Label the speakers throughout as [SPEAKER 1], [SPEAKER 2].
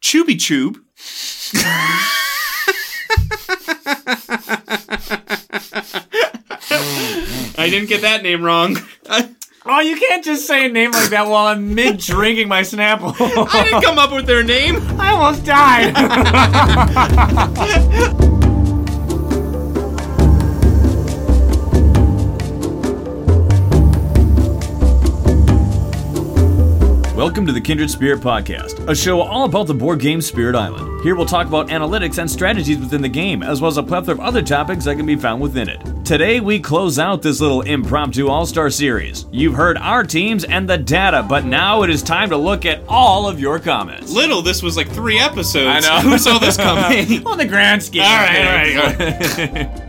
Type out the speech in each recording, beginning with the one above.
[SPEAKER 1] Chubby Tube. I didn't get that name wrong. I,
[SPEAKER 2] Oh, you can't just say a name like that while I'm mid drinking my Snapple.
[SPEAKER 1] I didn't come up with their name.
[SPEAKER 2] I almost died.
[SPEAKER 3] Welcome to the Kindred Spirit Podcast, a show all about the board game Spirit Island. Here we'll talk about analytics and strategies within the game, as well as a plethora of other topics that can be found within it. Today we close out this little impromptu All Star series. You've heard our teams and the data, but now it is time to look at all of your comments.
[SPEAKER 1] Little, this was like three episodes.
[SPEAKER 3] I know.
[SPEAKER 1] Who saw this coming?
[SPEAKER 2] On the grand scheme.
[SPEAKER 1] all right, all right, all right.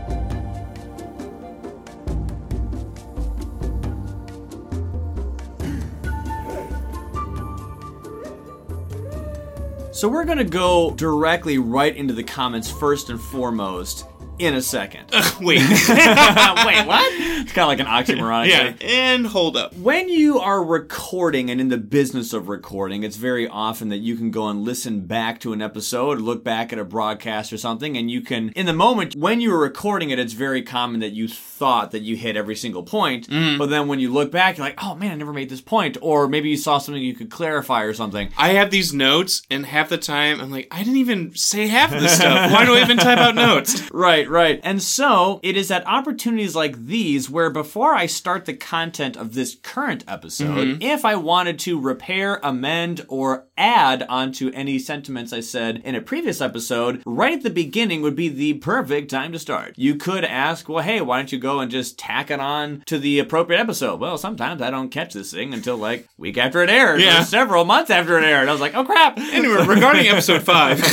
[SPEAKER 3] So we're gonna go directly right into the comments first and foremost in a second.
[SPEAKER 1] Wait.
[SPEAKER 2] Wait, what?
[SPEAKER 3] it's kind of like an oxymoron.
[SPEAKER 1] Yeah. And hold up.
[SPEAKER 3] When you are recording and in the business of recording, it's very often that you can go and listen back to an episode, look back at a broadcast or something, and you can, in the moment, when you were recording it, it's very common that you thought that you hit every single point. But then when you look back, you're like, oh man, I never made this point. Or maybe you saw something you could clarify or something.
[SPEAKER 1] I have these notes, and half the time I'm like, I didn't even say half of this stuff. Why do I even type out notes?
[SPEAKER 3] Right, right. And so it is at opportunities like these where before I start the content of this current episode, if I wanted to repair, amend, or add onto any sentiments I said in a previous episode, right at the beginning would be the perfect time to start. You could ask, well, hey, why don't you go and just tack it on to the appropriate episode? Well, sometimes I don't catch this thing until like week after it aired,
[SPEAKER 1] Yeah.
[SPEAKER 3] or several months after it aired. I was like, oh crap.
[SPEAKER 1] Anyway, regarding episode five,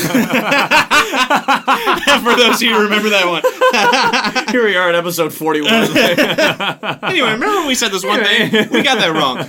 [SPEAKER 1] for those of you who remember that one.
[SPEAKER 3] Here we are at episode 41.
[SPEAKER 1] Anyway, remember when we said this one thing? We got that wrong.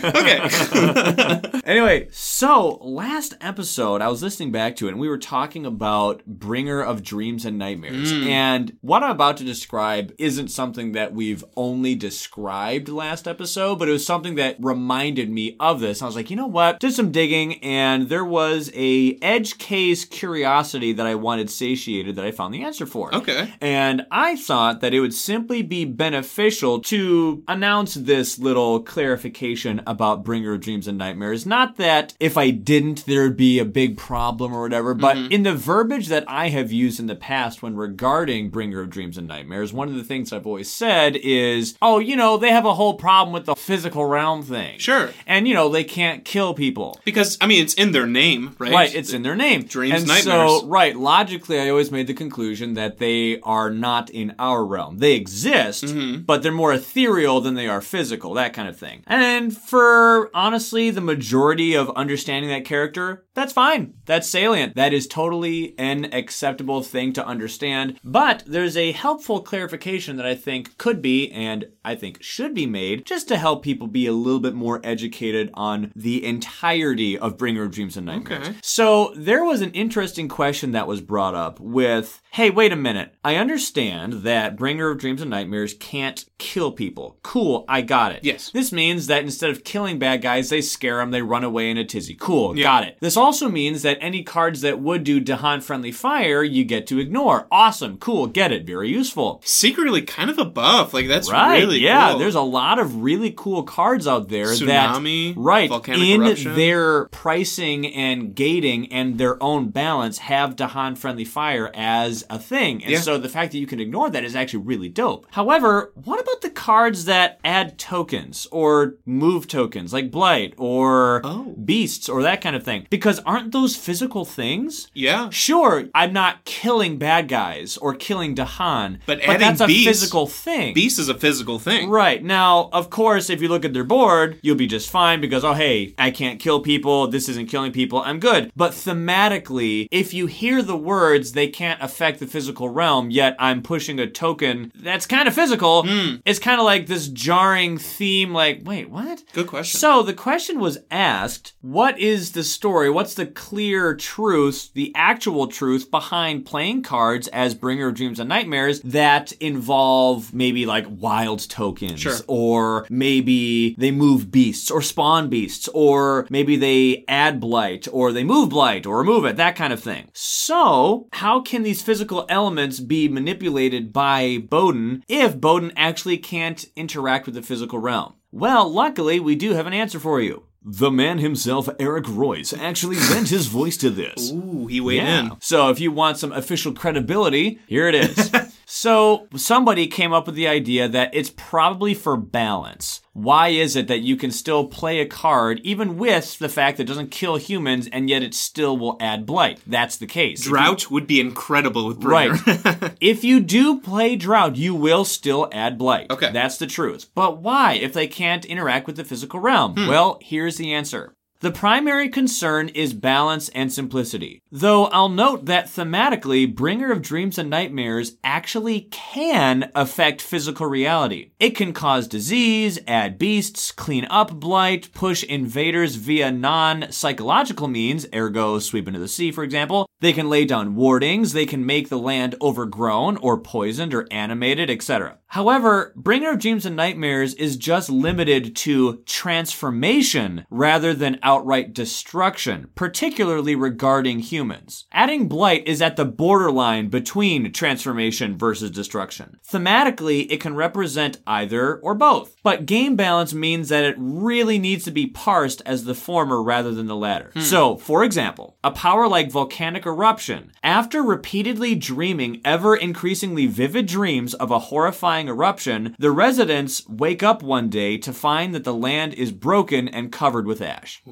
[SPEAKER 1] Okay.
[SPEAKER 3] Anyway, so last episode I was listening back to it and we were talking about Bringer of Dreams and Nightmares. And what I'm about to describe isn't something that we've only described last episode, but it was something that reminded me of this. I was like, you know what? Did some digging and there was a edge case curiosity that I wanted satiated that I found the answer for.
[SPEAKER 1] Okay.
[SPEAKER 3] And I thought that it would simply be beneficial to announce this little clarification about Bringer of Dreams and Nightmares. Not that if I didn't, there would be a big problem or whatever, but in the verbiage that I have used in the past when regarding Bringer of Dreams and Nightmares, one of the things I've always said is, oh, you know, they have a whole problem with the physical realm thing.
[SPEAKER 1] Sure.
[SPEAKER 3] And, you know, they can't kill people.
[SPEAKER 1] Because, I mean, it's in their name, right?
[SPEAKER 3] Right, it's in their name.
[SPEAKER 1] Dreams,
[SPEAKER 3] and
[SPEAKER 1] nightmares.
[SPEAKER 3] So, right, logically, I always made the conclusion that they are not in our realm. They exist,
[SPEAKER 1] Mm-hmm.
[SPEAKER 3] but they're more ethereal than they are physical, that kind of thing. And for honestly, the majority of understanding that character, that's fine. That's salient. That is totally an acceptable thing to understand. But there's a helpful clarification that I think could be and I think should be made just to help people be a little bit more educated on the entirety of Bringer of Dreams and Nightmares.
[SPEAKER 1] Okay.
[SPEAKER 3] So there was an interesting question that was brought up with, hey, wait a minute. I understand that Bringer of Dreams and Nightmares can't kill people. Cool, I got it.
[SPEAKER 1] Yes.
[SPEAKER 3] This means that instead of killing bad guys, they scare them, they run away in a tizzy. Cool, got it. This also means that any cards that would do Dahan friendly fire, you get to ignore. Awesome, cool, get it. Very useful.
[SPEAKER 1] Secretly kind of a buff. Like, that's
[SPEAKER 3] Right.
[SPEAKER 1] really
[SPEAKER 3] yeah,
[SPEAKER 1] cool.
[SPEAKER 3] there's a lot of really cool cards out there
[SPEAKER 1] Tsunami,
[SPEAKER 3] that right
[SPEAKER 1] volcanic
[SPEAKER 3] in
[SPEAKER 1] eruption.
[SPEAKER 3] their pricing and gating and their own balance have Dahan friendly fire as a thing. And
[SPEAKER 1] Yeah.
[SPEAKER 3] so the fact that you can ignore that is actually really dope. However, what about the cards that add tokens or move tokens like blight or
[SPEAKER 1] Oh.
[SPEAKER 3] beasts or that kind of thing? Because aren't those physical things?
[SPEAKER 1] Yeah.
[SPEAKER 3] Sure, I'm not killing bad guys or killing Dahan,
[SPEAKER 1] But adding
[SPEAKER 3] that's a
[SPEAKER 1] beasts-
[SPEAKER 3] physical thing.
[SPEAKER 1] Beast is a physical thing.
[SPEAKER 3] Right. Now, of course, if you look at their board, you'll be just fine because, oh, hey, I can't kill people. This isn't killing people. I'm good. But thematically, if you hear the words, they can't affect the physical realm, yet I'm pushing a token that's kind of physical. It's kind of like this jarring theme, like, wait, what?
[SPEAKER 1] Good question.
[SPEAKER 3] So the question was asked what is the story? What's the clear truth, the actual truth behind playing cards as bringer of dreams and nightmares that involve maybe like wild tokens
[SPEAKER 1] Sure.
[SPEAKER 3] or maybe they move beasts or spawn beasts or maybe they add blight or they move blight or remove it, that kind of thing. So, how can these physical elements be manipulated by Bowden if Bowden actually can't interact with the physical realm? Well, luckily, we do have an answer for you. The man himself, Eric Royce, actually lent his voice to this.
[SPEAKER 1] Ooh, he weighed in.
[SPEAKER 3] So if you want some official credibility, here it is. so somebody came up with the idea that it's probably for balance. Why is it that you can still play a card even with the fact that it doesn't kill humans and yet it still will add blight? That's the case. If you-
[SPEAKER 1] Drought would be incredible with Bringer.
[SPEAKER 3] Right. if you do play Drought, you will still add Blight.
[SPEAKER 1] Okay.
[SPEAKER 3] That's the truth. But why if they can't interact with the physical realm? Well, here's the answer. The primary concern is balance and simplicity. Though I'll note that thematically, Bringer of Dreams and Nightmares actually can affect physical reality. It can cause disease, add beasts, clean up blight, push invaders via non psychological means, ergo sweep into the sea, for example. They can lay down wardings, they can make the land overgrown or poisoned or animated, etc. However, Bringer of Dreams and Nightmares is just limited to transformation rather than outright destruction, particularly regarding humans. Adding blight is at the borderline between transformation versus destruction. Thematically, it can represent either or both, but game balance means that it really needs to be parsed as the former rather than the latter. So, for example, a power like volcanic eruption, after repeatedly dreaming ever increasingly vivid dreams of a horrifying eruption, the residents wake up one day to find that the land is broken and covered with ash.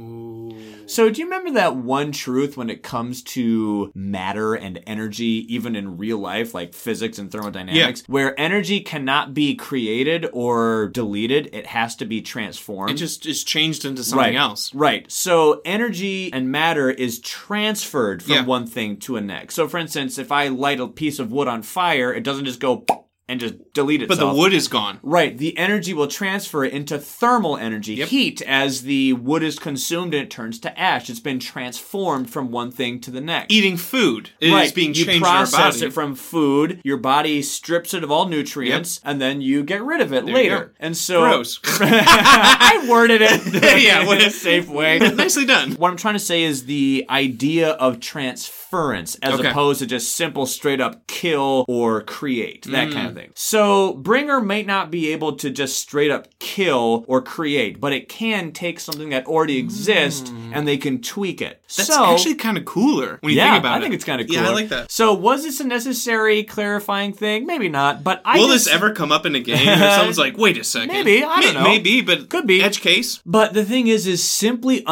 [SPEAKER 3] So, do you remember that one truth when it comes to matter and energy, even in real life, like physics and thermodynamics, where energy cannot be created or deleted? It has to be transformed.
[SPEAKER 1] It just is changed into something else.
[SPEAKER 3] Right. So energy and matter is transferred from
[SPEAKER 1] Yeah.
[SPEAKER 3] one thing to a next. So, for instance, if I light a piece of wood on fire, it doesn't just go and just delete
[SPEAKER 1] But
[SPEAKER 3] itself.
[SPEAKER 1] the wood is gone.
[SPEAKER 3] Right, the energy will transfer into thermal energy, heat, as the wood is consumed and it turns to ash. It's been transformed from one thing to the next.
[SPEAKER 1] Eating food is
[SPEAKER 3] right.
[SPEAKER 1] being
[SPEAKER 3] you
[SPEAKER 1] changed in our
[SPEAKER 3] process
[SPEAKER 1] body.
[SPEAKER 3] it from food. Your body strips it of all nutrients, and then you get rid of it
[SPEAKER 1] you
[SPEAKER 3] later.
[SPEAKER 1] go.
[SPEAKER 3] And so,
[SPEAKER 1] Gross.
[SPEAKER 3] I worded it,
[SPEAKER 1] Yeah, what-
[SPEAKER 3] in a safe way.
[SPEAKER 1] Nicely done.
[SPEAKER 3] What I'm trying to say is the idea of transference as
[SPEAKER 1] Okay.
[SPEAKER 3] opposed to just simple straight up kill or create, that kind of
[SPEAKER 1] Mm.
[SPEAKER 3] thing. So, Bringer might not be able to just straight up kill or create, but it can take something that already exists and they can tweak it.
[SPEAKER 1] Mm. That's
[SPEAKER 3] so,
[SPEAKER 1] actually kind of cooler when you
[SPEAKER 3] yeah,
[SPEAKER 1] think about it.
[SPEAKER 3] I think it's kind of cool.
[SPEAKER 1] Yeah, I like that.
[SPEAKER 3] So, was this a necessary clarifying thing? Maybe not, but I
[SPEAKER 1] Will
[SPEAKER 3] just-
[SPEAKER 1] this ever come up in a game? Or someone's like, wait a second.
[SPEAKER 3] Maybe, I don't know.
[SPEAKER 1] Maybe, but
[SPEAKER 3] Could be.
[SPEAKER 1] edge case.
[SPEAKER 3] But the thing is, is simply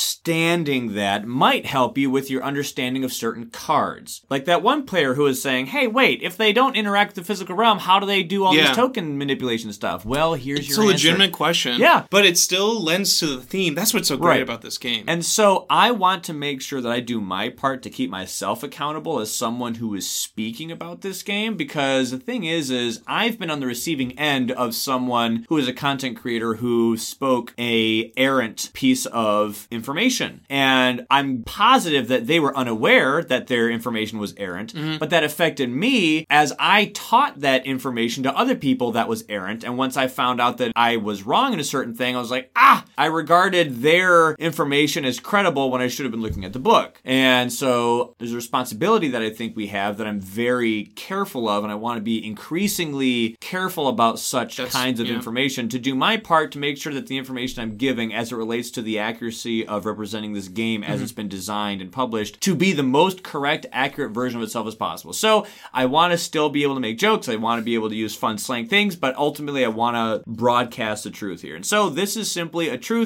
[SPEAKER 3] understanding that might help you with your understanding of certain cards. Like that one player who was saying, hey, wait, if they don't interact with the physical realm, how do they do all
[SPEAKER 1] Yeah.
[SPEAKER 3] this token manipulation stuff? Well, here's
[SPEAKER 1] It's a
[SPEAKER 3] your answer.
[SPEAKER 1] legitimate question.
[SPEAKER 3] Yeah.
[SPEAKER 1] but it still lends to the theme. That's what's so great
[SPEAKER 3] Right.
[SPEAKER 1] about this game.
[SPEAKER 3] And so I want to make sure that I do my part to keep myself accountable as someone who is speaking about this game because the thing is is I've been on the receiving end of someone who is a content creator who spoke a errant piece of information and I'm positive that they were unaware that their information was errant Mm-hmm. but that affected me as I taught that information to other people that was errant and once I found out that I was wrong in a certain thing I was like ah I regarded their information as credible when I should have been looking at the book. And so there's a responsibility that I think we have that I'm very careful of, and I want to be increasingly careful about such kinds of
[SPEAKER 1] yeah.
[SPEAKER 3] information to do my part to make sure that the information I'm giving as it relates to the accuracy of representing this game as it's been designed and published to be the most correct, accurate version of itself as possible. So I want to still be able to make jokes. I want to be able to use fun slang things, but ultimately I want to broadcast the truth here. And so this is simply a truth.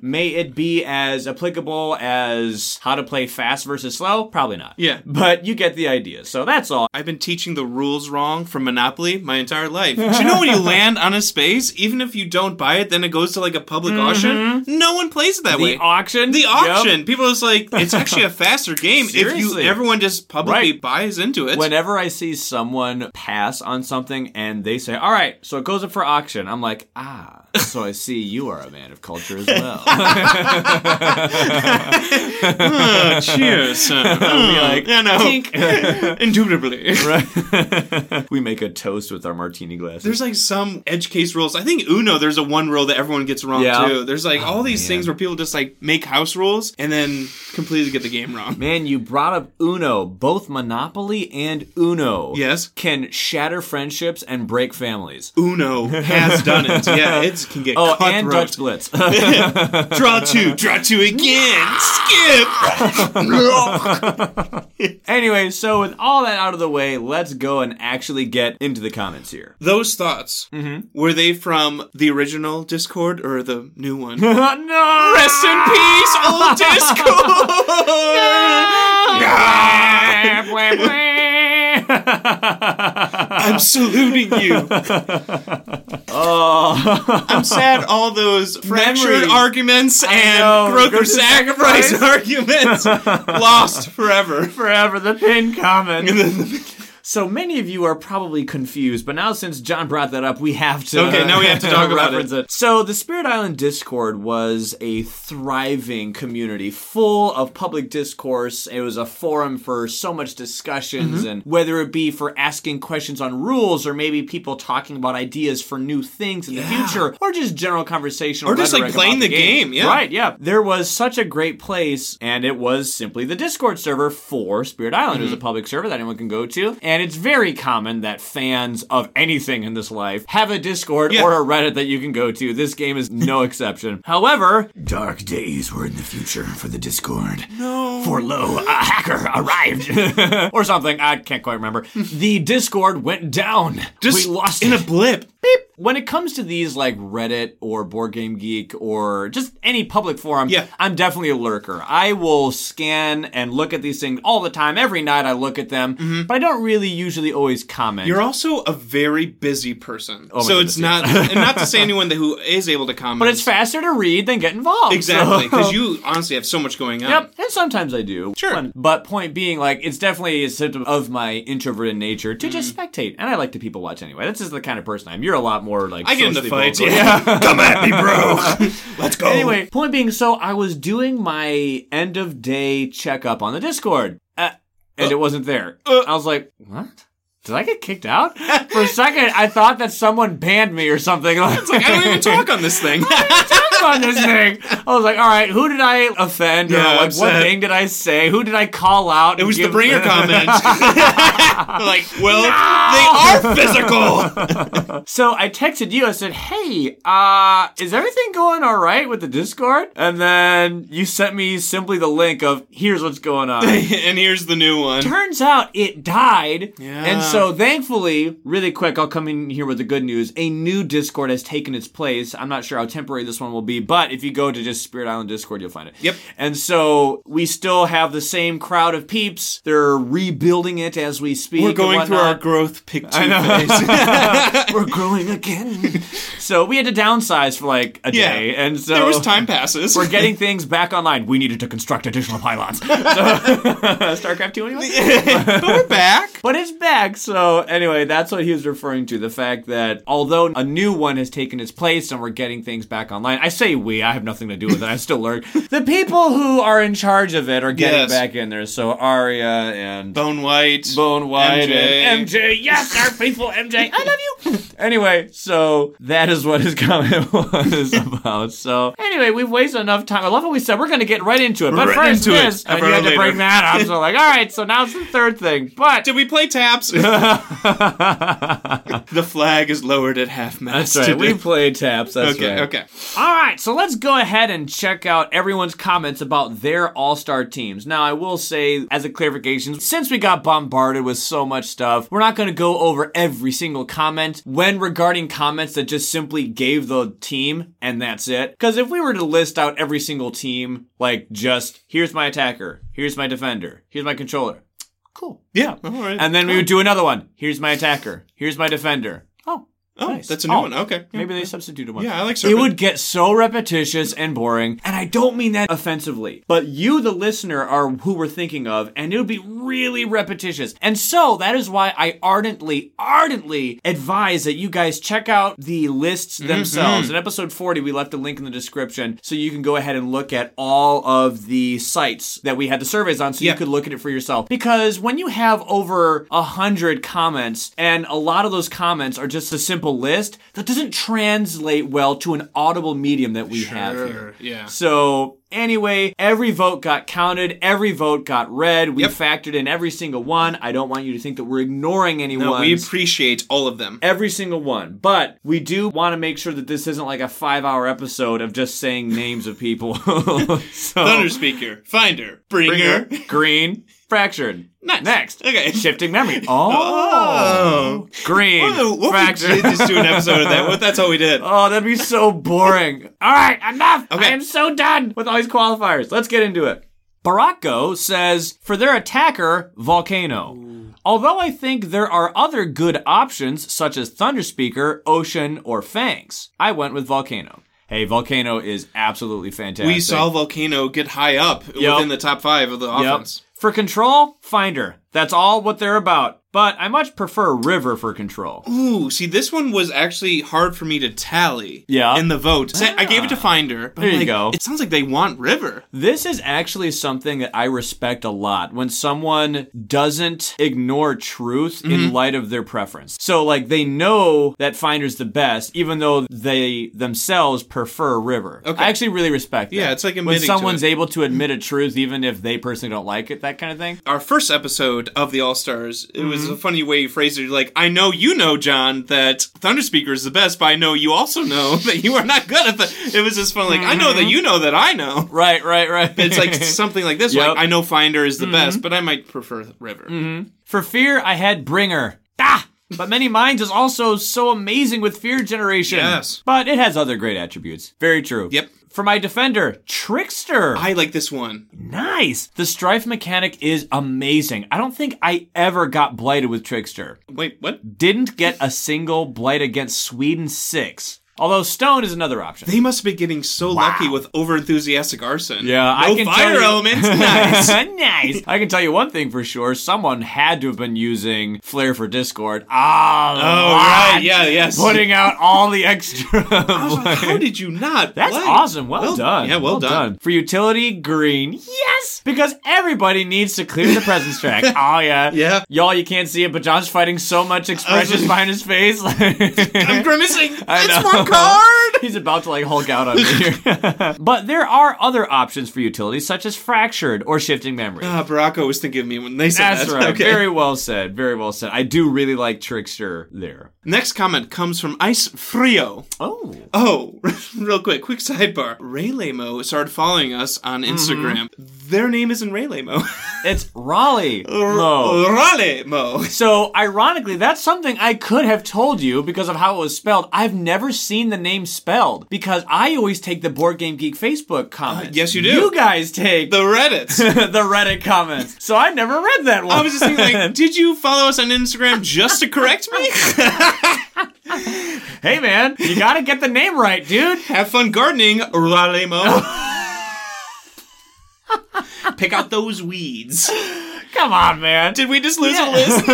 [SPEAKER 3] May it be as applicable as how to play fast versus slow? Probably not.
[SPEAKER 1] Yeah.
[SPEAKER 3] But you get the idea. So that's all.
[SPEAKER 1] I've been teaching the rules wrong from Monopoly my entire life. Do you know when you land on a space, even if you don't buy it, then it goes to like a public auction? No one plays it that way.
[SPEAKER 3] Mm-hmm. The auction?
[SPEAKER 1] the
[SPEAKER 3] Yep.
[SPEAKER 1] auction. People are just like, it's actually a faster game if you
[SPEAKER 3] Seriously.
[SPEAKER 1] everyone just publicly
[SPEAKER 3] Right.
[SPEAKER 1] buys into it.
[SPEAKER 3] Whenever I see someone pass on something and they say, "All right, so it goes up for auction," I'm like, "Ah, so I see you are a man of culture as well."
[SPEAKER 1] Uh, cheers. Uh,
[SPEAKER 3] like,
[SPEAKER 1] yeah, no. Indubitably.
[SPEAKER 3] we make a toast with our martini glasses.
[SPEAKER 1] There's like some edge case rules. I think Uno, there's a one rule that everyone gets wrong
[SPEAKER 3] Yeah. Oh,
[SPEAKER 1] too. There's like all these things where people just like make house rules and then completely get the game wrong.
[SPEAKER 3] Man, you brought up Uno. Both Monopoly and Uno
[SPEAKER 1] Yes.
[SPEAKER 3] can shatter friendships and break families.
[SPEAKER 1] Uno has done it. Yeah, it can get
[SPEAKER 3] Oh, and Dutch
[SPEAKER 1] cutthroat.
[SPEAKER 3] Blitz.
[SPEAKER 1] Draw two, draw two again. Skip.
[SPEAKER 3] anyway, so with all that out of the way, let's go and actually get into the comments here.
[SPEAKER 1] Those thoughts were they from the original Discord or the new one?
[SPEAKER 3] no!
[SPEAKER 1] Rest in peace, old Discord. I'm saluting you.
[SPEAKER 3] Oh.
[SPEAKER 1] I'm sad all those fractured
[SPEAKER 3] Memories.
[SPEAKER 1] arguments
[SPEAKER 3] know.
[SPEAKER 1] and Groker
[SPEAKER 3] Grocer
[SPEAKER 1] sacrifice arguments lost forever.
[SPEAKER 2] Forever the pin comment.
[SPEAKER 3] So many of you are probably confused, but now since John brought that up, we have to.
[SPEAKER 1] Okay, now we have to talk about
[SPEAKER 3] reference So the Spirit Island Discord was a thriving community full of public discourse. It was a forum for so much discussions,
[SPEAKER 1] Mm-hmm.
[SPEAKER 3] and whether it be for asking questions on rules, or maybe people talking about ideas for new things in the future, or just general conversation,
[SPEAKER 1] Or just, like, playing the game, yeah.
[SPEAKER 3] right? Yeah, there was such a great place, and it was simply the Discord server for Spirit Island. It
[SPEAKER 1] Mhm.
[SPEAKER 3] was a public server that anyone can go to, and it's very common that fans of anything in this life have a Discord
[SPEAKER 1] Yeah.
[SPEAKER 3] or a Reddit that you can go to. This game is no exception. However, dark days were in the future for the Discord. No. For lo, a hacker arrived, or something. I can't quite remember. the Discord went down.
[SPEAKER 1] Just
[SPEAKER 3] we lost
[SPEAKER 1] in
[SPEAKER 3] it.
[SPEAKER 1] a blip.
[SPEAKER 3] When it comes to these like Reddit or Board Game Geek or just any public forum,
[SPEAKER 1] Yeah.
[SPEAKER 3] I'm definitely a lurker. I will scan and look at these things all the time. Every night I look at them, but I don't really usually always comment.
[SPEAKER 1] Mm-hmm. You're also a very busy person,
[SPEAKER 3] Oh my
[SPEAKER 1] so it's
[SPEAKER 3] goodness,
[SPEAKER 1] not and not to say anyone that who is able to comment.
[SPEAKER 3] but it's faster to read than get involved.
[SPEAKER 1] exactly
[SPEAKER 3] so-
[SPEAKER 1] because you honestly have so much going on.
[SPEAKER 3] Yep, and sometimes I do.
[SPEAKER 1] Sure.
[SPEAKER 3] When- But point being, like, it's definitely a symptom of my introverted nature
[SPEAKER 1] Mm-hmm.
[SPEAKER 3] to just spectate. And I like to people watch anyway. That's just the kind of person I am. You're a lot more like.
[SPEAKER 1] I get into
[SPEAKER 3] socially
[SPEAKER 1] fights.
[SPEAKER 3] vocal.
[SPEAKER 1] Yeah. Come at me, bro. Let's go.
[SPEAKER 3] Anyway, point being, so I was doing my end of day checkup on the Discord, uh, and it wasn't there.
[SPEAKER 1] uh.
[SPEAKER 3] I was like, what? Did I get kicked out? For a second, I thought that someone banned me or something. Like,
[SPEAKER 1] I don't even talk on this thing.
[SPEAKER 3] on this thing. I was like, all right, who did I offend? Or
[SPEAKER 1] Yeah,
[SPEAKER 3] like, what
[SPEAKER 1] upset.
[SPEAKER 3] thing did I say? Who did I call out?
[SPEAKER 1] It was the bringer comment. like, well, they are physical.
[SPEAKER 3] So I texted you. I said, "Hey, uh, is everything going all right with the Discord?" And then you sent me simply the link of, "Here's what's going on."
[SPEAKER 1] and here's the new one.
[SPEAKER 3] Turns out it died.
[SPEAKER 1] Yeah.
[SPEAKER 3] And so thankfully, really quick, I'll come in here with the good news. A new Discord has taken its place. I'm not sure how temporary this one will be, but if you go to just Spirit Island Discord, you'll find it.
[SPEAKER 1] Yep.
[SPEAKER 3] And so we still have the same crowd of peeps. They're rebuilding it as we speak.
[SPEAKER 1] We're
[SPEAKER 3] and
[SPEAKER 1] going through our
[SPEAKER 3] whatnot.
[SPEAKER 1] growth pick two phase.
[SPEAKER 3] We're growing again. so we had to downsize for like a
[SPEAKER 1] Yeah.
[SPEAKER 3] day. And so
[SPEAKER 1] there was time passes.
[SPEAKER 3] we're getting things back online. We needed to construct additional pylons. So, StarCraft 2 anyway?
[SPEAKER 1] but we're back.
[SPEAKER 3] But it's back. So anyway, that's what he was referring to. The fact that although a new one has taken its place and we're getting things back online. I say we, I have nothing to do with it. I still lurk. The people who are in charge of it are getting
[SPEAKER 1] Yes.
[SPEAKER 3] back in there. So Arya and
[SPEAKER 1] Bone White.
[SPEAKER 3] Bone Wide
[SPEAKER 1] MJ.
[SPEAKER 3] and MJ. Yes, our faithful MJ. I love you. anyway, so that is what his comment was about. So anyway, we've wasted enough time. I love what we said. We're going to get right into it. But
[SPEAKER 1] Right
[SPEAKER 3] first,
[SPEAKER 1] into it.
[SPEAKER 3] this, and
[SPEAKER 1] Ever
[SPEAKER 3] you had to
[SPEAKER 1] later.
[SPEAKER 3] bring that up. So like, all right. So now it's the third thing. But
[SPEAKER 1] Did we play taps. the flag is lowered at half mast.
[SPEAKER 3] That's right.
[SPEAKER 1] today.
[SPEAKER 3] We play taps. That's
[SPEAKER 1] okay,
[SPEAKER 3] right.
[SPEAKER 1] okay.
[SPEAKER 3] All right, so let's go ahead and check out everyone's comments about their all star teams. Now, I will say, as a clarification, since we got bombarded with so much stuff, we're not going to go over every single comment when regarding comments that just simply gave the team and that's it. Because if we were to list out every single team, like just here's my attacker, here's my defender, here's my controller, cool.
[SPEAKER 1] Yeah. All right.
[SPEAKER 3] And then we would do another one here's my attacker, here's my defender. Oh,
[SPEAKER 1] oh,
[SPEAKER 3] nice.
[SPEAKER 1] that's a new
[SPEAKER 3] Oh.
[SPEAKER 1] one. Okay. Yeah.
[SPEAKER 3] Maybe they substituted one.
[SPEAKER 1] Yeah, I like
[SPEAKER 3] It
[SPEAKER 1] Serpent.
[SPEAKER 3] would get so repetitious and boring, and I don't mean that offensively. But you, the listener, are who we're thinking of, and it would be really repetitious. And so that is why I ardently, ardently advise that you guys check out the lists themselves. In episode 40, we left a link in the description so you can go ahead and look at all of the sites that we had the surveys on so
[SPEAKER 1] Yeah.
[SPEAKER 3] you could look at it for yourself. Because when you have over a hundred comments and a lot of those comments are just a simple list, that doesn't translate well to an audible medium that we have here.
[SPEAKER 1] Sure, yeah.
[SPEAKER 3] So anyway, every vote got counted, every vote got read. We
[SPEAKER 1] Yep.
[SPEAKER 3] factored in every single one. I don't want you to think that we're ignoring anyone
[SPEAKER 1] No, we appreciate all of them.
[SPEAKER 3] every single one. But we do want to make sure that this isn't like a five hour episode of just saying names of people. so,
[SPEAKER 1] Thunder speaker, finder, bringer.
[SPEAKER 3] green, fractured. Next.
[SPEAKER 1] Okay.
[SPEAKER 3] Shifting memory. Oh.
[SPEAKER 1] Oh.
[SPEAKER 3] Green,
[SPEAKER 1] Oh, what
[SPEAKER 3] fractured.
[SPEAKER 1] we did just do an episode of that. What that's all we did.
[SPEAKER 3] Oh, that'd be so boring. All right, enough.
[SPEAKER 1] Okay.
[SPEAKER 3] I am so done with all these qualifiers. Let's get into it. Baracco says for their attacker, Volcano. Although I think there are other good options such as Thunderspeaker, Ocean, or Fangs, I went with Volcano. Hey, Volcano is absolutely fantastic.
[SPEAKER 1] we saw Volcano get high up within the top five of the
[SPEAKER 3] Yep.
[SPEAKER 1] offense.
[SPEAKER 3] For control, Finder. That's all what they're about. But I much prefer River for control.
[SPEAKER 1] Ooh, see, this one was actually hard for me to tally.
[SPEAKER 3] Yeah. Ah.
[SPEAKER 1] In the vote, So I gave it to Finder. But I'm
[SPEAKER 3] There you
[SPEAKER 1] like,
[SPEAKER 3] go.
[SPEAKER 1] It sounds like they want River.
[SPEAKER 3] This is actually something that I respect a lot when someone doesn't ignore truth
[SPEAKER 1] Mm-hmm.
[SPEAKER 3] in light of their preference. So like they know that Finder's the best, even though they themselves prefer River.
[SPEAKER 1] Okay.
[SPEAKER 3] I actually really respect that.
[SPEAKER 1] Yeah, it's like
[SPEAKER 3] when
[SPEAKER 1] admitting to
[SPEAKER 3] someone's
[SPEAKER 1] it.
[SPEAKER 3] able to admit a truth, even if they personally don't like it, that kind of thing.
[SPEAKER 1] Our first episode of the All Stars, it was a funny way you phrased it. You're like, I know you know, John, that Thunderspeaker is the best, but I know you also know that you are not good at the. It was just fun. Like, I know that you know that I know.
[SPEAKER 3] Right, right, right.
[SPEAKER 1] It's like something like this.
[SPEAKER 3] Yep.
[SPEAKER 1] Like, I know Finder is the best, but I might prefer River.
[SPEAKER 3] For fear, I had Bringer. Ah! But Many Minds is also so amazing with fear generation.
[SPEAKER 1] Yes.
[SPEAKER 3] But it has other great attributes. Very true.
[SPEAKER 1] Yep.
[SPEAKER 3] For my defender, Trickster.
[SPEAKER 1] I like this one.
[SPEAKER 3] nice. The strife mechanic is amazing. I don't think I ever got blighted with Trickster.
[SPEAKER 1] Wait, what?
[SPEAKER 3] Didn't get a single blight against Sweden 6. Although Stone is another option.
[SPEAKER 1] They must have been getting so lucky with over enthusiastic arson.
[SPEAKER 3] Yeah,
[SPEAKER 1] no
[SPEAKER 3] I can tell
[SPEAKER 1] fire
[SPEAKER 3] you-
[SPEAKER 1] elements. Nice.
[SPEAKER 3] nice. I can tell you one thing for sure. Someone had to have been using Flare for Discord. Ah,
[SPEAKER 1] Oh right, yeah, yes.
[SPEAKER 3] putting out all the extra.
[SPEAKER 1] Like, How did you not?
[SPEAKER 3] That's
[SPEAKER 1] like-
[SPEAKER 3] awesome. Well, done.
[SPEAKER 1] Yeah, well, done.
[SPEAKER 3] For utility, green. Yes! Because everybody needs to clear the presence track. Oh, yeah.
[SPEAKER 1] Yeah.
[SPEAKER 3] Y'all, you can't see it, but John's fighting so much expression
[SPEAKER 1] just-
[SPEAKER 3] behind his face.
[SPEAKER 1] I'm grimacing.
[SPEAKER 3] I
[SPEAKER 1] it's
[SPEAKER 3] know.
[SPEAKER 1] more card.
[SPEAKER 3] He's about to like Hulk out on me here. but there are other options for utilities, such as fractured or shifting memory.
[SPEAKER 1] Ah, Baracko was thinking of me when they said
[SPEAKER 3] That's
[SPEAKER 1] that.
[SPEAKER 3] right.
[SPEAKER 1] Okay.
[SPEAKER 3] Very well said. Very well said. I do really like Trickster there.
[SPEAKER 1] Next comment comes from Ice Frio.
[SPEAKER 3] Oh.
[SPEAKER 1] Oh, real quick, quick sidebar. Ray Lamo started following us on Instagram. Their name isn't Ray Lamo.
[SPEAKER 3] It's Raleigh.
[SPEAKER 1] Oh,
[SPEAKER 3] Low.
[SPEAKER 1] Ralemo.
[SPEAKER 3] So, ironically, that's something I could have told you because of how it was spelled. I've never seen the name spelled because I always take the Board Game Geek Facebook comments.
[SPEAKER 1] yes, you do.
[SPEAKER 3] You guys take
[SPEAKER 1] The
[SPEAKER 3] the,
[SPEAKER 1] Reddits.
[SPEAKER 3] Reddit comments. So, I never read that one.
[SPEAKER 1] I was just thinking, like, did you follow us on Instagram just to correct me?
[SPEAKER 3] hey, man, you got to get the name right, dude.
[SPEAKER 1] Have fun gardening, Ralemo. Pick out those weeds.
[SPEAKER 3] Come on, man.
[SPEAKER 1] Did we just lose
[SPEAKER 3] Yeah.
[SPEAKER 1] a list?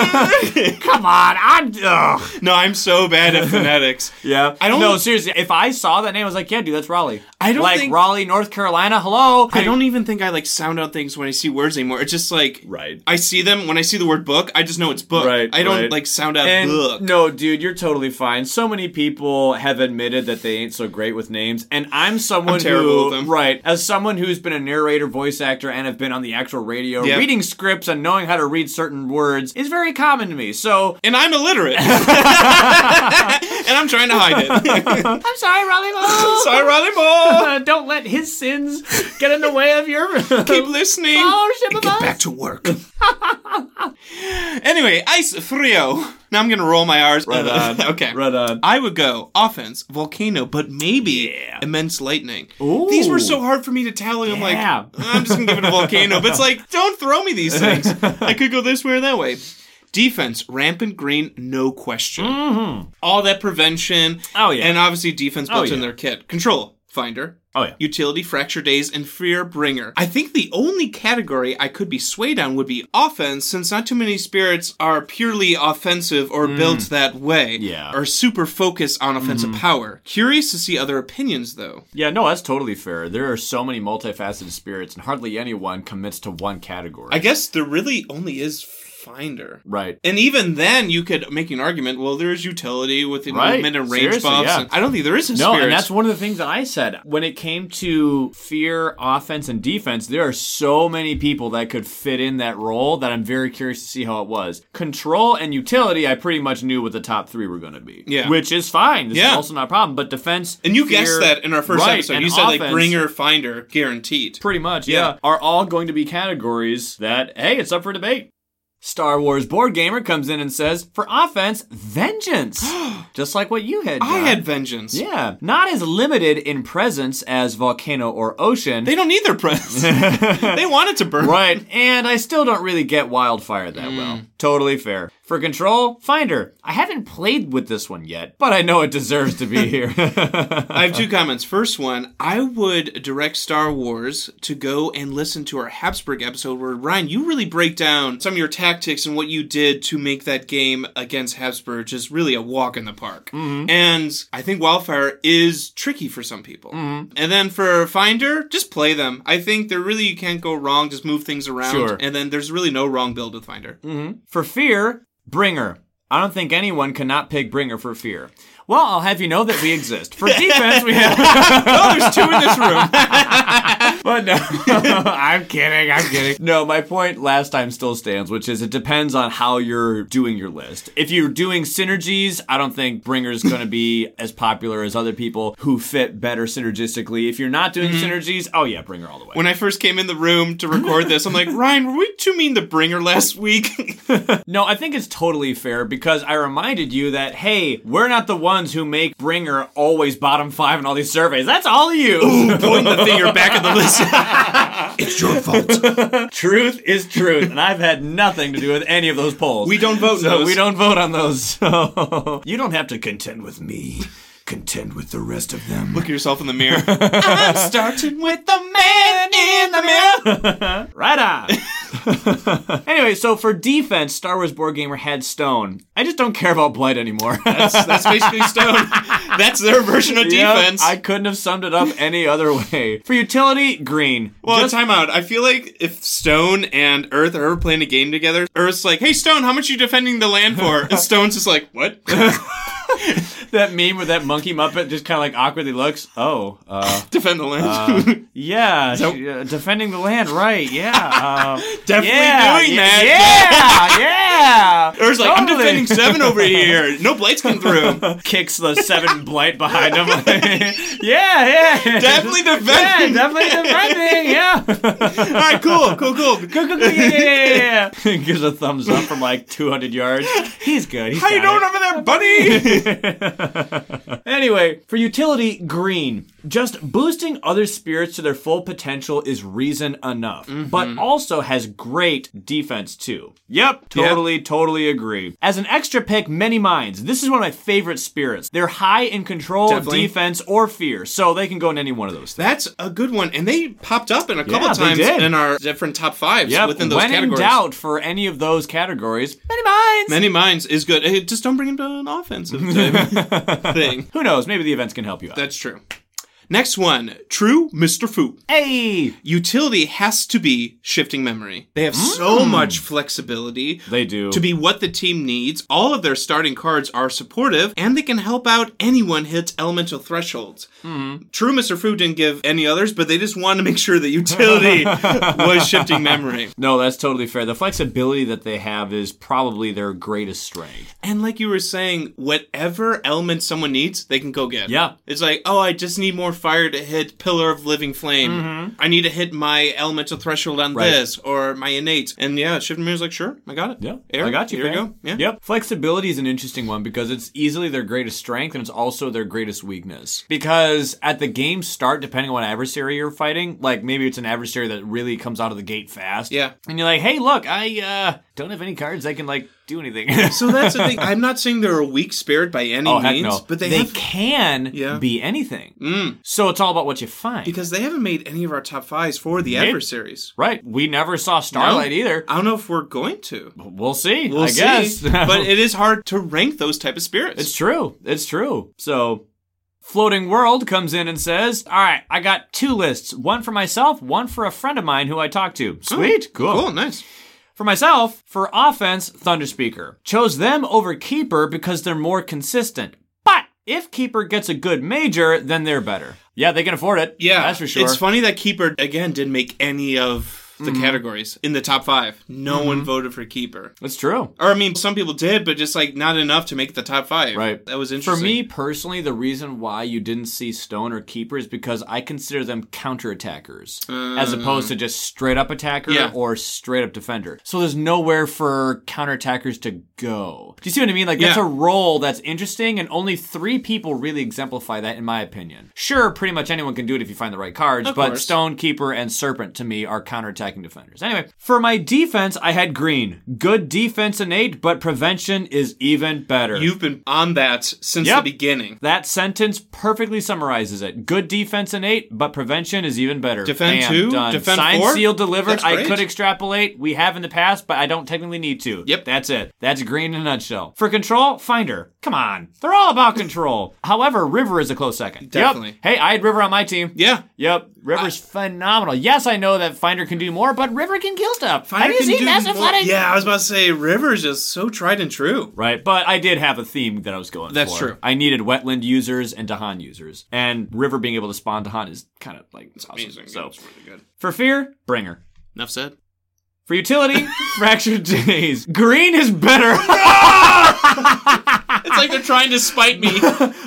[SPEAKER 3] Come on. I'm. Ugh.
[SPEAKER 1] no, I'm so bad at phonetics.
[SPEAKER 3] Yeah. I
[SPEAKER 1] don't-
[SPEAKER 3] No, seriously, if I saw that name, I was like, yeah, dude, that's Raleigh.
[SPEAKER 1] I don't
[SPEAKER 3] Like,
[SPEAKER 1] think-
[SPEAKER 3] Raleigh, North Carolina. Hello.
[SPEAKER 1] I don't even think I like sound out things when I see words anymore. It's just like
[SPEAKER 3] Right.
[SPEAKER 1] I see them when I see the word book. I just know it's book.
[SPEAKER 3] Right,
[SPEAKER 1] I don't
[SPEAKER 3] right.
[SPEAKER 1] like sound out
[SPEAKER 3] And
[SPEAKER 1] book.
[SPEAKER 3] no, dude, you're totally fine. So many people have admitted that they ain't so great with names, and I'm someone
[SPEAKER 1] I'm terrible
[SPEAKER 3] who,
[SPEAKER 1] with them.
[SPEAKER 3] right, as someone who's been a narrator, voice actor, and have been on the actual radio
[SPEAKER 1] Yep.
[SPEAKER 3] reading scripts and knowing how to read certain words is very common to me. So
[SPEAKER 1] And I'm illiterate. and I'm trying to hide it.
[SPEAKER 3] I'm sorry, Raleigh. Lo.
[SPEAKER 1] Sorry, Riley Moore.
[SPEAKER 2] Uh, don't let his sins get in the way of your
[SPEAKER 1] Keep listening.
[SPEAKER 2] ownership of us.
[SPEAKER 1] to work. anyway, ice frio. Now I'm gonna roll my R's. Right
[SPEAKER 3] on.
[SPEAKER 1] okay.
[SPEAKER 3] Right on.
[SPEAKER 1] Uh, I would go offense, volcano, but maybe immense lightning. These were so hard for me to tally. I'm
[SPEAKER 3] Yeah.
[SPEAKER 1] like, I'm just gonna give it a volcano. But it's like, don't throw me these things. I could go this way or that way. Defense, rampant green, no question. All that prevention.
[SPEAKER 3] Mm-hmm. Oh, yeah.
[SPEAKER 1] And obviously defense built in
[SPEAKER 3] yeah.
[SPEAKER 1] their kit. Control, finder.
[SPEAKER 3] Oh yeah.
[SPEAKER 1] Utility, Fracture Days, and Fear Bringer. I think the only category I could be swayed on would be offense, since not too many spirits are purely offensive or built that way.
[SPEAKER 3] Mm. Yeah. Mm-hmm.
[SPEAKER 1] Or super focused on offensive power. Curious to see other opinions, though.
[SPEAKER 3] Yeah, no, that's totally fair. There are so many multifaceted spirits, and hardly anyone commits to one category.
[SPEAKER 1] I guess there really only is Finder.
[SPEAKER 3] right.
[SPEAKER 1] And even then, you could make an argument. Well, there's utility with the
[SPEAKER 3] Right.
[SPEAKER 1] movement and range
[SPEAKER 3] Seriously,
[SPEAKER 1] buffs.
[SPEAKER 3] yeah.
[SPEAKER 1] and- I don't think there is a
[SPEAKER 3] No,
[SPEAKER 1] spirit.
[SPEAKER 3] and that's one of the things that I said. When it came to fear, offense, and defense, there are so many people that could fit in that role that I'm very curious to see how it was. Control and utility, I pretty much knew what the top three were going to be.
[SPEAKER 1] Yeah.
[SPEAKER 3] Which is fine. This
[SPEAKER 1] Yeah.
[SPEAKER 3] is also not a problem. But defense.
[SPEAKER 1] and you
[SPEAKER 3] fear-
[SPEAKER 1] guessed that in our first
[SPEAKER 3] Right,
[SPEAKER 1] episode.
[SPEAKER 3] and
[SPEAKER 1] You said like
[SPEAKER 3] offense-
[SPEAKER 1] bringer, finder, guaranteed.
[SPEAKER 3] pretty much,
[SPEAKER 1] Yeah.
[SPEAKER 3] yeah. are all going to be categories that, hey, it's up for debate. Star Wars Board Gamer comes in and says, for offense, vengeance. Just like what you had.
[SPEAKER 1] I
[SPEAKER 3] John.
[SPEAKER 1] had vengeance.
[SPEAKER 3] Yeah. Not as limited in presence as volcano or ocean.
[SPEAKER 1] They don't need their presence. they want it to burn.
[SPEAKER 3] right. And I still don't really get wildfire that well. Totally fair. For control, finder. I haven't played with this one yet, but I know it deserves to be here.
[SPEAKER 1] I have two comments. First one, I would direct Star Wars to go and listen to our Habsburg episode where Ryan, you really break down some of your tactics and what you did to make that game against Habsburg just really a walk in the park.
[SPEAKER 3] Mm-hmm.
[SPEAKER 1] And I think Wildfire is tricky for some people.
[SPEAKER 3] Mm-hmm.
[SPEAKER 1] And then for Finder, just play them. I think there really you can't go wrong. Just move things around,
[SPEAKER 3] Sure. Mm.
[SPEAKER 1] and then there's really no wrong build with Finder.
[SPEAKER 3] For fear, bringer. I don't think anyone cannot pick bringer for fear. Well, I'll have you know that we exist. For defense, we have.
[SPEAKER 1] Oh, there's two in this room.
[SPEAKER 3] But no, I'm kidding. I'm kidding. No, my point last time still stands, which is it depends on how you're doing your list. If you're doing synergies, I don't think Bringer's going to be as popular as other people who fit better synergistically. If you're not doing synergies, oh yeah, Bringer all the way.
[SPEAKER 1] when I first came in the room to record this, I'm like, Ryan, were we too mean to Bringer last week?
[SPEAKER 3] No, I think it's totally fair because I reminded you that hey, we're not the ones who make Bringer always bottom five in all these surveys. That's all of you.
[SPEAKER 1] point the finger back at the list. it's your fault.
[SPEAKER 3] Truth is truth, and I've had nothing to do with any of those polls.
[SPEAKER 1] We don't vote in
[SPEAKER 3] so
[SPEAKER 1] those.
[SPEAKER 3] we don't vote on those. So you don't have to contend with me. Contend with the rest of them.
[SPEAKER 1] Look at yourself in the mirror. I'm starting with the man in the mirror.
[SPEAKER 3] Right on. anyway, so for defense, Star Wars board gamer had Stone. I just don't care about Blight anymore.
[SPEAKER 1] That's, that's basically Stone. That's their version of
[SPEAKER 3] Yep,
[SPEAKER 1] defense.
[SPEAKER 3] I couldn't have summed it up any other way. For utility, green.
[SPEAKER 1] well,
[SPEAKER 3] Just-
[SPEAKER 1] time out. I feel like if Stone and Earth are ever playing a game together, Earth's like, "Hey, Stone, how much you defending the land for?" And Stone's just like, "What?"
[SPEAKER 3] that meme where that monkey muppet just kind of like awkwardly looks. Oh, uh,
[SPEAKER 1] Defend the land.
[SPEAKER 3] yeah, she- uh, defending the land, right? Yeah, uh,
[SPEAKER 1] Definitely
[SPEAKER 3] yeah,
[SPEAKER 1] doing
[SPEAKER 3] yeah,
[SPEAKER 1] that.
[SPEAKER 3] Yeah, yeah.
[SPEAKER 1] Earth's like, "I'm
[SPEAKER 3] Totally.
[SPEAKER 1] defending seven over here. No blights come through."
[SPEAKER 3] Kicks the seven blight behind him. yeah, yeah.
[SPEAKER 1] Definitely
[SPEAKER 3] Yeah,
[SPEAKER 1] defending.
[SPEAKER 3] definitely defending. Yeah.
[SPEAKER 1] All right, cool, cool, cool.
[SPEAKER 3] Go, go, go, yeah, yeah, yeah, yeah. Gives a thumbs up from like 200 yards. He's good. He's
[SPEAKER 1] How you
[SPEAKER 3] got it.
[SPEAKER 1] doing over there, buddy?
[SPEAKER 3] Anyway, for utility, green. Just boosting other spirits to their full potential is reason enough, but also has great defense too. Yep, totally, totally agree. As an extra pick, many minds. This is one of my favorite spirits. They're high in control,
[SPEAKER 1] Definitely.
[SPEAKER 3] defense, or fear, so they can go in any one of those things.
[SPEAKER 1] That's a good one, and they popped up in a couple
[SPEAKER 3] Yeah, they
[SPEAKER 1] times
[SPEAKER 3] did.
[SPEAKER 1] in our different top fives
[SPEAKER 3] Yep,
[SPEAKER 1] within those
[SPEAKER 3] when
[SPEAKER 1] categories.
[SPEAKER 3] in doubt for any of those categories, many minds.
[SPEAKER 1] Many minds is good. Eh, just don't bring him to an offensive type thing.
[SPEAKER 3] Who knows? Maybe the events can help you out.
[SPEAKER 1] That's true. Next one, true Mr. Fu.
[SPEAKER 3] Hey!
[SPEAKER 1] Utility has to be shifting memory. They have
[SPEAKER 3] Mm.
[SPEAKER 1] so much flexibility.
[SPEAKER 3] They do.
[SPEAKER 1] to be what the team needs. All of their starting cards are supportive, and they can help out anyone hits elemental thresholds.
[SPEAKER 3] Mm-hmm.
[SPEAKER 1] True, Mr. Fu didn't give any others, but they just wanted to make sure that utility was shifting memory.
[SPEAKER 3] No, that's totally fair. The flexibility that they have is probably their greatest strength.
[SPEAKER 1] And like you were saying, whatever element someone needs, they can go get.
[SPEAKER 3] Yeah.
[SPEAKER 1] It's like, oh, I just need more fire to hit Pillar of Living Flame. I need to hit my elemental threshold on
[SPEAKER 3] Mm-hmm. Right.
[SPEAKER 1] this or my innate. And yeah, shifting memory is like, sure, I got it.
[SPEAKER 3] Yeah,
[SPEAKER 1] Air,
[SPEAKER 3] I got you.
[SPEAKER 1] Here we
[SPEAKER 3] fam.
[SPEAKER 1] go. Yeah.
[SPEAKER 3] Yep. Flexibility is an interesting one because it's easily their greatest strength and it's also their greatest weakness. Because at the game start, depending on what adversary you're fighting, like maybe it's an adversary that really comes out of the gate fast.
[SPEAKER 1] Yeah.
[SPEAKER 3] And you're like, hey, look, I uh, don't have any cards that can like do anything.
[SPEAKER 1] So that's the thing. I'm not saying they're a weak spirit by any
[SPEAKER 3] oh heck
[SPEAKER 1] means,
[SPEAKER 3] no!
[SPEAKER 1] but they, have,
[SPEAKER 3] can
[SPEAKER 1] Yeah. Mm.
[SPEAKER 3] be anything. So it's all about what you find.
[SPEAKER 1] because they haven't made any of our top fives for the adversaries.
[SPEAKER 3] right. We never saw Starlight either.
[SPEAKER 1] I don't know if we're going to.
[SPEAKER 3] We'll see.
[SPEAKER 1] We'll
[SPEAKER 3] I
[SPEAKER 1] see.
[SPEAKER 3] guess.
[SPEAKER 1] but it is hard to rank those type of spirits.
[SPEAKER 3] It's true. It's true. So, Floating World comes in and says, All right, I got two lists one for myself, one for a friend of mine who I talked to. Sweet. cool.
[SPEAKER 1] Hmm. cool, nice.
[SPEAKER 3] For myself, for offense, Thunder Speaker. Chose them over Keeper because they're more consistent. But if Keeper gets a good major, then they're better. Yeah, they can afford it.
[SPEAKER 1] Yeah,
[SPEAKER 3] That's for sure. Mm-hmm.
[SPEAKER 1] It's funny that Keeper again didn't make any of the categories in the top five. No one voted for Keeper.
[SPEAKER 3] It's true.
[SPEAKER 1] Or I mean, some people did, but just like not enough to make the top five.
[SPEAKER 3] Right.
[SPEAKER 1] That was
[SPEAKER 3] For
[SPEAKER 1] interesting.
[SPEAKER 3] me personally, the reason why you didn't see Stone or Keeper is because I consider them counterattackers as opposed to just straight up attacker
[SPEAKER 1] Mm. Yeah.
[SPEAKER 3] or straight up defender. So there's nowhere for counterattackers to go. Do you see what I mean? Like that's
[SPEAKER 1] Yeah.
[SPEAKER 3] a role that's interesting, and only three people really exemplify that, in my opinion. Sure, pretty much anyone can do it if you find the right cards, but
[SPEAKER 1] course.
[SPEAKER 3] Stone, Keeper, and Serpent to me are counterattacking defenders. Anyway, for my defense, I had Green. Good defense innate, but prevention is even better.
[SPEAKER 1] you've been on that since
[SPEAKER 3] Yep.
[SPEAKER 1] the beginning.
[SPEAKER 3] That sentence perfectly summarizes it. Good defense innate, but prevention is even better.
[SPEAKER 1] Defend
[SPEAKER 3] Bam,
[SPEAKER 1] two,
[SPEAKER 3] done.
[SPEAKER 1] defend
[SPEAKER 3] Signed,
[SPEAKER 1] four?
[SPEAKER 3] sealed, delivered.
[SPEAKER 1] That's
[SPEAKER 3] I
[SPEAKER 1] great.
[SPEAKER 3] could extrapolate. We have in the past, but I don't technically need to.
[SPEAKER 1] Yep.
[SPEAKER 3] that's it. That's green in a nutshell. For control, finder. Come on, they're all about control. However, River is a close second. Yep.
[SPEAKER 1] Definitely.
[SPEAKER 3] Hey, I had River on my team.
[SPEAKER 1] Yeah.
[SPEAKER 3] Yep, River's phenomenal. Yes, I know that Finder can do more, but River can kill stuff. have
[SPEAKER 1] Finder
[SPEAKER 3] you
[SPEAKER 1] can
[SPEAKER 3] seen
[SPEAKER 1] do
[SPEAKER 3] Massive
[SPEAKER 1] more-
[SPEAKER 3] Flooding?
[SPEAKER 1] Yeah, I was about to say River's just so tried and true.
[SPEAKER 3] Right, but I did have a theme that I was going
[SPEAKER 1] That's
[SPEAKER 3] for.
[SPEAKER 1] true.
[SPEAKER 3] I needed wetland users and Dahan users. And River being able to spawn Dahan is kind of like it's awesome.
[SPEAKER 1] Amazing.
[SPEAKER 3] So,
[SPEAKER 1] It's really good.
[SPEAKER 3] for fear, Bringer.
[SPEAKER 1] Enough said.
[SPEAKER 3] For utility, Fractured Days. Green is better,
[SPEAKER 1] It's like they're trying to spite me.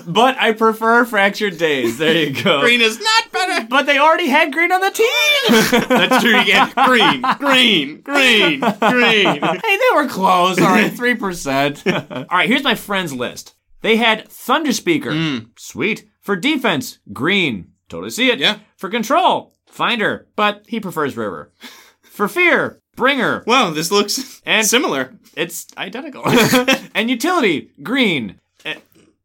[SPEAKER 3] but I prefer Fractured Days. There you go.
[SPEAKER 1] green is not better.
[SPEAKER 3] But they already had green on the team.
[SPEAKER 1] That's true. You get green, green, green, green.
[SPEAKER 3] hey, they were close. All right, 3%. All right, here's my friends list. They had Thunder Speaker.
[SPEAKER 1] Hmm.
[SPEAKER 3] Sweet. For defense, green. Totally see it.
[SPEAKER 1] Yeah.
[SPEAKER 3] For control, finder, but he prefers river. For fear, bringer.
[SPEAKER 1] Wow, this looks
[SPEAKER 3] And-
[SPEAKER 1] similar.
[SPEAKER 3] It's identical. and utility, green. Eh,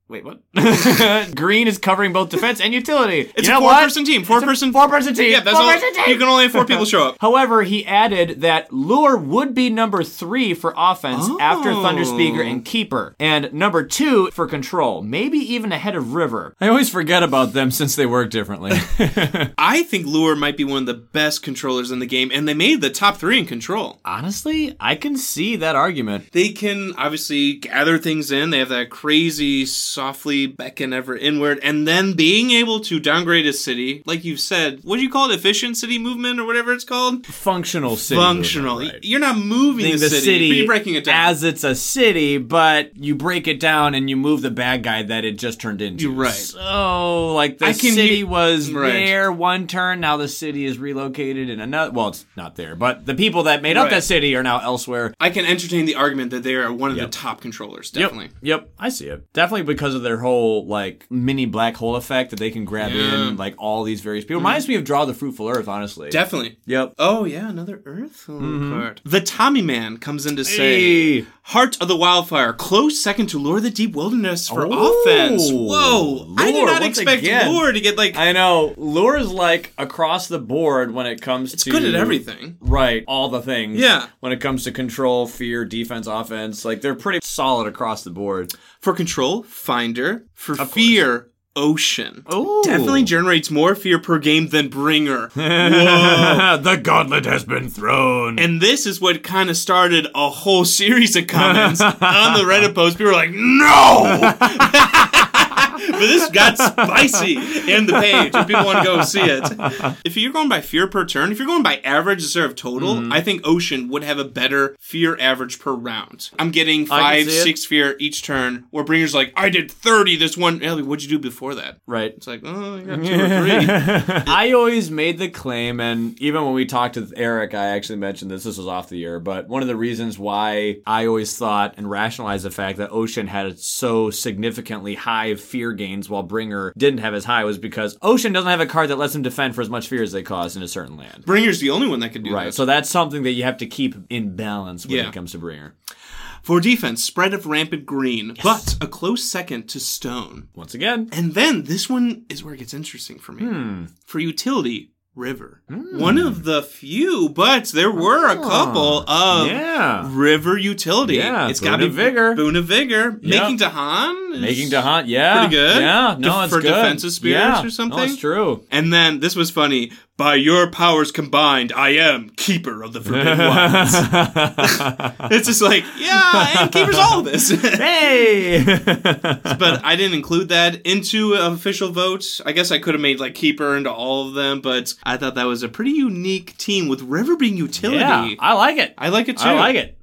[SPEAKER 3] Wait, what? green is covering both defense and utility.
[SPEAKER 1] It's
[SPEAKER 3] You
[SPEAKER 1] a
[SPEAKER 3] know
[SPEAKER 1] four
[SPEAKER 3] what?
[SPEAKER 1] person team. Four person.
[SPEAKER 3] Four person team.
[SPEAKER 1] Yeah, that's
[SPEAKER 3] four
[SPEAKER 1] all.
[SPEAKER 3] person team.
[SPEAKER 1] You can only have four people show up.
[SPEAKER 3] However, he added that Lure would be number three for offense after Thunder Speaker and Keeper, and number two for control, maybe even ahead of River. I always forget about them since they work differently.
[SPEAKER 1] I think Lure might be one of the best controllers in the game, and they made the top three in control.
[SPEAKER 3] Honestly, I can see that argument.
[SPEAKER 1] They can obviously gather things in. They have that crazy, softly beckon ever inward, and then being able to downgrade a city, like you've said, what do you call it? Efficient city movement or whatever it's called?
[SPEAKER 3] Functional city.
[SPEAKER 1] Functional.
[SPEAKER 3] movement, right.
[SPEAKER 1] You're not moving the,
[SPEAKER 3] Being the
[SPEAKER 1] city,
[SPEAKER 3] city
[SPEAKER 1] but you're breaking it down.
[SPEAKER 3] as it's a city, but you break it down and you move the bad guy that it just turned into.
[SPEAKER 1] You're right.
[SPEAKER 3] So, like the
[SPEAKER 1] I can
[SPEAKER 3] city
[SPEAKER 1] hear-
[SPEAKER 3] was
[SPEAKER 1] Right.
[SPEAKER 3] there one turn, now the city is relocated in another. Well, it's not there, but the people that made up
[SPEAKER 1] Right.
[SPEAKER 3] that city are now elsewhere.
[SPEAKER 1] I can entertain the argument that they are one of the top controllers, definitely.
[SPEAKER 3] Yep, I see it. Definitely because of their whole like mini black hole effect that they can grab in like all these various people. Reminds me of Draw the Fruitful Earth, honestly.
[SPEAKER 1] Definitely.
[SPEAKER 3] yep.
[SPEAKER 1] Mm-hmm. Oh yeah, another Earth card. The Tommy Man comes in to say,
[SPEAKER 3] Mm-hmm. Hey.
[SPEAKER 1] "Heart of the Wildfire, close second to Lure of the Deep Wilderness for
[SPEAKER 3] Oh,
[SPEAKER 1] offense." Whoa, I did
[SPEAKER 3] Lure,
[SPEAKER 1] not
[SPEAKER 3] once
[SPEAKER 1] expect
[SPEAKER 3] again.
[SPEAKER 1] Lure to get like
[SPEAKER 3] I know. Lure is like across the board when it comes
[SPEAKER 1] it's
[SPEAKER 3] to
[SPEAKER 1] good at everything.
[SPEAKER 3] Right, all the things.
[SPEAKER 1] Yeah.
[SPEAKER 3] When it comes to control, fear, defense, offense, like they're pretty solid across the board.
[SPEAKER 1] For control, Finder. For fear, Ocean.
[SPEAKER 3] Oh,
[SPEAKER 1] Definitely generates more fear per game than Bringer.
[SPEAKER 3] the gauntlet has been thrown.
[SPEAKER 1] And this is what kind of started a whole series of comments on the Reddit post. People were like, no! but this got spicy in the page, and people want to go see it. If you're going by fear per turn, if you're going by average instead of total,
[SPEAKER 3] Mm-hmm.
[SPEAKER 1] I think Ocean would have a better fear average per round. I'm getting
[SPEAKER 3] I can
[SPEAKER 1] five,
[SPEAKER 3] see it.
[SPEAKER 1] six fear each turn, where Bringer's like, I did 30 this one. Yeah, like, what'd you do before that?
[SPEAKER 3] Right.
[SPEAKER 1] It's like, oh, I got two or three.
[SPEAKER 3] I always made the claim, and even when we talked to Eric, I actually mentioned this. This was off the air, but one of the reasons why I always thought and rationalized the fact that Ocean had so significantly high fear gains while Bringer didn't have as high was because Ocean doesn't have a card that lets him defend for as much fear as they cause in a certain land.
[SPEAKER 1] Bringer's the only one that could do
[SPEAKER 3] Right.
[SPEAKER 1] this.
[SPEAKER 3] So that's something that you have to keep in balance when
[SPEAKER 1] Yeah.
[SPEAKER 3] it comes to Bringer.
[SPEAKER 1] For defense, spread of rampant green, but a close second to stone.
[SPEAKER 3] Once again,
[SPEAKER 1] And then this one is where it gets interesting for me.
[SPEAKER 3] Hmm.
[SPEAKER 1] For utility, river. One of the few, but there were a couple of
[SPEAKER 3] yeah.
[SPEAKER 1] river utility.
[SPEAKER 3] Yeah,
[SPEAKER 1] it's got to
[SPEAKER 3] Boon
[SPEAKER 1] be
[SPEAKER 3] of Vigor.
[SPEAKER 1] Boon of Vigor.
[SPEAKER 3] Yep.
[SPEAKER 1] Making Dahan. is-
[SPEAKER 3] Making to hunt, yeah,
[SPEAKER 1] Pretty good.
[SPEAKER 3] yeah, no,
[SPEAKER 1] Def-
[SPEAKER 3] it's
[SPEAKER 1] for
[SPEAKER 3] good.
[SPEAKER 1] defensive spirits
[SPEAKER 3] Yeah.
[SPEAKER 1] or
[SPEAKER 3] No,
[SPEAKER 1] something?
[SPEAKER 3] it's true.
[SPEAKER 1] And then this was funny. By your powers combined, I am keeper of the forbidden wilds. it's just like, yeah, and keepers all of this.
[SPEAKER 3] Hey.
[SPEAKER 1] but I didn't include that into an official vote. I guess I could have made like Keeper into all of them, but I thought that was a pretty unique team with River being utility.
[SPEAKER 3] Yeah, I like it.
[SPEAKER 1] I like it too.
[SPEAKER 3] I like it.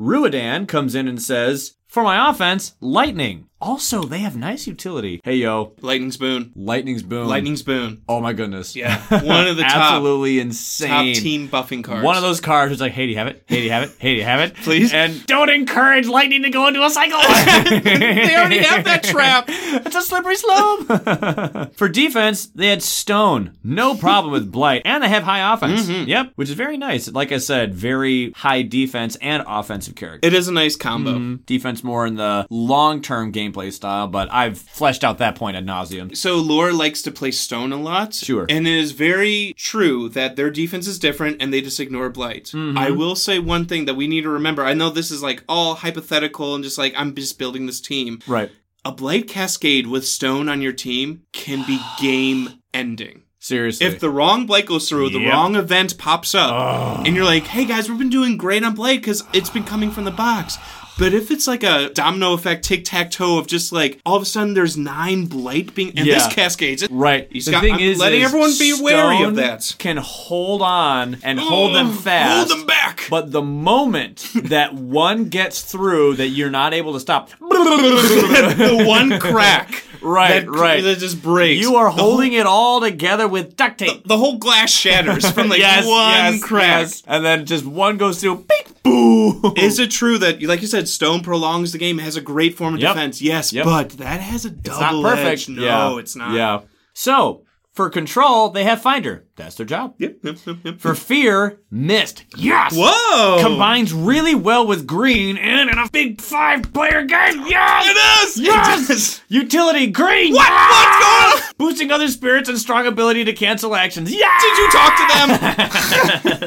[SPEAKER 3] Ruidan comes in and says, "For my offense, lightning. Also, they have nice utility. Hey yo,
[SPEAKER 1] Lightning Spoon.
[SPEAKER 3] lightning's boom.
[SPEAKER 1] Lightning Spoon.
[SPEAKER 3] Oh my goodness.
[SPEAKER 1] Yeah. One of the top,
[SPEAKER 3] Absolutely
[SPEAKER 1] top
[SPEAKER 3] insane.
[SPEAKER 1] team buffing cards.
[SPEAKER 3] One of those cards was like, hey, do you have it? Hey, do you have it? Hey, do you have it?
[SPEAKER 1] Please.
[SPEAKER 3] And don't encourage lightning to go into a cycle.
[SPEAKER 1] They already have that trap.
[SPEAKER 3] It's a slippery slope. For defense, they had Stone. No problem with Blight. And they have high offense.
[SPEAKER 1] Mm-hmm.
[SPEAKER 3] Yep. Which is very nice. Like I said, very high defense and offensive character.
[SPEAKER 1] It is a nice combo.
[SPEAKER 3] Mm-hmm. defense more in the long term gameplay style, but I've fleshed out that point ad nauseum.
[SPEAKER 1] So Lore likes to play stone a lot.
[SPEAKER 3] Sure.
[SPEAKER 1] And it is very true that their defense is different and they just ignore blight.
[SPEAKER 3] Mm-hmm.
[SPEAKER 1] I will say one thing that we need to remember. I know this is like all hypothetical and just like I'm just building this team.
[SPEAKER 3] Right.
[SPEAKER 1] A blight cascade with stone on your team can be game ending.
[SPEAKER 3] Seriously.
[SPEAKER 1] If the wrong blight goes through, the
[SPEAKER 3] Yep.
[SPEAKER 1] wrong event pops up, and you're like, "Hey guys, we've been doing great on blight because it's been coming from the box." But if it's like a domino effect, tic tac toe of just like all of a sudden there's nine blight being and this
[SPEAKER 3] Yeah.
[SPEAKER 1] cascades. It,
[SPEAKER 3] Right.
[SPEAKER 1] He's
[SPEAKER 3] the
[SPEAKER 1] got-
[SPEAKER 3] thing
[SPEAKER 1] I'm
[SPEAKER 3] is,
[SPEAKER 1] letting
[SPEAKER 3] is
[SPEAKER 1] everyone be wary of
[SPEAKER 3] Stone
[SPEAKER 1] that. Oh,
[SPEAKER 3] Can hold on and hold them fast.
[SPEAKER 1] Hold them back.
[SPEAKER 3] But the moment that one gets through, that you're not able to stop,
[SPEAKER 1] the one crack,
[SPEAKER 3] Right,
[SPEAKER 1] that,
[SPEAKER 3] right.
[SPEAKER 1] that just breaks.
[SPEAKER 3] you are
[SPEAKER 1] the whole,
[SPEAKER 3] holding it all together with duct tape.
[SPEAKER 1] the whole glass shatters from like
[SPEAKER 3] yes,
[SPEAKER 1] one
[SPEAKER 3] yes,
[SPEAKER 1] crack.
[SPEAKER 3] yes. and then just one goes through. Beep, boo.
[SPEAKER 1] Is it true that, like you said, Stone prolongs the game, has a great form of
[SPEAKER 3] Yep.
[SPEAKER 1] defense? Yes,
[SPEAKER 3] Yep.
[SPEAKER 1] but that has a
[SPEAKER 3] It's not
[SPEAKER 1] double
[SPEAKER 3] perfect.
[SPEAKER 1] edge. No,
[SPEAKER 3] Yeah.
[SPEAKER 1] it's not.
[SPEAKER 3] Yeah. So for control, they have finder. That's their job.
[SPEAKER 1] Yep, yep, yep, yep.
[SPEAKER 3] For fear, missed. Yes.
[SPEAKER 1] Whoa!
[SPEAKER 3] Combines really well with green and in a big five-player game. Yes.
[SPEAKER 1] It is!
[SPEAKER 3] Yes!
[SPEAKER 1] It is!
[SPEAKER 3] Utility green.
[SPEAKER 1] What? What's going on?
[SPEAKER 3] Boosting other spirits and strong ability to cancel actions. Yeah.
[SPEAKER 1] Did you talk to them?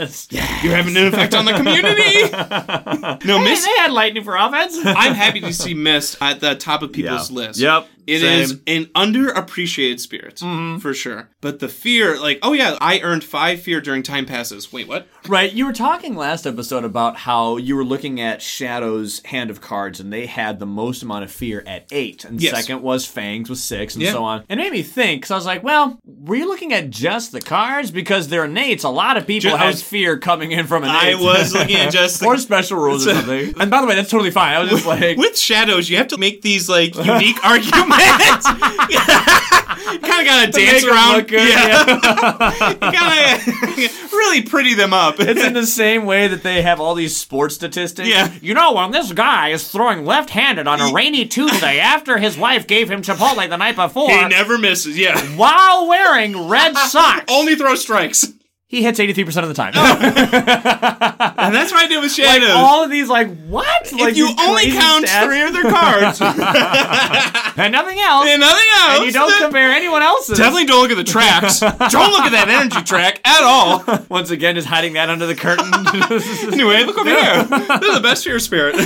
[SPEAKER 1] You're having an effect on the community. no, Mist.
[SPEAKER 3] They had lightning for offense.
[SPEAKER 1] I'm happy to see Mist at the top of people's
[SPEAKER 3] Yeah.
[SPEAKER 1] list.
[SPEAKER 3] Yep,
[SPEAKER 1] it
[SPEAKER 3] same. Mm-hmm.
[SPEAKER 1] is an underappreciated spirit for sure. But the fear, like, oh yeah, I earned five fear during time passes. Wait, what?
[SPEAKER 3] right. You were talking last episode about how you were looking at Shadow's hand of cards, and they had the most amount of fear at eight, and
[SPEAKER 1] Yes.
[SPEAKER 3] second was Fangs with six, and
[SPEAKER 1] Yeah.
[SPEAKER 3] so on. And it made me think because I was like, well, were you looking at just the cards because they're innates? A lot of people
[SPEAKER 1] Ju- I
[SPEAKER 3] have
[SPEAKER 1] was-
[SPEAKER 3] fear coming in from
[SPEAKER 1] I
[SPEAKER 3] innates.
[SPEAKER 1] was looking at just the
[SPEAKER 3] or special rules or something. And by the way, that's totally fine. I was just like,
[SPEAKER 1] with shadows, you have to make these like unique arguments. kind of gotta dance
[SPEAKER 3] make 'em
[SPEAKER 1] around.
[SPEAKER 3] look good,
[SPEAKER 1] you gotta really pretty them up.
[SPEAKER 3] It's in the same way that they have all these sports statistics.
[SPEAKER 1] Yeah.
[SPEAKER 3] You know, when this guy is throwing left-handed on a rainy Tuesday after his wife gave him Chipotle the night before
[SPEAKER 1] he never misses. Yeah, Oh.
[SPEAKER 3] while wearing red socks,
[SPEAKER 1] only throw strikes.
[SPEAKER 2] He hits 83% of the time.
[SPEAKER 1] and that's what I did with shadows.
[SPEAKER 2] All of these, like, what?
[SPEAKER 1] if
[SPEAKER 2] like
[SPEAKER 1] you
[SPEAKER 2] these
[SPEAKER 1] only
[SPEAKER 2] crazy
[SPEAKER 1] count
[SPEAKER 2] stats
[SPEAKER 1] three of their cards and
[SPEAKER 2] and nothing else, and,
[SPEAKER 1] nothing else,
[SPEAKER 2] you don't
[SPEAKER 1] then
[SPEAKER 2] compare anyone else's.
[SPEAKER 1] definitely don't look at the tracks. don't look at that energy track at all.
[SPEAKER 2] Once again, just hiding that under the curtain.
[SPEAKER 1] Anyway, look over here. They're the best fear spirit.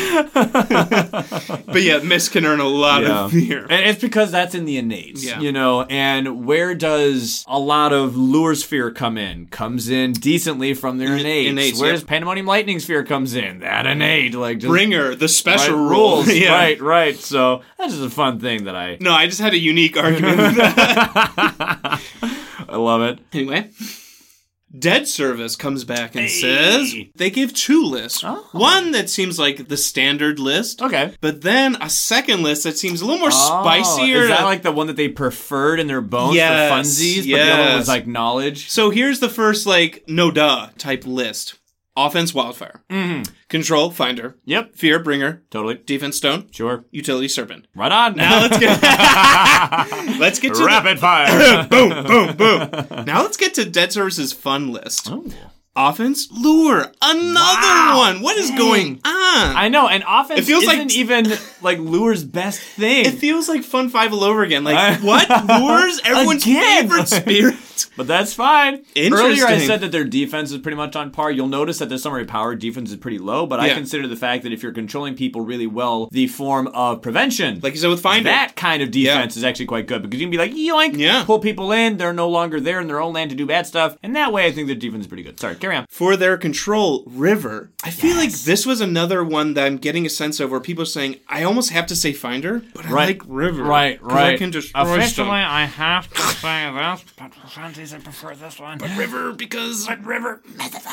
[SPEAKER 1] but yeah, Mist can earn a lot of
[SPEAKER 3] Yeah.
[SPEAKER 1] fear.
[SPEAKER 3] And it's because that's in the innates,
[SPEAKER 1] Yeah.
[SPEAKER 3] you know. And where does a lot of lure sphere come in? Comes in decently from their innates.
[SPEAKER 1] innates,
[SPEAKER 3] where
[SPEAKER 1] yep.
[SPEAKER 3] does pandemonium lightning sphere comes in? That innate, like just
[SPEAKER 1] Bringer, the
[SPEAKER 3] right
[SPEAKER 1] special rule.
[SPEAKER 3] rules,
[SPEAKER 1] Yeah.
[SPEAKER 3] right, right. So that's just a fun thing that I
[SPEAKER 1] No, I just had a unique argument.
[SPEAKER 3] I love it.
[SPEAKER 1] Anyway. Dead Service comes back and says they give two lists.
[SPEAKER 3] Oh.
[SPEAKER 1] One that seems like the standard list,
[SPEAKER 3] Okay. Oh,
[SPEAKER 1] but then a second list that seems a little more spicier.
[SPEAKER 3] Is that like the one that they preferred in their bones
[SPEAKER 1] Yes,
[SPEAKER 3] for funsies? But the other one
[SPEAKER 1] yes.
[SPEAKER 3] was like knowledge.
[SPEAKER 1] so here's the first like no duh type list. Offense Wildfire.
[SPEAKER 3] Mm-hmm.
[SPEAKER 1] Control Finder.
[SPEAKER 3] Yep.
[SPEAKER 1] Fear Bringer.
[SPEAKER 3] Totally.
[SPEAKER 1] Defense Stone.
[SPEAKER 3] Sure.
[SPEAKER 1] Utility Serpent.
[SPEAKER 3] Right on.
[SPEAKER 1] Now let's get Let's get to the-
[SPEAKER 3] Rapid fire.
[SPEAKER 1] boom, boom, boom. Now let's get to Dead Service's fun list.
[SPEAKER 3] Oh.
[SPEAKER 1] Offense Lure. Another
[SPEAKER 3] Wow.
[SPEAKER 1] one. What is going on?
[SPEAKER 3] I know, and offense
[SPEAKER 1] It feels
[SPEAKER 3] isn't
[SPEAKER 1] like-
[SPEAKER 3] even like Lure's best thing.
[SPEAKER 1] It feels like Fun Five all over again.
[SPEAKER 3] I-
[SPEAKER 1] Like what lures everyone's
[SPEAKER 3] Again.
[SPEAKER 1] favorite spirit?
[SPEAKER 3] But that's fine. Earlier I
[SPEAKER 1] Interesting.
[SPEAKER 3] said that their defense is pretty much on par. You'll notice that their summary power defense is pretty low, but I
[SPEAKER 1] Yeah.
[SPEAKER 3] consider the fact that if you're controlling people really well, the form of prevention.
[SPEAKER 1] Like you said with Finder.
[SPEAKER 3] that kind of defense is actually quite good because you can be like, yoink,
[SPEAKER 1] Yeah.
[SPEAKER 3] pull people in, they're no longer there in their own land to do bad stuff. And that way I think their defense is pretty good. Sorry, carry on.
[SPEAKER 1] For their control, River. I feel like this was another one that I'm getting a sense of where people are saying, I almost have to say Finder, but I
[SPEAKER 3] Right.
[SPEAKER 1] like River. 'cause I can just
[SPEAKER 2] I have to say this, but for funsies, I prefer this one.
[SPEAKER 1] River because River. Massive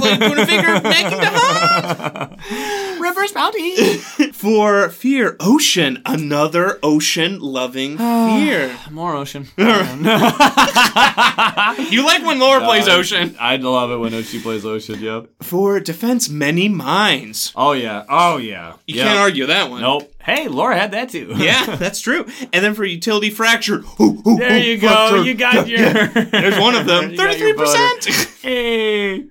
[SPEAKER 1] flying corner figure, making the hunt.
[SPEAKER 3] Reverse bounty.
[SPEAKER 1] For fear, ocean, another ocean loving fear.
[SPEAKER 3] More ocean.
[SPEAKER 1] you like when Laura plays ocean.
[SPEAKER 3] I love it when Oshi plays ocean, yep.
[SPEAKER 1] For defense, many minds.
[SPEAKER 3] Oh yeah. Oh yeah.
[SPEAKER 1] You can't argue that one.
[SPEAKER 3] Nope. Hey, Laura had that too.
[SPEAKER 1] Yeah, that's true. And then for utility fracture, ooh, ooh,
[SPEAKER 3] There
[SPEAKER 1] ooh,
[SPEAKER 3] you go.
[SPEAKER 1] fracture.
[SPEAKER 3] You got your.
[SPEAKER 1] There's one of them.
[SPEAKER 3] You got your
[SPEAKER 1] Thirty-three percent.
[SPEAKER 3] hey.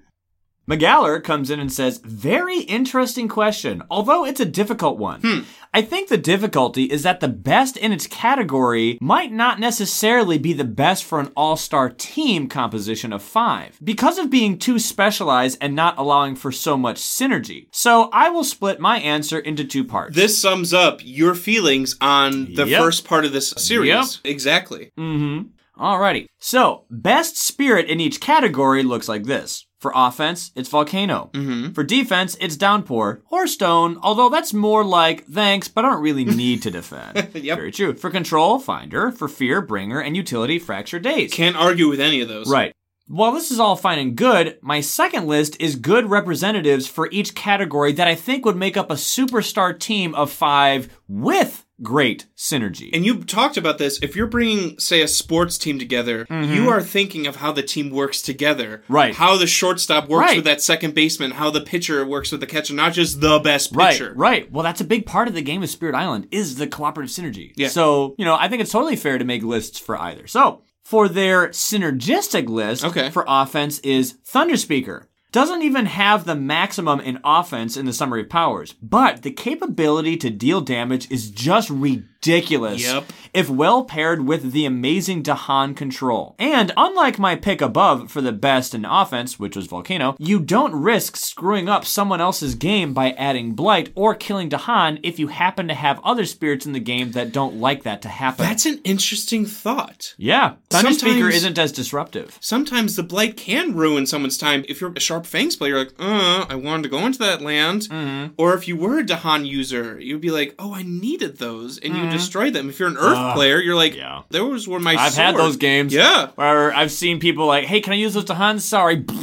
[SPEAKER 3] McGallar comes in and says, Very interesting question, although it's a difficult one.
[SPEAKER 1] Hmm.
[SPEAKER 3] I think the difficulty is that the best in its category might not necessarily be the best for an all star team composition of five, because of being too specialized and not allowing for so much synergy. So I will split my answer into two parts.
[SPEAKER 1] This sums up your feelings on the
[SPEAKER 3] Yep.
[SPEAKER 1] first part of this series.
[SPEAKER 3] Yep.
[SPEAKER 1] Exactly.
[SPEAKER 3] Mm-hmm. Alrighty. So, best spirit in each category looks like this. For offense, it's volcano.
[SPEAKER 1] Mm-hmm.
[SPEAKER 3] For defense, it's downpour or stone, although that's more like thanks, but I don't really need to defend.
[SPEAKER 1] Yep.
[SPEAKER 3] Very true. For control, finder. For fear, bringer. And utility, fracture days.
[SPEAKER 1] Can't argue with any of those.
[SPEAKER 3] Right. While this is all fine and good, my second list is good representatives for each category that I think would make up a superstar team of five with great synergy.
[SPEAKER 1] And you talked about this. If you're bringing, say, a sports team together, you are thinking of how the team works together.
[SPEAKER 3] Mm-hmm. Right.
[SPEAKER 1] How the shortstop works
[SPEAKER 3] Right.
[SPEAKER 1] with that second baseman, how the pitcher works with the catcher, not just the best
[SPEAKER 3] Right,
[SPEAKER 1] pitcher.
[SPEAKER 3] right. Well, that's a big part of the game of Spirit Island is the cooperative synergy.
[SPEAKER 1] Yeah.
[SPEAKER 3] So, you know, I think it's totally fair to make lists for either. So, for their synergistic list
[SPEAKER 1] Okay.
[SPEAKER 3] for offense is Thunderspeaker. Doesn't even have the maximum in offense in the summary of powers, but the capability to deal damage is just ridiculous
[SPEAKER 1] Yep.
[SPEAKER 3] if well paired with the amazing Dahan control. And unlike my pick above for the best in offense, which was Volcano, you don't risk screwing up someone else's game by adding Blight or killing Dahan if you happen to have other spirits in the game that don't like that to happen.
[SPEAKER 1] That's an interesting thought.
[SPEAKER 3] yeah, Thunder Speaker
[SPEAKER 1] Sometimes-
[SPEAKER 3] isn't as disruptive.
[SPEAKER 1] Sometimes the blight can ruin someone's time. If you're a Sharp Fangs player, you're like, uh, I wanted to go into that land.
[SPEAKER 3] Mm-hmm.
[SPEAKER 1] Or if you were a Dahan user, you'd be like, oh, I needed those, and you destroyed them. If you're an Earth player, you're like,
[SPEAKER 3] Mm-hmm. yeah.
[SPEAKER 1] those were my
[SPEAKER 3] I've had
[SPEAKER 1] sword."
[SPEAKER 3] those games.
[SPEAKER 1] Yeah.
[SPEAKER 3] Where I've seen people like, hey, can I use those Dahan? Sorry.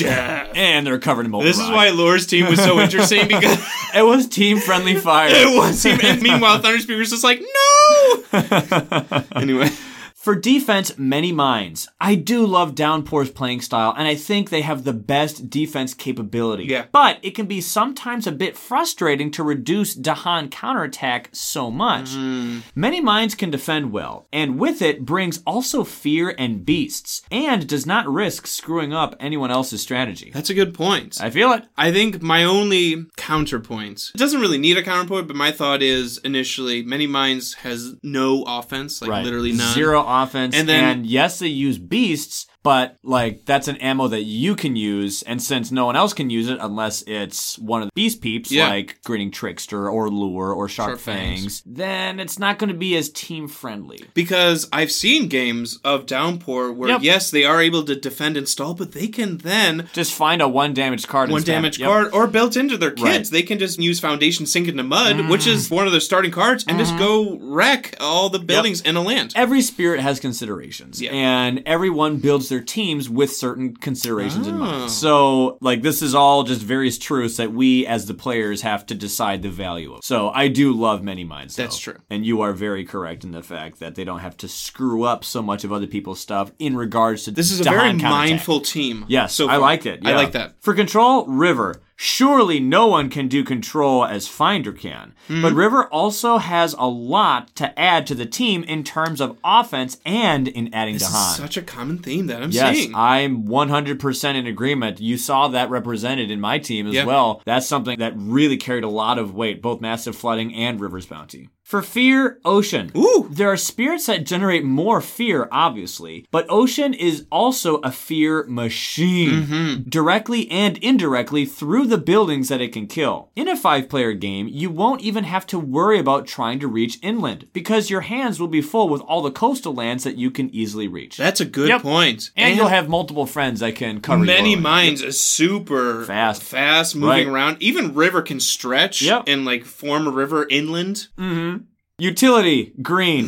[SPEAKER 3] And they're covered in molten
[SPEAKER 1] This is
[SPEAKER 3] rock.
[SPEAKER 1] why Lore's team was so interesting because
[SPEAKER 3] it was team friendly fire.
[SPEAKER 1] it was. And meanwhile, Thunderspeaker's just like, no! anyway.
[SPEAKER 3] For defense, many minds. I do love Downpour's playing style, and I think they have the best defense capability.
[SPEAKER 1] Yeah.
[SPEAKER 3] But it can be sometimes a bit frustrating to reduce Dahan counterattack so much. Many minds can defend well, and with it brings also fear and beasts, and does not risk screwing up anyone else's strategy.
[SPEAKER 1] That's a good point.
[SPEAKER 3] I feel it.
[SPEAKER 1] I think my only counterpoint, it doesn't really need a counterpoint, but my thought is initially, Many Minds has no offense, like literally none.
[SPEAKER 3] Zero offense. And
[SPEAKER 1] And then-
[SPEAKER 3] yes, they use beasts, but like that's an ammo that you can use, and since no one else can use it unless it's one of the beast peeps,
[SPEAKER 1] Yeah.
[SPEAKER 3] like Grinning Trickster or Lure or Shark,
[SPEAKER 1] Shark Fangs.
[SPEAKER 3] fangs, then it's not going to be as team friendly.
[SPEAKER 1] Because I've seen games of Downpour where,
[SPEAKER 3] Yep.
[SPEAKER 1] yes, they are able to defend and stall, but they can then.
[SPEAKER 3] Just find a one damage card.
[SPEAKER 1] One
[SPEAKER 3] and stab it.
[SPEAKER 1] damage
[SPEAKER 3] Yep.
[SPEAKER 1] card, or built into their kids, they can just use Foundation Sink into Mud, which
[SPEAKER 3] Mm.
[SPEAKER 1] is one of their starting cards, and just go wreck all the buildings in a land.
[SPEAKER 3] Every spirit has considerations,
[SPEAKER 1] Yeah.
[SPEAKER 3] and everyone builds their teams with certain considerations in
[SPEAKER 1] Oh.
[SPEAKER 3] mind. So, like, this is all just various truths that we as the players have to decide the value of. So, I do love many minds. though.
[SPEAKER 1] That's true.
[SPEAKER 3] And you are very correct in the fact that they don't have to screw up so much of other people's stuff in regards to
[SPEAKER 1] This is a
[SPEAKER 3] Dahan
[SPEAKER 1] very
[SPEAKER 3] counterattack.
[SPEAKER 1] mindful team.
[SPEAKER 3] Yes,
[SPEAKER 1] so
[SPEAKER 3] I
[SPEAKER 1] far.
[SPEAKER 3] liked it.
[SPEAKER 1] I
[SPEAKER 3] yeah.
[SPEAKER 1] like that.
[SPEAKER 3] For control, River. Surely no one can do control as Finder can.
[SPEAKER 1] Hmm.
[SPEAKER 3] But River also has a lot to add to the team in terms of offense and in adding to
[SPEAKER 1] This
[SPEAKER 3] Han.
[SPEAKER 1] is such a common theme that I'm
[SPEAKER 3] Yes,
[SPEAKER 1] seeing.
[SPEAKER 3] I'm 100% in agreement. You saw that represented in my team as
[SPEAKER 1] Yeah.
[SPEAKER 3] well. That's something that really carried a lot of weight, both massive flooding and river's bounty. For fear, ocean.
[SPEAKER 1] Ooh.
[SPEAKER 3] There are spirits that generate more fear, obviously, but ocean is also a fear machine,
[SPEAKER 1] Mm-hmm.
[SPEAKER 3] directly and indirectly through the buildings that it can kill. In a five player game, you won't even have to worry about trying to reach inland because your hands will be full with all the coastal lands that you can easily reach.
[SPEAKER 1] That's a good
[SPEAKER 3] Yep.
[SPEAKER 1] point.
[SPEAKER 3] And, you'll have multiple friends that can cover
[SPEAKER 1] many
[SPEAKER 3] your load.
[SPEAKER 1] minds is super
[SPEAKER 3] Fast.
[SPEAKER 1] fast moving
[SPEAKER 3] Right.
[SPEAKER 1] around. Even river can stretch
[SPEAKER 3] Yep.
[SPEAKER 1] and like form a river inland.
[SPEAKER 3] Utility green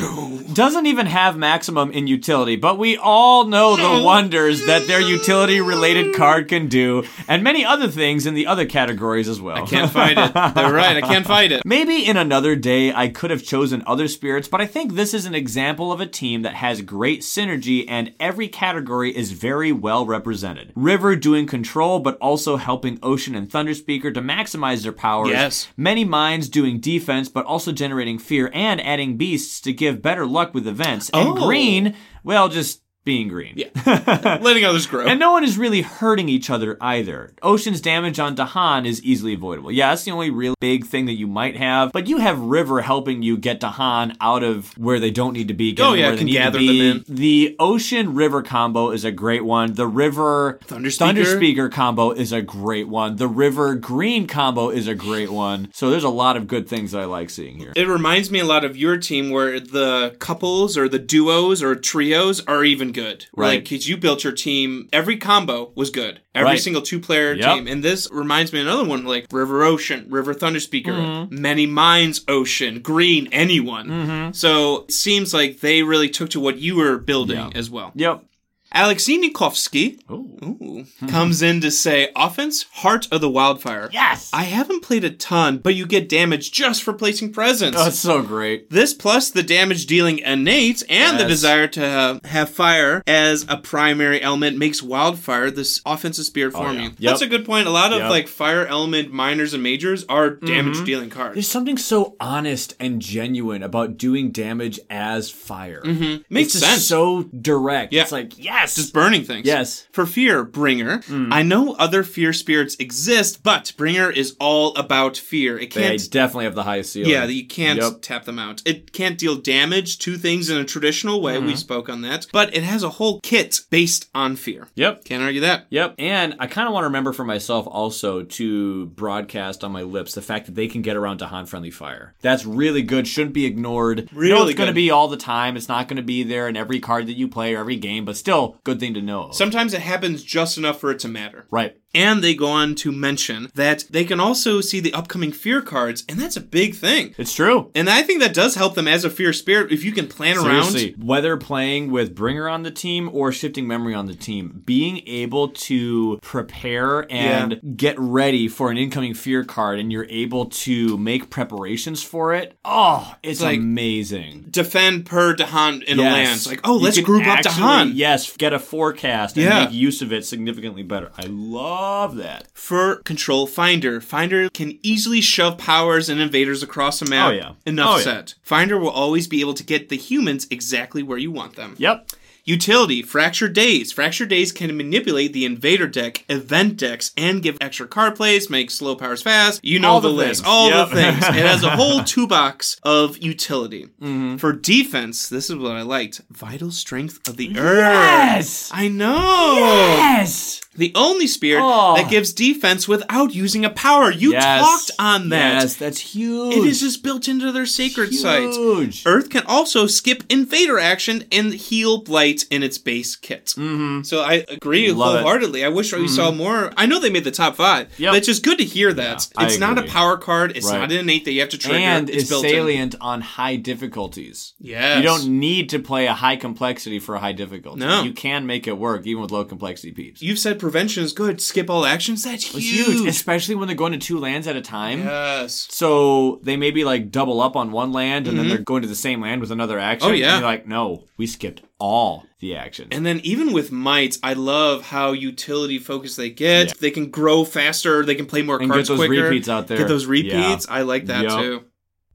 [SPEAKER 3] doesn't even have maximum in utility, but we all know the wonders that their utility related card can do, and many other things in the other categories as well.
[SPEAKER 1] Can't fight it. They're right. I can't fight it.
[SPEAKER 3] Maybe in another day I could have chosen other spirits, but I think this is an example of a team that has great synergy and every category is very well represented. River doing control, but also helping Ocean and Thunderspeaker to maximize their powers.
[SPEAKER 1] Yes.
[SPEAKER 3] Many minds doing defense, but also generating fear and adding beasts to give better luck with events. And
[SPEAKER 1] Oh.
[SPEAKER 3] green, well, just being green. Yeah.
[SPEAKER 1] Letting others grow.
[SPEAKER 3] And no one is really hurting each other either. Ocean's damage on Dahan is easily avoidable. Yeah, that's the only real big thing that you might have, but you have River helping you get Dahan out of where they don't need to be. get
[SPEAKER 1] Oh,
[SPEAKER 3] them
[SPEAKER 1] yeah,
[SPEAKER 3] where they
[SPEAKER 1] can
[SPEAKER 3] need
[SPEAKER 1] gather
[SPEAKER 3] to be.
[SPEAKER 1] them
[SPEAKER 3] The Ocean River combo is a great one. The River
[SPEAKER 1] Thunder
[SPEAKER 3] Speaker combo is a great one. The River Green combo is a great one. So there's a lot of good things that I like seeing here.
[SPEAKER 1] it reminds me a lot of your team where the couples or the duos or trios are even good.
[SPEAKER 3] Right.
[SPEAKER 1] Like, 'cause you built your team, every combo was good. Every
[SPEAKER 3] Right.
[SPEAKER 1] single two player
[SPEAKER 3] Yep.
[SPEAKER 1] team. And this reminds me of another one like River Ocean, River Thunderspeaker,
[SPEAKER 3] Mm-hmm.
[SPEAKER 1] Many Minds Ocean, Green, anyone. So it seems like they really took to what you were building as well.
[SPEAKER 3] Yep.
[SPEAKER 1] Alexei Nikovsky ooh, comes in to say offense, heart of the wildfire.
[SPEAKER 2] Yes.
[SPEAKER 1] I haven't played a ton, but you get damage just for placing presents.
[SPEAKER 3] That's so great.
[SPEAKER 1] This plus the damage dealing innate and the
[SPEAKER 3] Yes.
[SPEAKER 1] desire to have, have fire as a primary element makes wildfire this offensive spirit for me.
[SPEAKER 3] Oh, yeah. Yep.
[SPEAKER 1] That's a good point. A lot of
[SPEAKER 3] Yep.
[SPEAKER 1] like fire element minors and majors are damage dealing cards.
[SPEAKER 3] There's something so honest and genuine about doing damage as fire.
[SPEAKER 1] Mm-hmm. Makes
[SPEAKER 3] it's just
[SPEAKER 1] sense.
[SPEAKER 3] so direct.
[SPEAKER 1] Yeah.
[SPEAKER 3] It's like, yes.
[SPEAKER 1] Just burning things.
[SPEAKER 3] Yes. Mm.
[SPEAKER 1] For Fear Bringer, I know other fear spirits exist, but Bringer is all about fear. It
[SPEAKER 3] they
[SPEAKER 1] can't
[SPEAKER 3] definitely have the highest ceiling.
[SPEAKER 1] Yeah, that you can't
[SPEAKER 3] Yep.
[SPEAKER 1] tap them out. It can't deal damage to things in a traditional way.
[SPEAKER 3] Mm-hmm.
[SPEAKER 1] We spoke on that. But it has a whole kit based on fear.
[SPEAKER 3] Yep.
[SPEAKER 1] Can't argue that.
[SPEAKER 3] Yep. And I kind of want to remember for myself also to broadcast on my lips the fact that they can get around to Han friendly fire. That's really good. Shouldn't be ignored. no,
[SPEAKER 1] Really
[SPEAKER 3] it's going
[SPEAKER 1] good.
[SPEAKER 3] to be all the time. It's not going to be there in every card that you play or every game, but still, good thing to know.
[SPEAKER 1] Sometimes it happens just enough for it to matter.
[SPEAKER 3] right.
[SPEAKER 1] And they go on to mention that they can also see the upcoming fear cards, and that's a big thing.
[SPEAKER 3] It's true.
[SPEAKER 1] And I think that does help them as a fear spirit if you can plan
[SPEAKER 3] Seriously,
[SPEAKER 1] around.
[SPEAKER 3] whether playing with Bringer on the team or shifting memory on the team, being able to prepare and
[SPEAKER 1] Yeah.
[SPEAKER 3] get ready for an incoming fear card and you're able to make preparations for it, oh, it's,
[SPEAKER 1] like-
[SPEAKER 3] amazing.
[SPEAKER 1] Defend per Dahan in a
[SPEAKER 3] Yes.
[SPEAKER 1] land. It's like, oh,
[SPEAKER 3] You
[SPEAKER 1] let's
[SPEAKER 3] can
[SPEAKER 1] group
[SPEAKER 3] actually,
[SPEAKER 1] up Dahan.
[SPEAKER 3] Yes, get a forecast and
[SPEAKER 1] Yeah.
[SPEAKER 3] make use of it significantly better. I love that.
[SPEAKER 1] For control finder, finder can easily shove powers and invaders across a map.
[SPEAKER 3] Oh, yeah.
[SPEAKER 1] Enough
[SPEAKER 3] Oh, yeah.
[SPEAKER 1] said. Finder will always be able to get the humans exactly where you want them.
[SPEAKER 3] Yep.
[SPEAKER 1] Utility, Fractured Days. Fractured Days can manipulate the Invader deck, Event decks, and give extra card plays, make slow powers fast. You know
[SPEAKER 3] All
[SPEAKER 1] the,
[SPEAKER 3] the
[SPEAKER 1] list.
[SPEAKER 3] things.
[SPEAKER 1] All
[SPEAKER 3] Yep.
[SPEAKER 1] the things. It has a whole two box of utility.
[SPEAKER 3] Mm-hmm.
[SPEAKER 1] For defense, this is what I liked. Vital Strength of the Earth.
[SPEAKER 3] Yes.
[SPEAKER 1] I know.
[SPEAKER 3] Yes.
[SPEAKER 1] The only spirit
[SPEAKER 3] Oh.
[SPEAKER 1] that gives defense without using a power. You
[SPEAKER 3] Yes.
[SPEAKER 1] talked on that.
[SPEAKER 3] Yes, that's huge.
[SPEAKER 1] It is just built into their sacred sites.
[SPEAKER 3] Huge.
[SPEAKER 1] Earth can also skip invader action and heal blight in its base kit. Mm-hmm. So I agree
[SPEAKER 3] Love it. Mm-hmm.
[SPEAKER 1] wholeheartedly. I wish we saw more. I know they made the top five,
[SPEAKER 3] Yep.
[SPEAKER 1] but it's just good to hear that
[SPEAKER 3] I
[SPEAKER 1] it's not a
[SPEAKER 3] agree.
[SPEAKER 1] power card. It's
[SPEAKER 3] Right.
[SPEAKER 1] not an innate that you have to trigger.
[SPEAKER 3] and
[SPEAKER 1] it's
[SPEAKER 3] is
[SPEAKER 1] built in.
[SPEAKER 3] salient on high difficulties.
[SPEAKER 1] Yes.
[SPEAKER 3] You don't need to play a high complexity for a high difficulty.
[SPEAKER 1] No.
[SPEAKER 3] You can make it work even with low complexity peeps.
[SPEAKER 1] You've said prevention is good. Skip all actions. That's
[SPEAKER 3] It's
[SPEAKER 1] huge.
[SPEAKER 3] huge, especially when they're going to two lands at a time.
[SPEAKER 1] Yes.
[SPEAKER 3] So they maybe like double up on one land and then they're going to the same land with another action.
[SPEAKER 1] Mm-hmm. Oh, yeah.
[SPEAKER 3] And you're like, no, we skipped all the actions.
[SPEAKER 1] And then even with might, I love how utility focused they get. They can grow faster. They can play more
[SPEAKER 3] And
[SPEAKER 1] cards
[SPEAKER 3] get those
[SPEAKER 1] quicker.
[SPEAKER 3] repeats out there.
[SPEAKER 1] Get those
[SPEAKER 3] Yeah.
[SPEAKER 1] repeats. I like that
[SPEAKER 3] Yup.
[SPEAKER 1] too.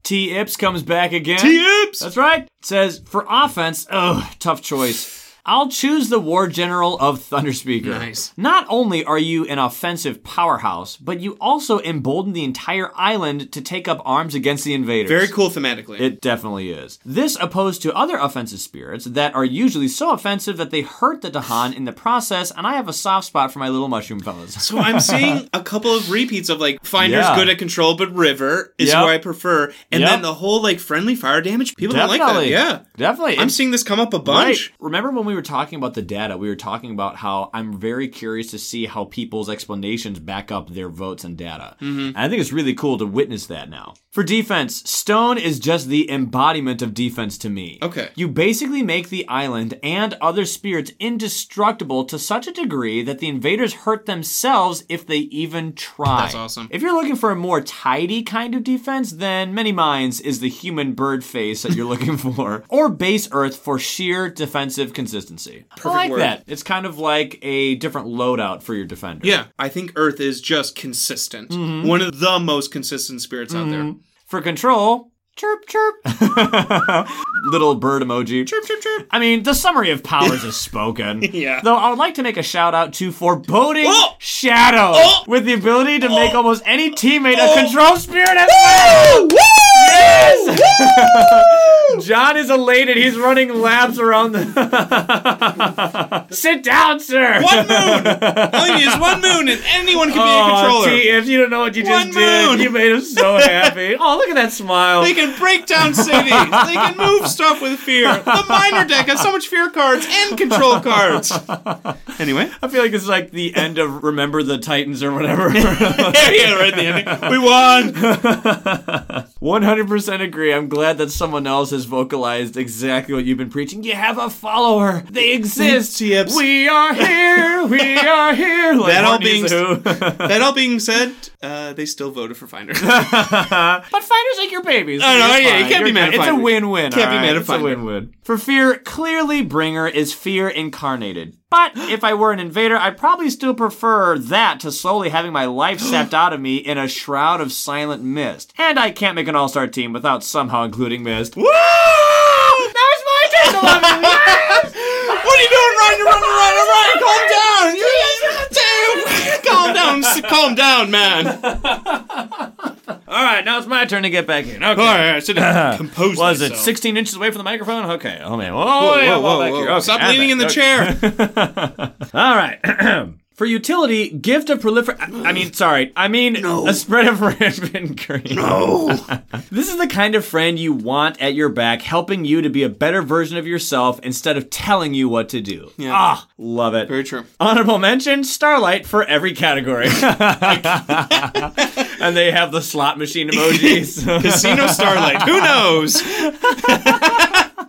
[SPEAKER 3] T Ips comes back again.
[SPEAKER 1] Tips.
[SPEAKER 3] That's right. It says for offense, oh, tough choice. I'll choose the War General of Thunderspeaker.
[SPEAKER 1] Nice.
[SPEAKER 3] Not only are you an offensive powerhouse, but you also embolden the entire island to take up arms against the invaders.
[SPEAKER 1] Very cool thematically.
[SPEAKER 3] It definitely is. This opposed to other offensive spirits that are usually so offensive that they hurt the Dahan in the process, and I have a soft spot for my little mushroom fellas.
[SPEAKER 1] So I'm seeing a couple of repeats of like Finder's
[SPEAKER 3] Yeah.
[SPEAKER 1] good at control, but River is
[SPEAKER 3] Yep.
[SPEAKER 1] who I prefer. And
[SPEAKER 3] Yep.
[SPEAKER 1] then the whole like friendly fire damage, people don't like that. Yeah.
[SPEAKER 3] Definitely.
[SPEAKER 1] I'm seeing this come up a bunch.
[SPEAKER 3] Right. Remember when we were talking about the data, we were talking about how I'm very curious to see how people's explanations back up their votes and data.
[SPEAKER 1] Mm-hmm.
[SPEAKER 3] And I think it's really cool to witness that now. For defense, Stone is just the embodiment of defense to me.
[SPEAKER 1] Okay.
[SPEAKER 3] You basically make the island and other spirits indestructible to such a degree that the invaders hurt themselves if they even try.
[SPEAKER 1] That's awesome.
[SPEAKER 3] If you're looking for a more tidy kind of defense, then Many Minds is the human bird face that you're looking for, or Base Earth for sheer defensive consistency. I like
[SPEAKER 1] word.
[SPEAKER 3] that. It's kind of like a different loadout for your defender.
[SPEAKER 1] Yeah. I think Earth is just consistent.
[SPEAKER 3] Mm-hmm.
[SPEAKER 1] One of the most consistent spirits out there.
[SPEAKER 3] For control, chirp chirp. Little bird emoji.
[SPEAKER 1] Chirp, chirp, chirp.
[SPEAKER 3] I mean, the summary of powers is spoken.
[SPEAKER 1] Yeah.
[SPEAKER 3] Though I would like to make a shout out to Foreboding
[SPEAKER 1] Oh!
[SPEAKER 3] Shadow
[SPEAKER 1] Oh!
[SPEAKER 3] with the ability to make almost any teammate
[SPEAKER 1] Oh!
[SPEAKER 3] a control spirit at
[SPEAKER 1] Woo! Woo!
[SPEAKER 3] John is elated. He's running laps around the. Sit down, sir.
[SPEAKER 1] One moon! All you need is one moon and anyone can be a
[SPEAKER 3] Oh,
[SPEAKER 1] controller.
[SPEAKER 3] T, if you don't know what you just
[SPEAKER 1] One moon.
[SPEAKER 3] did, you made him so happy. oh, look at that smile.
[SPEAKER 1] They can break down cities. They can move stuff with fear. The minor deck has so much fear cards and control cards. Anyway,
[SPEAKER 3] I feel like it's like the end of Remember the Titans or whatever.
[SPEAKER 1] yeah, yeah, right at the ending. We won.
[SPEAKER 3] 100% agree. I'm glad that someone else has vocalized exactly what you've been preaching. You have a follower. They exist.
[SPEAKER 1] Tips.
[SPEAKER 3] We are here. We are here. Like
[SPEAKER 1] That all
[SPEAKER 3] Whitney
[SPEAKER 1] being-
[SPEAKER 3] Houston.
[SPEAKER 1] That all being said, uh, they still voted for Finder.
[SPEAKER 3] But finders like your babies.
[SPEAKER 1] Oh, no,
[SPEAKER 3] You're
[SPEAKER 1] yeah, you
[SPEAKER 3] fine.
[SPEAKER 1] can't be
[SPEAKER 3] You're
[SPEAKER 1] mad
[SPEAKER 3] fine. It's
[SPEAKER 1] at
[SPEAKER 3] a
[SPEAKER 1] Finder.
[SPEAKER 3] win-win.
[SPEAKER 1] Can't be
[SPEAKER 3] all
[SPEAKER 1] mad at
[SPEAKER 3] It's a
[SPEAKER 1] Finder.
[SPEAKER 3] win-win. For fear, clearly Bringer is fear incarnated. But if I were an invader, I'd probably still prefer that to slowly having my life sapped out of me in a shroud of silent mist. And I can't make an all-star team without somehow including mist. Woo! That was my turn to love it.
[SPEAKER 1] what are you doing, Ryan? You're running around. All right, calm down. You- calm down. s- Calm down, man. All
[SPEAKER 3] All right, now it's my turn to get back in. Okay.
[SPEAKER 1] right, I should have composed
[SPEAKER 3] Was it
[SPEAKER 1] myself.
[SPEAKER 3] 16 inches away from the microphone? Okay. Oh man. Whoa,
[SPEAKER 1] Whoa,
[SPEAKER 3] yeah,
[SPEAKER 1] whoa,
[SPEAKER 3] well
[SPEAKER 1] whoa,
[SPEAKER 3] back
[SPEAKER 1] whoa.
[SPEAKER 3] here. Okay,
[SPEAKER 1] Stop
[SPEAKER 3] I'm
[SPEAKER 1] leaning
[SPEAKER 3] back.
[SPEAKER 1] in the
[SPEAKER 3] Okay.
[SPEAKER 1] chair.
[SPEAKER 3] All right. For utility, gift of prolifer. I I mean, sorry. I mean, a spread of rampant green.
[SPEAKER 1] Oh.
[SPEAKER 3] This is the kind of friend you want at your back, helping you to be a better version of yourself instead of telling you what to do. Ah, love it.
[SPEAKER 1] Very true.
[SPEAKER 3] Honorable mention, Starlight for every category. and they have the slot machine emojis.
[SPEAKER 1] Casino Starlight. Who knows?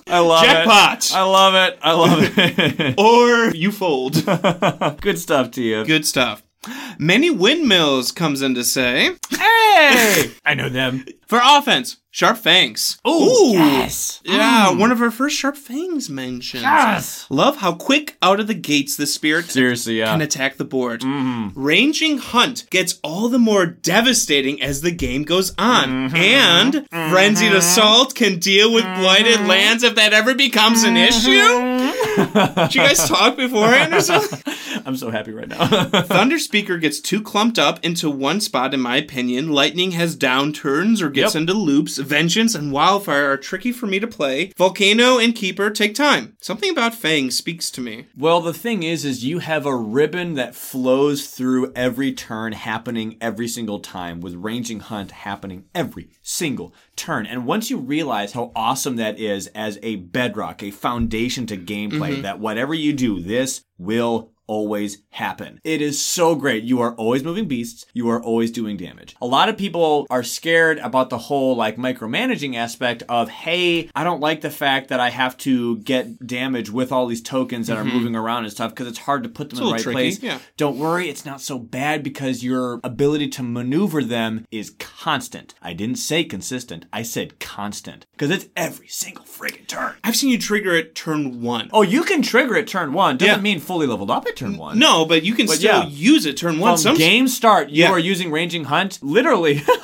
[SPEAKER 3] I love
[SPEAKER 1] Jackpot.
[SPEAKER 3] it. I love it. I love it.
[SPEAKER 1] Or you fold.
[SPEAKER 3] Good stuff to you.
[SPEAKER 1] Good stuff. Many windmills comes in to say
[SPEAKER 3] Hey! I know them.
[SPEAKER 1] for offense. Sharp fangs. Ooh.
[SPEAKER 3] Yes.
[SPEAKER 1] Yeah, one of her first sharp fangs mentioned.
[SPEAKER 3] Yes.
[SPEAKER 1] Love how quick out of the gates the spirit
[SPEAKER 3] Seriously, yeah.
[SPEAKER 1] can attack the board. Ranging hunt gets all the more devastating as the game goes on, and frenzied assault can deal with blighted lands if that ever becomes an issue. Did you guys talk beforehand or something?
[SPEAKER 3] I'm so happy right now.
[SPEAKER 1] Thunder Speaker gets too clumped up into one spot, in my opinion. Lightning has downturns or gets
[SPEAKER 3] Yep.
[SPEAKER 1] into loops. Vengeance and Wildfire are tricky for me to play. Volcano and Keeper take time. Something about Fang speaks to me.
[SPEAKER 3] Well, the thing is, is you have a ribbon that flows through every turn, happening every single time, with ranging hunt happening every single turn. And once you realize how awesome that is as a bedrock, a foundation to gameplay, that whatever you do, this will always happen. It is so great. You are always moving beasts. You are always doing damage. A lot of people are scared about the whole like micromanaging aspect of, hey, I don't like the fact that I have to get damage with all these tokens that are moving around and stuff because it's hard to put them in the right
[SPEAKER 1] Mm-hmm. little tricky,
[SPEAKER 3] place.
[SPEAKER 1] yeah.
[SPEAKER 3] Don't worry, it's not so bad because your ability to maneuver them is constant. I didn't say consistent. I said constant because it's every single friggin' turn.
[SPEAKER 1] I've seen you trigger it turn one.
[SPEAKER 3] Oh, you can trigger it turn one. Doesn't
[SPEAKER 1] Yeah.
[SPEAKER 3] mean fully leveled up at turn one.
[SPEAKER 1] No, but you can still
[SPEAKER 3] yeah.
[SPEAKER 1] use it turn one.
[SPEAKER 3] From
[SPEAKER 1] Some
[SPEAKER 3] game start, you
[SPEAKER 1] Yeah.
[SPEAKER 3] are using ranging hunt. Literally,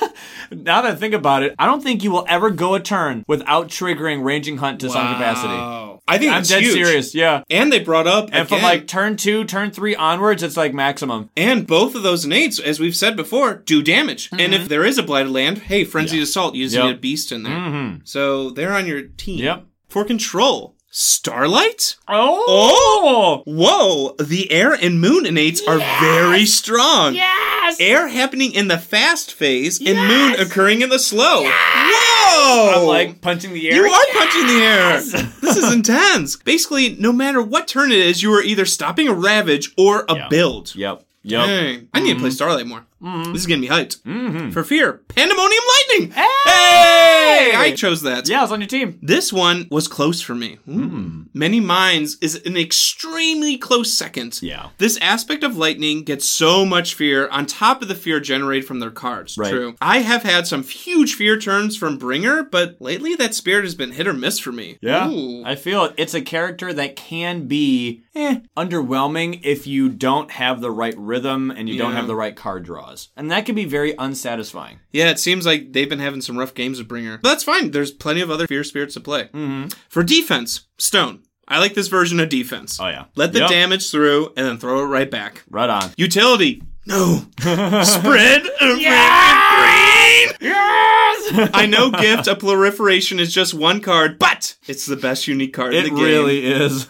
[SPEAKER 3] now that I think about it, I don't think you will ever go a turn without triggering ranging hunt to some capacity.
[SPEAKER 1] Wow. I think
[SPEAKER 3] I'm
[SPEAKER 1] that's
[SPEAKER 3] dead
[SPEAKER 1] huge.
[SPEAKER 3] serious, yeah.
[SPEAKER 1] And they brought up
[SPEAKER 3] And from
[SPEAKER 1] again-
[SPEAKER 3] like turn two, turn three onwards, it's like maximum.
[SPEAKER 1] and both of those nades, as we've said before, do damage. And if there is a blighted land, hey, frenzied assault using
[SPEAKER 3] Yep. Mm-hmm.
[SPEAKER 1] a beast in there, so they're on your team.
[SPEAKER 3] Yep.
[SPEAKER 1] For control, starlight.
[SPEAKER 3] Oh,
[SPEAKER 1] Whoa! The air and moon innates are very strong.
[SPEAKER 2] Yes!
[SPEAKER 1] Air happening in the fast phase and moon occurring in the slow. Whoa!
[SPEAKER 3] I'm like punching the air.
[SPEAKER 1] Oh. You are punching the air. This is intense. Basically, no matter what turn it is, you are either stopping a ravage or a build.
[SPEAKER 3] Yep. Yep. Mm-hmm. Mm.
[SPEAKER 1] Dang. I need to play Starlight more. This is gonna be hyped. For fear, pandemonium lightning. Hey! I chose that.
[SPEAKER 3] Yeah, Hmm. I was on your team.
[SPEAKER 1] This one was close for me. Ooh. Many Minds is an extremely close second.
[SPEAKER 3] Yeah.
[SPEAKER 1] This aspect of lightning gets so much fear on top of the fear generated from their cards.
[SPEAKER 3] Right.
[SPEAKER 1] True. I have had some huge fear turns from Bringer, but lately that spirit has been hit or miss for me.
[SPEAKER 3] Yeah.
[SPEAKER 1] Ooh.
[SPEAKER 3] I feel it. It's a character that can be eh, underwhelming if you don't have the right rhythm and you don't
[SPEAKER 1] Yeah.
[SPEAKER 3] have the right card draws. And that can be very unsatisfying.
[SPEAKER 1] Yeah, it seems like they've been having some rough games with Bringer. But that's fine. There's plenty of other fear spirits to play.
[SPEAKER 3] Mm-hmm.
[SPEAKER 1] For defense, Stone. I like this version of defense.
[SPEAKER 3] Oh, yeah.
[SPEAKER 1] Let the
[SPEAKER 3] Yep.
[SPEAKER 1] damage through and then throw it right back.
[SPEAKER 3] Right on.
[SPEAKER 1] Utility. No. Spread of rampant green.
[SPEAKER 3] Yes!
[SPEAKER 1] I know gift a proliferation is just one card, but it's the best unique card
[SPEAKER 3] it
[SPEAKER 1] in the game.
[SPEAKER 3] really is.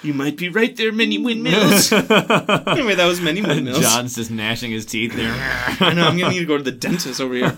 [SPEAKER 1] You might be right there, many windmills. anyway, that was many windmills.
[SPEAKER 3] John's just gnashing his teeth there.
[SPEAKER 1] I know, I'm gonna need to go to the dentist over here.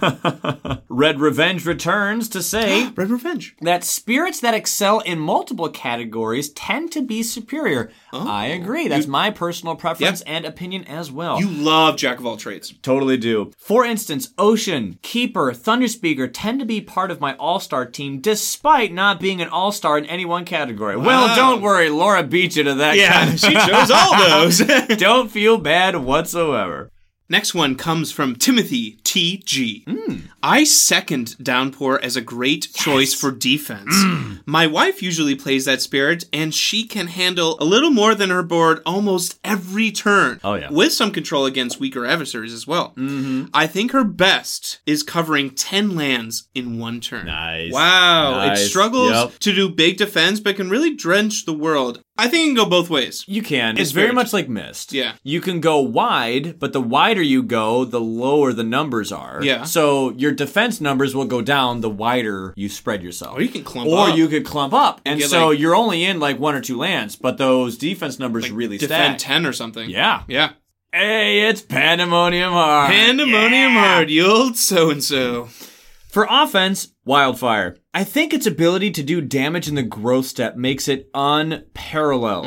[SPEAKER 3] Red Revenge returns to say
[SPEAKER 1] Red Revenge.
[SPEAKER 3] that spirits that excel in multiple categories tend to be superior.
[SPEAKER 1] Oh.
[SPEAKER 3] I agree. That's my personal preference and opinion as well.
[SPEAKER 1] You love Jack of all trades.
[SPEAKER 3] Totally do. For instance, Ocean, Keeper, Thunderspeaker tend to be part of my all star team despite not being an all star in any one category. Well, don't worry, Laura beat you to that.
[SPEAKER 1] Yeah,
[SPEAKER 3] kind
[SPEAKER 1] she chose all those.
[SPEAKER 3] of- don't feel bad whatsoever.
[SPEAKER 1] Next one comes from Timothy T.G.
[SPEAKER 3] Hmm.
[SPEAKER 1] I second Downpour as a great choice for defense.
[SPEAKER 3] Hmm.
[SPEAKER 1] My wife usually plays that spirit, and she can handle a little more than her board almost every turn.
[SPEAKER 3] Oh, yeah.
[SPEAKER 1] With some control against weaker adversaries as well. Mm-hmm. I think her best is covering 10 lands in one turn.
[SPEAKER 3] Nice.
[SPEAKER 1] Wow. It
[SPEAKER 3] Nice.
[SPEAKER 1] struggles
[SPEAKER 3] Yep.
[SPEAKER 1] to do big defense, but can really drench the world. I think it can go both ways.
[SPEAKER 3] You can. It's
[SPEAKER 1] very-
[SPEAKER 3] very much like Mist.
[SPEAKER 1] Yeah.
[SPEAKER 3] You can go wide, but the wider you go, the lower the numbers are.
[SPEAKER 1] Yeah.
[SPEAKER 3] So So your defense numbers will go down the wider you spread yourself.
[SPEAKER 1] Or you can clump
[SPEAKER 3] Or
[SPEAKER 1] up.
[SPEAKER 3] you could clump up. And
[SPEAKER 1] get,
[SPEAKER 3] so
[SPEAKER 1] like-
[SPEAKER 3] you're only in like one or two lands, but those defense numbers really stack.
[SPEAKER 1] defend ten or something.
[SPEAKER 3] yeah.
[SPEAKER 1] yeah.
[SPEAKER 3] Hey, it's Pandemonium Hard.
[SPEAKER 1] Pandemonium
[SPEAKER 3] Yeah.
[SPEAKER 1] hard, you old so and so.
[SPEAKER 3] For offense, Wildfire. I think its ability to do damage in the growth step makes it unparalleled.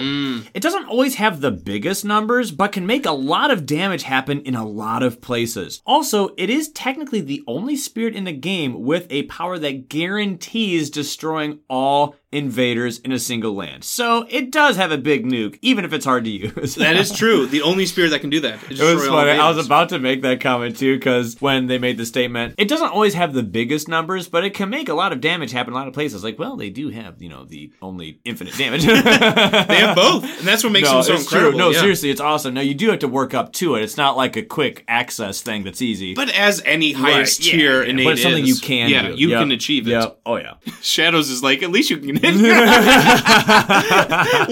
[SPEAKER 3] It doesn't always have the biggest numbers, but can make a lot of damage happen in a lot of places. Also, it is technically the only spirit in the game with a power that guarantees destroying all invaders in a single land. So it does have a big nuke, even if it's hard to use.
[SPEAKER 1] That is true. The only spirit that can do that. It's
[SPEAKER 3] It was funny. I was about to make that comment too because when they made the statement, it doesn't always have the biggest numbers, but it can make a lot of damage happen in a lot of places. Like, well, they do have you know the only infinite damage.
[SPEAKER 1] They have both, and that's what makes
[SPEAKER 3] No,
[SPEAKER 1] them so
[SPEAKER 3] it's
[SPEAKER 1] incredible.
[SPEAKER 3] true. No,
[SPEAKER 1] yeah.
[SPEAKER 3] seriously, it's awesome. Now you do have to work up to it. It's not like a quick access thing that's easy.
[SPEAKER 1] But as any highest
[SPEAKER 3] yeah,
[SPEAKER 1] tier
[SPEAKER 3] yeah,
[SPEAKER 1] innate
[SPEAKER 3] but it's something
[SPEAKER 1] is,
[SPEAKER 3] you can
[SPEAKER 1] yeah,
[SPEAKER 3] do.
[SPEAKER 1] you
[SPEAKER 3] Yep.
[SPEAKER 1] can achieve it.
[SPEAKER 3] Yep. Oh yeah.
[SPEAKER 1] Shadows is like, at least you can hit.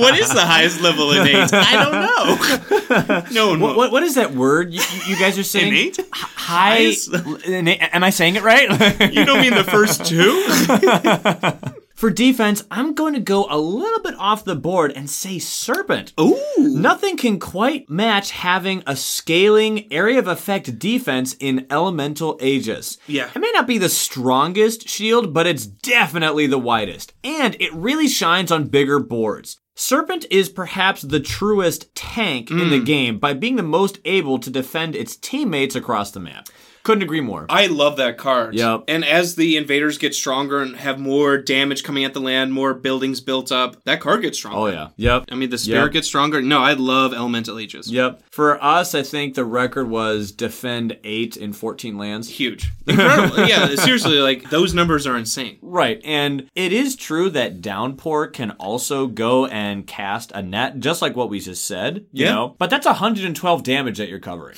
[SPEAKER 1] what is the highest level innate? I don't know. No, no.
[SPEAKER 3] What, what what is that word you, you guys are saying?
[SPEAKER 1] innate?
[SPEAKER 3] High.
[SPEAKER 1] Highest-
[SPEAKER 3] innate- Am I saying it right?
[SPEAKER 1] You don't mean the first two?
[SPEAKER 3] For defense, I'm going to go a little bit off the board and say serpent.
[SPEAKER 1] Ooh.
[SPEAKER 3] Nothing can quite match having a scaling area of effect defense in Elemental Aegis.
[SPEAKER 1] Yeah.
[SPEAKER 3] It may not be the strongest shield, but it's definitely the widest. And it really shines on bigger boards. Serpent is perhaps the truest tank in the game by being the most able to defend its teammates across the map. Couldn't agree more.
[SPEAKER 1] I love that card.
[SPEAKER 3] Yep.
[SPEAKER 1] And as the invaders get stronger and have more damage coming at the land, more buildings built up, that card gets stronger.
[SPEAKER 3] oh, yeah. Yep.
[SPEAKER 1] I mean, the spirit
[SPEAKER 3] Yep.
[SPEAKER 1] gets stronger. No, I love Elemental Aegis.
[SPEAKER 3] Yep. For us, I think the record was defend 8 in 14 lands.
[SPEAKER 1] Huge. Incredible. yeah, seriously, like, those numbers are insane.
[SPEAKER 3] Right, and it is true that Downpour can also go and cast a net, just like what we just said. You
[SPEAKER 1] Yeah.
[SPEAKER 3] know, but that's 112 damage that you're covering.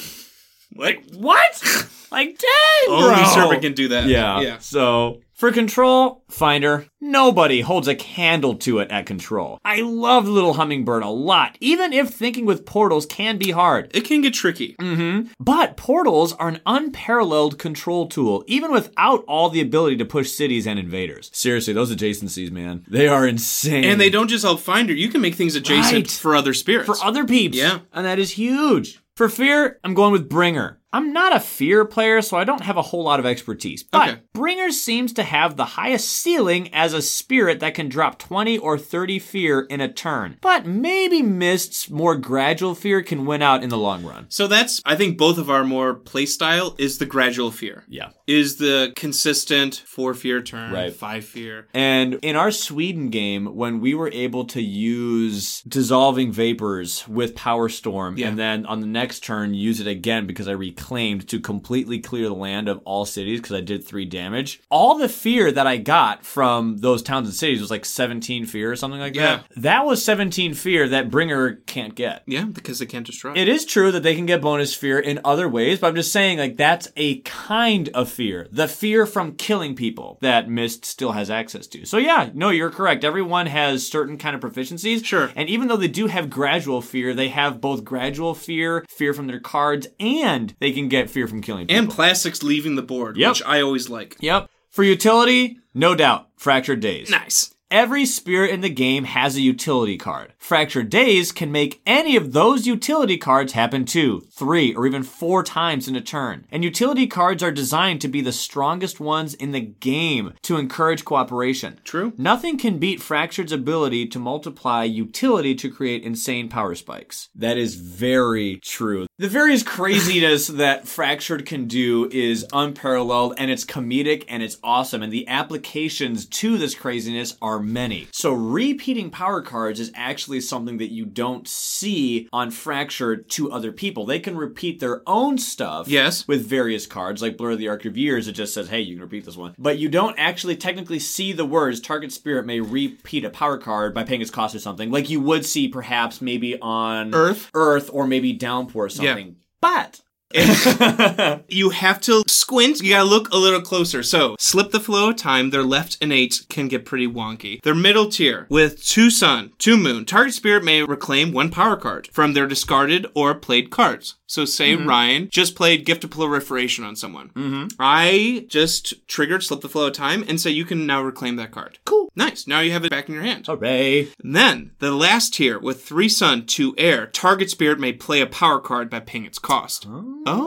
[SPEAKER 1] Like,
[SPEAKER 3] What? like, dang,
[SPEAKER 1] only
[SPEAKER 3] bro.
[SPEAKER 1] Serpent can do that.
[SPEAKER 3] Yeah.
[SPEAKER 1] Yeah.
[SPEAKER 3] So for control, finder, nobody holds a candle to it at control. I love Little Hummingbird a lot, even if thinking with portals can be hard.
[SPEAKER 1] It can get tricky.
[SPEAKER 3] Mm. But portals are an unparalleled control tool, even without all the ability to push cities and invaders. Seriously, those adjacencies, man, they are insane.
[SPEAKER 1] And they don't just help Finder. You can make things adjacent
[SPEAKER 3] Right.
[SPEAKER 1] for other spirits.
[SPEAKER 3] for other peeps.
[SPEAKER 1] Yeah.
[SPEAKER 3] and that is huge. For fear, I'm going with Bringer. I'm not a fear player, so I don't have a whole lot of expertise. But
[SPEAKER 1] Okay.
[SPEAKER 3] Bringer seems to have the highest ceiling as a spirit that can drop 20 or 30 fear in a turn. But maybe Mist's more gradual fear can win out in the long run.
[SPEAKER 1] so that's, I think, both of our more play style is the gradual fear.
[SPEAKER 3] Yeah.
[SPEAKER 1] Is the consistent four fear turn,
[SPEAKER 3] Right.
[SPEAKER 1] five fear.
[SPEAKER 3] And in our Sweden game, when we were able to use dissolving vapors with Power Storm,
[SPEAKER 1] Yeah.
[SPEAKER 3] and then on the next turn use it again because I reclaimed to completely clear the land of all cities because I did three damage. All the fear that I got from those towns and cities was like 17 fear or something like
[SPEAKER 1] Yeah.
[SPEAKER 3] that. That was 17 fear that Bringer can't get.
[SPEAKER 1] Yeah, because they can't destroy.
[SPEAKER 3] It is true that they can get bonus fear in other ways, but I'm just saying, like, that's a kind of fear. The fear from killing people that Mist still has access to. So, yeah, no, you're correct. Everyone has certain kind of proficiencies.
[SPEAKER 1] Sure.
[SPEAKER 3] And even though they do have gradual fear, they have both gradual fear, fear from their cards, and they can get fear from killing people.
[SPEAKER 1] and plastics leaving the board,
[SPEAKER 3] Yep.
[SPEAKER 1] which I always like.
[SPEAKER 3] yep. For utility, no doubt, Fractured Days.
[SPEAKER 1] Nice.
[SPEAKER 3] Every spirit in the game has a utility card. Fractured Days can make any of those utility cards happen two, three, or even four times in a turn. And utility cards are designed to be the strongest ones in the game to encourage cooperation.
[SPEAKER 1] True.
[SPEAKER 3] Nothing can beat Fractured's ability to multiply utility to create insane power spikes. That is very true. The various craziness that Fractured can do is unparalleled and it's comedic and it's awesome, and the applications to this craziness are many. So, repeating power cards is actually something that you don't see on Fractured to other people. They can repeat their own stuff
[SPEAKER 1] Yes.
[SPEAKER 3] with various cards, like Blur of the Arc of Years, it just says, hey, you can repeat this one. But you don't actually technically see the words target spirit may repeat a power card by paying its cost or something, like you would see perhaps maybe on
[SPEAKER 1] Earth.
[SPEAKER 3] Earth or maybe Downpour or something. But
[SPEAKER 1] You have to squint. You gotta look a little closer. So, slip the flow of time. Their left innate can get pretty wonky. Their middle tier with two sun, two moon. Target spirit may reclaim one power card from their discarded or played cards. So say Ryan just played Gift of Proliferation on someone. Mm-hmm. I just triggered Slip the Flow of Time and say you can now reclaim that card. Cool. Oh. Nice. Now you have it back in your hand.
[SPEAKER 3] Hooray.
[SPEAKER 1] And then the last tier with three sun, two air. Target spirit may play a power card by paying its cost.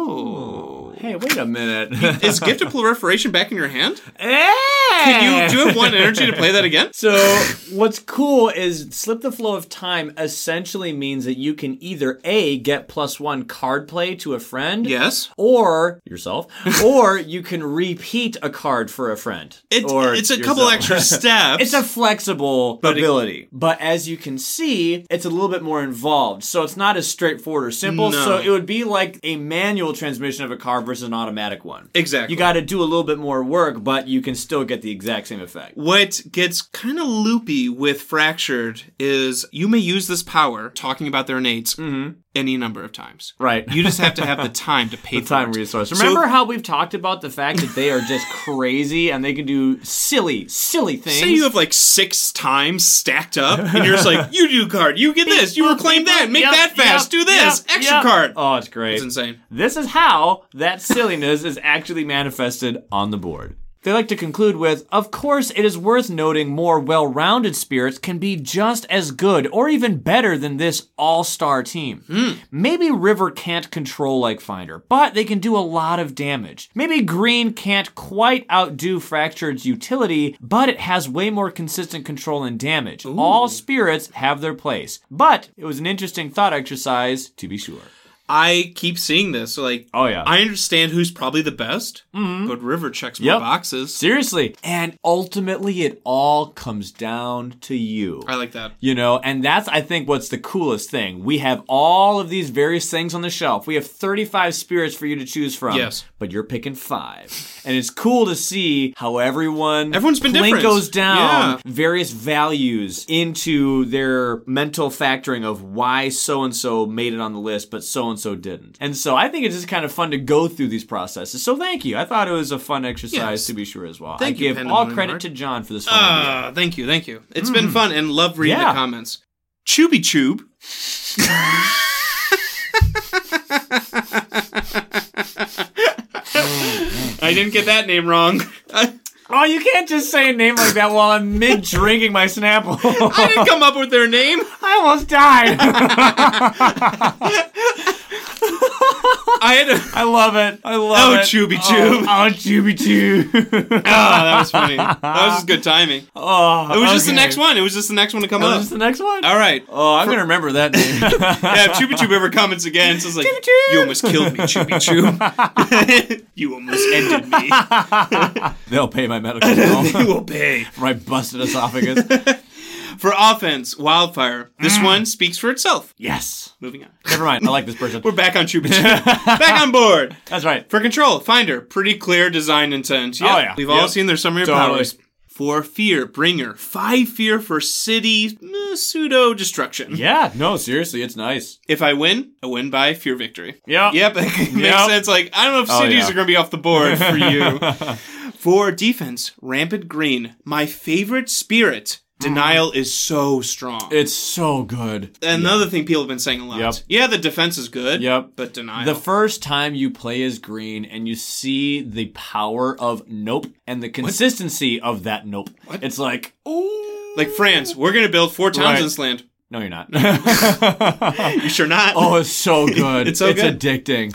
[SPEAKER 1] Oh.
[SPEAKER 3] Hey, wait a minute.
[SPEAKER 1] Is Gift of Proliferation back in your hand?
[SPEAKER 3] Hey! Eh.
[SPEAKER 1] Can you do you have one energy to play that again?
[SPEAKER 3] So what's cool is slip the flow of time essentially means that you can either a get plus one card play to a friend,
[SPEAKER 1] Yes.
[SPEAKER 3] or yourself, or you can repeat a card for a friend.
[SPEAKER 1] It's,
[SPEAKER 3] or
[SPEAKER 1] it's a couple
[SPEAKER 3] yourself.
[SPEAKER 1] extra steps.
[SPEAKER 3] It's a flexible
[SPEAKER 1] it-
[SPEAKER 3] ability, but as you can see, it's a little bit more involved. So it's not as straightforward or simple.
[SPEAKER 1] No.
[SPEAKER 3] So it would be like a manual transmission of a car versus an automatic one.
[SPEAKER 1] Exactly.
[SPEAKER 3] You got to do a little bit more work, but you can still get the exact same effect.
[SPEAKER 1] What gets kind of loopy with Fractured is you may use this power, talking about their nates, any number of times.
[SPEAKER 3] Right.
[SPEAKER 1] You just have to have the time to pay for
[SPEAKER 3] time
[SPEAKER 1] it.
[SPEAKER 3] resource.
[SPEAKER 1] So-
[SPEAKER 3] Remember how we've talked about the fact that they are just crazy and they can do silly, silly things.
[SPEAKER 1] Say you have like six times stacked up, and you're just like, you do card, you get this, you reclaim that, make
[SPEAKER 3] Yep,
[SPEAKER 1] that fast,
[SPEAKER 3] yep,
[SPEAKER 1] do this,
[SPEAKER 3] yep,
[SPEAKER 1] extra
[SPEAKER 3] yep.
[SPEAKER 1] card.
[SPEAKER 3] Oh, it's great.
[SPEAKER 1] It's insane.
[SPEAKER 3] This is how that silliness is actually manifested on the board. They like to conclude with, of course, it is worth noting more well rounded spirits can be just as good or even better than this all star team. Maybe River can't control like Finder, but they can do a lot of damage. Maybe Green can't quite outdo Fractured's utility, but it has way more consistent control and damage. All spirits have their place, but it was an interesting thought exercise, to be sure.
[SPEAKER 1] I keep seeing this. Like,
[SPEAKER 3] Oh, yeah. Mm-hmm.
[SPEAKER 1] I understand who's probably the best, but River checks more
[SPEAKER 3] Yep.
[SPEAKER 1] boxes.
[SPEAKER 3] Seriously. And ultimately, it all comes down to you.
[SPEAKER 1] I like that.
[SPEAKER 3] You know, and that's, I think, what's the coolest thing. We have all of these various things on the shelf. We have 35 spirits for you to choose from.
[SPEAKER 1] Yes.
[SPEAKER 3] But you're picking five. And it's cool to see how everyone.
[SPEAKER 1] Everyone's been different.
[SPEAKER 3] goes down
[SPEAKER 1] Yeah.
[SPEAKER 3] various values into their mental factoring of why so and so made it on the list, but so and so didn't. And so I think it's just kind of fun to go through these processes. So thank you. I thought it was a fun exercise
[SPEAKER 1] Yes.
[SPEAKER 3] to be sure as well.
[SPEAKER 1] Thank
[SPEAKER 3] I
[SPEAKER 1] you,
[SPEAKER 3] give
[SPEAKER 1] Pen and
[SPEAKER 3] all
[SPEAKER 1] Lemon
[SPEAKER 3] credit
[SPEAKER 1] Mark.
[SPEAKER 3] to John for this one.
[SPEAKER 1] Ah, thank you, thank you. It's been fun and love reading
[SPEAKER 3] Mm-hmm. Yeah.
[SPEAKER 1] the comments. Chooby Choob. I didn't get that name wrong. I,
[SPEAKER 2] Oh, you can't just say a name like that while I'm mid drinking my Snapple.
[SPEAKER 1] I didn't come up with their name.
[SPEAKER 2] I almost died.
[SPEAKER 1] I had a.
[SPEAKER 2] I love it. I love
[SPEAKER 1] Oh,
[SPEAKER 2] it.
[SPEAKER 1] Chooby
[SPEAKER 2] Oh,
[SPEAKER 1] Choob. Oh,
[SPEAKER 2] oh, Chooby Choo.
[SPEAKER 1] Ah, that was funny. That was just good timing.
[SPEAKER 2] oh,
[SPEAKER 1] It was just the next one. It was just the next one to come
[SPEAKER 2] Oh,
[SPEAKER 1] up.
[SPEAKER 2] just the next one.
[SPEAKER 1] All right.
[SPEAKER 3] Oh, I'm gonna remember that name.
[SPEAKER 1] Yeah, if Chupa Chup ever comments again, so it's like,
[SPEAKER 2] Chup.
[SPEAKER 1] you almost killed me, Chupa Chup. you almost ended me.
[SPEAKER 3] They'll pay my medical bill
[SPEAKER 1] You
[SPEAKER 3] for
[SPEAKER 1] will pay.
[SPEAKER 3] my busted esophagus.
[SPEAKER 1] For offense, Wildfire. This one speaks for itself.
[SPEAKER 3] Yes.
[SPEAKER 1] Moving on.
[SPEAKER 3] Never mind. I like this person.
[SPEAKER 1] We're back on Chupa Chup. back on board.
[SPEAKER 3] That's right.
[SPEAKER 1] For control, Finder. Pretty clear design intent.
[SPEAKER 3] Oh, yeah.
[SPEAKER 1] We've all
[SPEAKER 3] Yep.
[SPEAKER 1] seen their summary of
[SPEAKER 3] Totally.
[SPEAKER 1] powers. For fear, bringer. Five fear for city eh, pseudo destruction.
[SPEAKER 3] Yeah. No, seriously, it's nice.
[SPEAKER 1] If I win, I win by fear victory.
[SPEAKER 2] Yep.
[SPEAKER 1] Yep, makes
[SPEAKER 2] Yep.
[SPEAKER 1] sense. Like I don't know if cities
[SPEAKER 3] Oh, yeah.
[SPEAKER 1] are going to be off the board for you. for defense, rampant green, my favorite spirit.
[SPEAKER 3] Hmm.
[SPEAKER 1] Denial is so strong.
[SPEAKER 3] It's so good.
[SPEAKER 1] Another thing people have been saying a lot.
[SPEAKER 3] Yep.
[SPEAKER 1] Yeah, the defense is good.
[SPEAKER 3] Yep.
[SPEAKER 1] but denial.
[SPEAKER 3] The first time you play as green and you see the power of nope and the consistency of that nope, it's like, oh,
[SPEAKER 1] like France, we're going to build four towns
[SPEAKER 3] Right.
[SPEAKER 1] in this land.
[SPEAKER 3] no, you're not.
[SPEAKER 1] You sure not?
[SPEAKER 3] oh, it's so good.
[SPEAKER 1] It's so good.
[SPEAKER 3] addicting.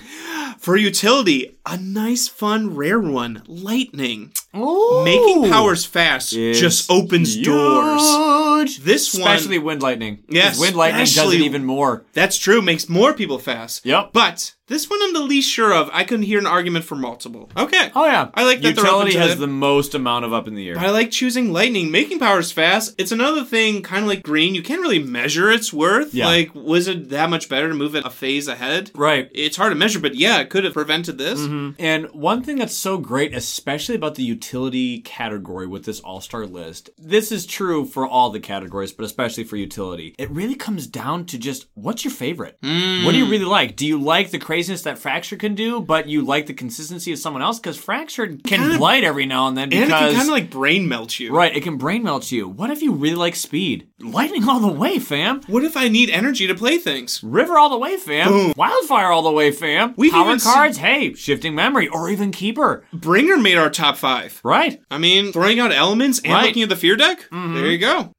[SPEAKER 1] For utility, a nice, fun, rare one, lightning. Making powers fast just opens doors.
[SPEAKER 3] Huge.
[SPEAKER 1] This one,
[SPEAKER 3] Especially wind lightning. 'Cause
[SPEAKER 1] Yes,
[SPEAKER 3] wind lightning does it
[SPEAKER 1] especially-
[SPEAKER 3] even more.
[SPEAKER 1] That's true. Makes more people fast.
[SPEAKER 3] Yep.
[SPEAKER 1] But this one I'm the least sure of. I couldn't hear an argument for multiple. Okay.
[SPEAKER 3] Oh yeah,
[SPEAKER 1] I like that they're open
[SPEAKER 3] utility
[SPEAKER 1] to
[SPEAKER 3] has
[SPEAKER 1] that.
[SPEAKER 3] the most amount of up in the air.
[SPEAKER 1] I like choosing lightning. Making powers fast. It's another thing, kind of like green. You can't really measure its worth.
[SPEAKER 3] Yeah.
[SPEAKER 1] Like, was it that much better to move it a phase ahead?
[SPEAKER 3] Right. Mm-hmm,
[SPEAKER 1] It's hard to measure, but yeah, it could have prevented this.
[SPEAKER 3] And one thing that's so great, especially about the utility category with this all star list, this is true for all the categories, but especially for utility. It really comes down to just what's your favorite?
[SPEAKER 1] Hmm.
[SPEAKER 3] What do you really like? Do you like the craziness that Fracture can do, but you like the consistency of someone else? Because Fracture can blight every now and then
[SPEAKER 1] And it can
[SPEAKER 3] because.
[SPEAKER 1] kind of like brain melt you.
[SPEAKER 3] Right, it can brain melt you. What if you really like speed? Lightning all the way, fam.
[SPEAKER 1] What if I need energy to play things?
[SPEAKER 3] River all the way, fam. Wildfire all the way, fam.
[SPEAKER 1] We've
[SPEAKER 3] Power
[SPEAKER 1] even seen-
[SPEAKER 3] cards, hey, shifting memory, or even keeper.
[SPEAKER 1] Bringer made our top five.
[SPEAKER 3] Right.
[SPEAKER 1] I mean, throwing out elements and
[SPEAKER 3] Right. Mm-hmm.
[SPEAKER 1] looking at the fear deck. There you go.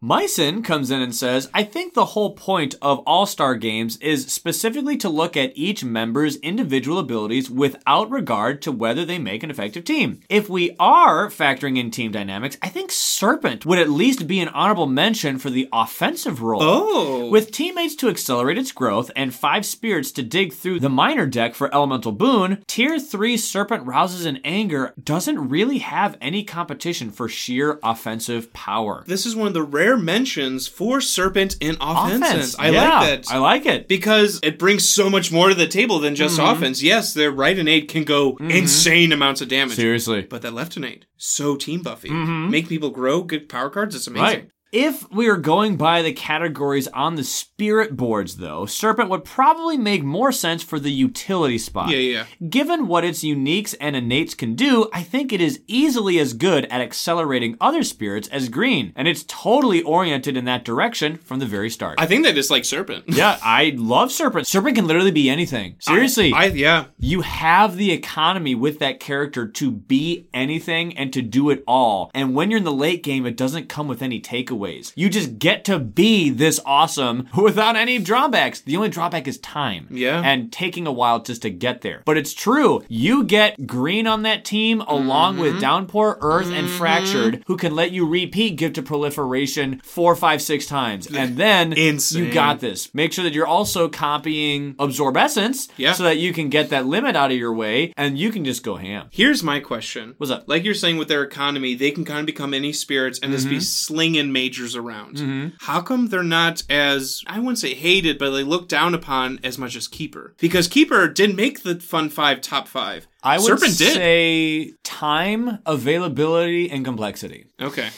[SPEAKER 3] Meissen comes in and says, I think the whole point of All Star games is specifically to look at each member's individual abilities without regard to whether they make an effective team. If we are factoring in team dynamics, I think Serpent would at least be an honorable mention for the offensive role.
[SPEAKER 1] Oh,
[SPEAKER 3] With teammates to accelerate its growth and five spirits to dig through the minor deck for elemental boon, tier 3 serpent rouses in anger doesn't really have any competition for sheer offensive power.
[SPEAKER 1] this is one of the rare mentions for serpent in offense. I
[SPEAKER 3] yeah,
[SPEAKER 1] like that.
[SPEAKER 3] I like it.
[SPEAKER 1] because it brings so much more to the table than just
[SPEAKER 3] Mm-hmm.
[SPEAKER 1] offense. Yes, their right and aid can go insane amounts of damage.
[SPEAKER 3] Seriously.
[SPEAKER 1] But that left and aid, so team buffy. Make people grow, good power cards, it's amazing.
[SPEAKER 3] Mm-hmm. Right. If we are going by the categories on the spirit boards, though, Serpent would probably make more sense for the utility spot.
[SPEAKER 1] Yeah, yeah.
[SPEAKER 3] Given what its uniques and innates can do, I think it is easily as good at accelerating other spirits as green, and it's totally oriented in that direction from the very start.
[SPEAKER 1] I think they just like serpent.
[SPEAKER 3] yeah, I love Serpent. Serpent can literally be anything. Seriously.
[SPEAKER 1] I, yeah.
[SPEAKER 3] You have the economy with that character to be anything and to do it all. And when you're in the late game, it doesn't come with any takeaways. You just get to be this awesome without any drawbacks. The only drawback is time.
[SPEAKER 1] Yeah.
[SPEAKER 3] And taking a while just to get there. But it's true. You get green on that team along with
[SPEAKER 1] Mm-hmm.
[SPEAKER 3] Downpour, Earth, and Fractured, who can let you repeat Gift of Proliferation four, five, six times. And then
[SPEAKER 1] Insane.
[SPEAKER 3] you got this. Make sure that you're also copying Absorb Essence
[SPEAKER 1] Yeah.
[SPEAKER 3] so that you can get that limit out of your way and you can just go ham.
[SPEAKER 1] Here's my question.
[SPEAKER 3] What's up?
[SPEAKER 1] Like you're saying with their economy, they can kind of become any spirits and
[SPEAKER 3] Mm-hmm.
[SPEAKER 1] just be slinging majors around. How come they're not as, I wouldn't say hated, but they look down upon as much as Keeper? Because Keeper didn't make the Fun Five top five.
[SPEAKER 3] I would
[SPEAKER 1] Serpent did.
[SPEAKER 3] say time, availability, and complexity.
[SPEAKER 1] Okay.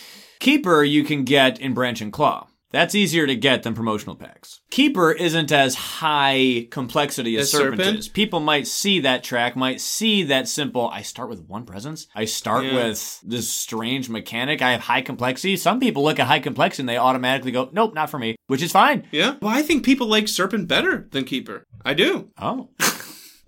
[SPEAKER 3] Keeper you can get in Branch and Claw. That's easier to get than promotional packs. Keeper isn't as high complexity as
[SPEAKER 1] As
[SPEAKER 3] Serpent,
[SPEAKER 1] Serpent?
[SPEAKER 3] is. People might see that track, might see that simple, I start with one presence. I start
[SPEAKER 1] Yeah.
[SPEAKER 3] with this strange mechanic. I have high complexity. Some people look at high complexity and they automatically go, nope, not for me, which is fine.
[SPEAKER 1] Yeah. Well, I think people like Serpent better than Keeper. I do.
[SPEAKER 3] Oh.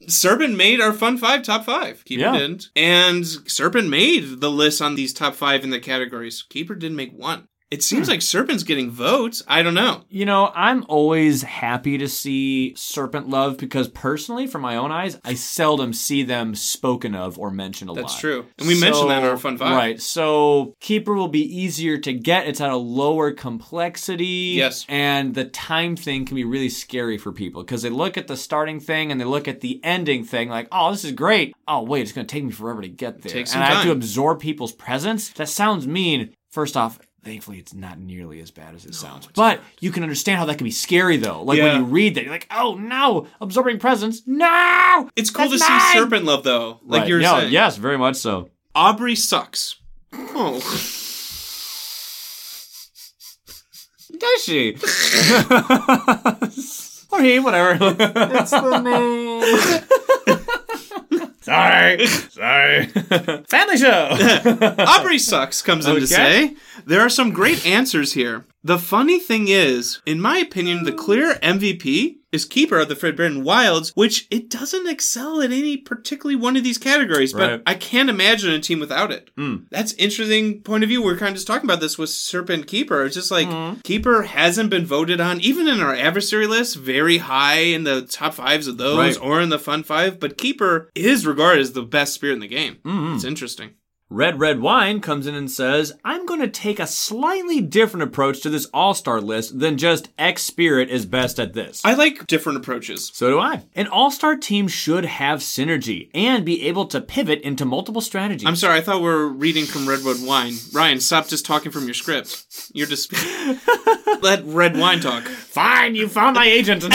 [SPEAKER 1] Serpent made our Fun Five top five. Keeper
[SPEAKER 3] Yeah.
[SPEAKER 1] didn't. And Serpent made the list on these top five in the categories. Keeper didn't make one. It
[SPEAKER 3] Hmm.
[SPEAKER 1] seems like Serpent's getting votes. I don't know.
[SPEAKER 3] You know, I'm always happy to see Serpent Love because personally, from my own eyes, I seldom see them spoken of or mentioned a lot.
[SPEAKER 1] That's true. And we mentioned that in our fun five.
[SPEAKER 3] Right. So Keeper will be easier to get. It's at a lower complexity.
[SPEAKER 1] Yes.
[SPEAKER 3] And the time thing can be really scary for people because they look at the starting thing and they look at the ending thing like, oh, this is great. Oh, wait, it's going to take me forever to get there.
[SPEAKER 1] Takes
[SPEAKER 3] and
[SPEAKER 1] some
[SPEAKER 3] I have to
[SPEAKER 1] time.
[SPEAKER 3] absorb people's presence. That sounds mean. First off, Thankfully, it's not nearly as bad as it sounds. But you can understand how that can be scary, though. Like
[SPEAKER 1] Yeah.
[SPEAKER 3] when you read that, you're like, "Oh no, absorbing presence, no!"
[SPEAKER 1] It's cool
[SPEAKER 3] That's
[SPEAKER 1] to
[SPEAKER 3] mine!
[SPEAKER 1] see Serpent Love though. Like
[SPEAKER 3] Right.
[SPEAKER 1] you're
[SPEAKER 3] Yeah,
[SPEAKER 1] saying.
[SPEAKER 3] yes, very much so.
[SPEAKER 1] Aubrey sucks. Oh.
[SPEAKER 3] Does she? or he, whatever. That's
[SPEAKER 1] Oh.
[SPEAKER 3] the name. Sorry. Sorry. Family show.
[SPEAKER 1] Aubrey sucks comes in to
[SPEAKER 3] Okay.
[SPEAKER 1] say. There are some great answers here. The funny thing is, in my opinion, the clear MVP is Keeper of the Forbidden Wilds, which it doesn't excel at any particularly one of these categories, but
[SPEAKER 3] Right. Hmm.
[SPEAKER 1] I can't imagine a team without it. That's interesting point of view. We are kind of just talking about this with Serpent Keeper. It's just like
[SPEAKER 3] Hmm.
[SPEAKER 1] Keeper hasn't been voted on, even in our adversary list, very high in the top fives of those
[SPEAKER 3] Right. Hmm.
[SPEAKER 1] or in the fun five, but Keeper is regarded as the best spirit in the game. It's interesting.
[SPEAKER 3] Red Red Wine comes in and says, I'm going to take a slightly different approach to this all star list than just X Spirit is best at this.
[SPEAKER 1] I like different approaches.
[SPEAKER 3] So do I. An all star team should have synergy and be able to pivot into multiple strategies.
[SPEAKER 1] I'm sorry, I thought we were reading from Redwood Wine. Ryan, stop just talking from your script. You're just let red wine talk.
[SPEAKER 2] Fine, you found my agent.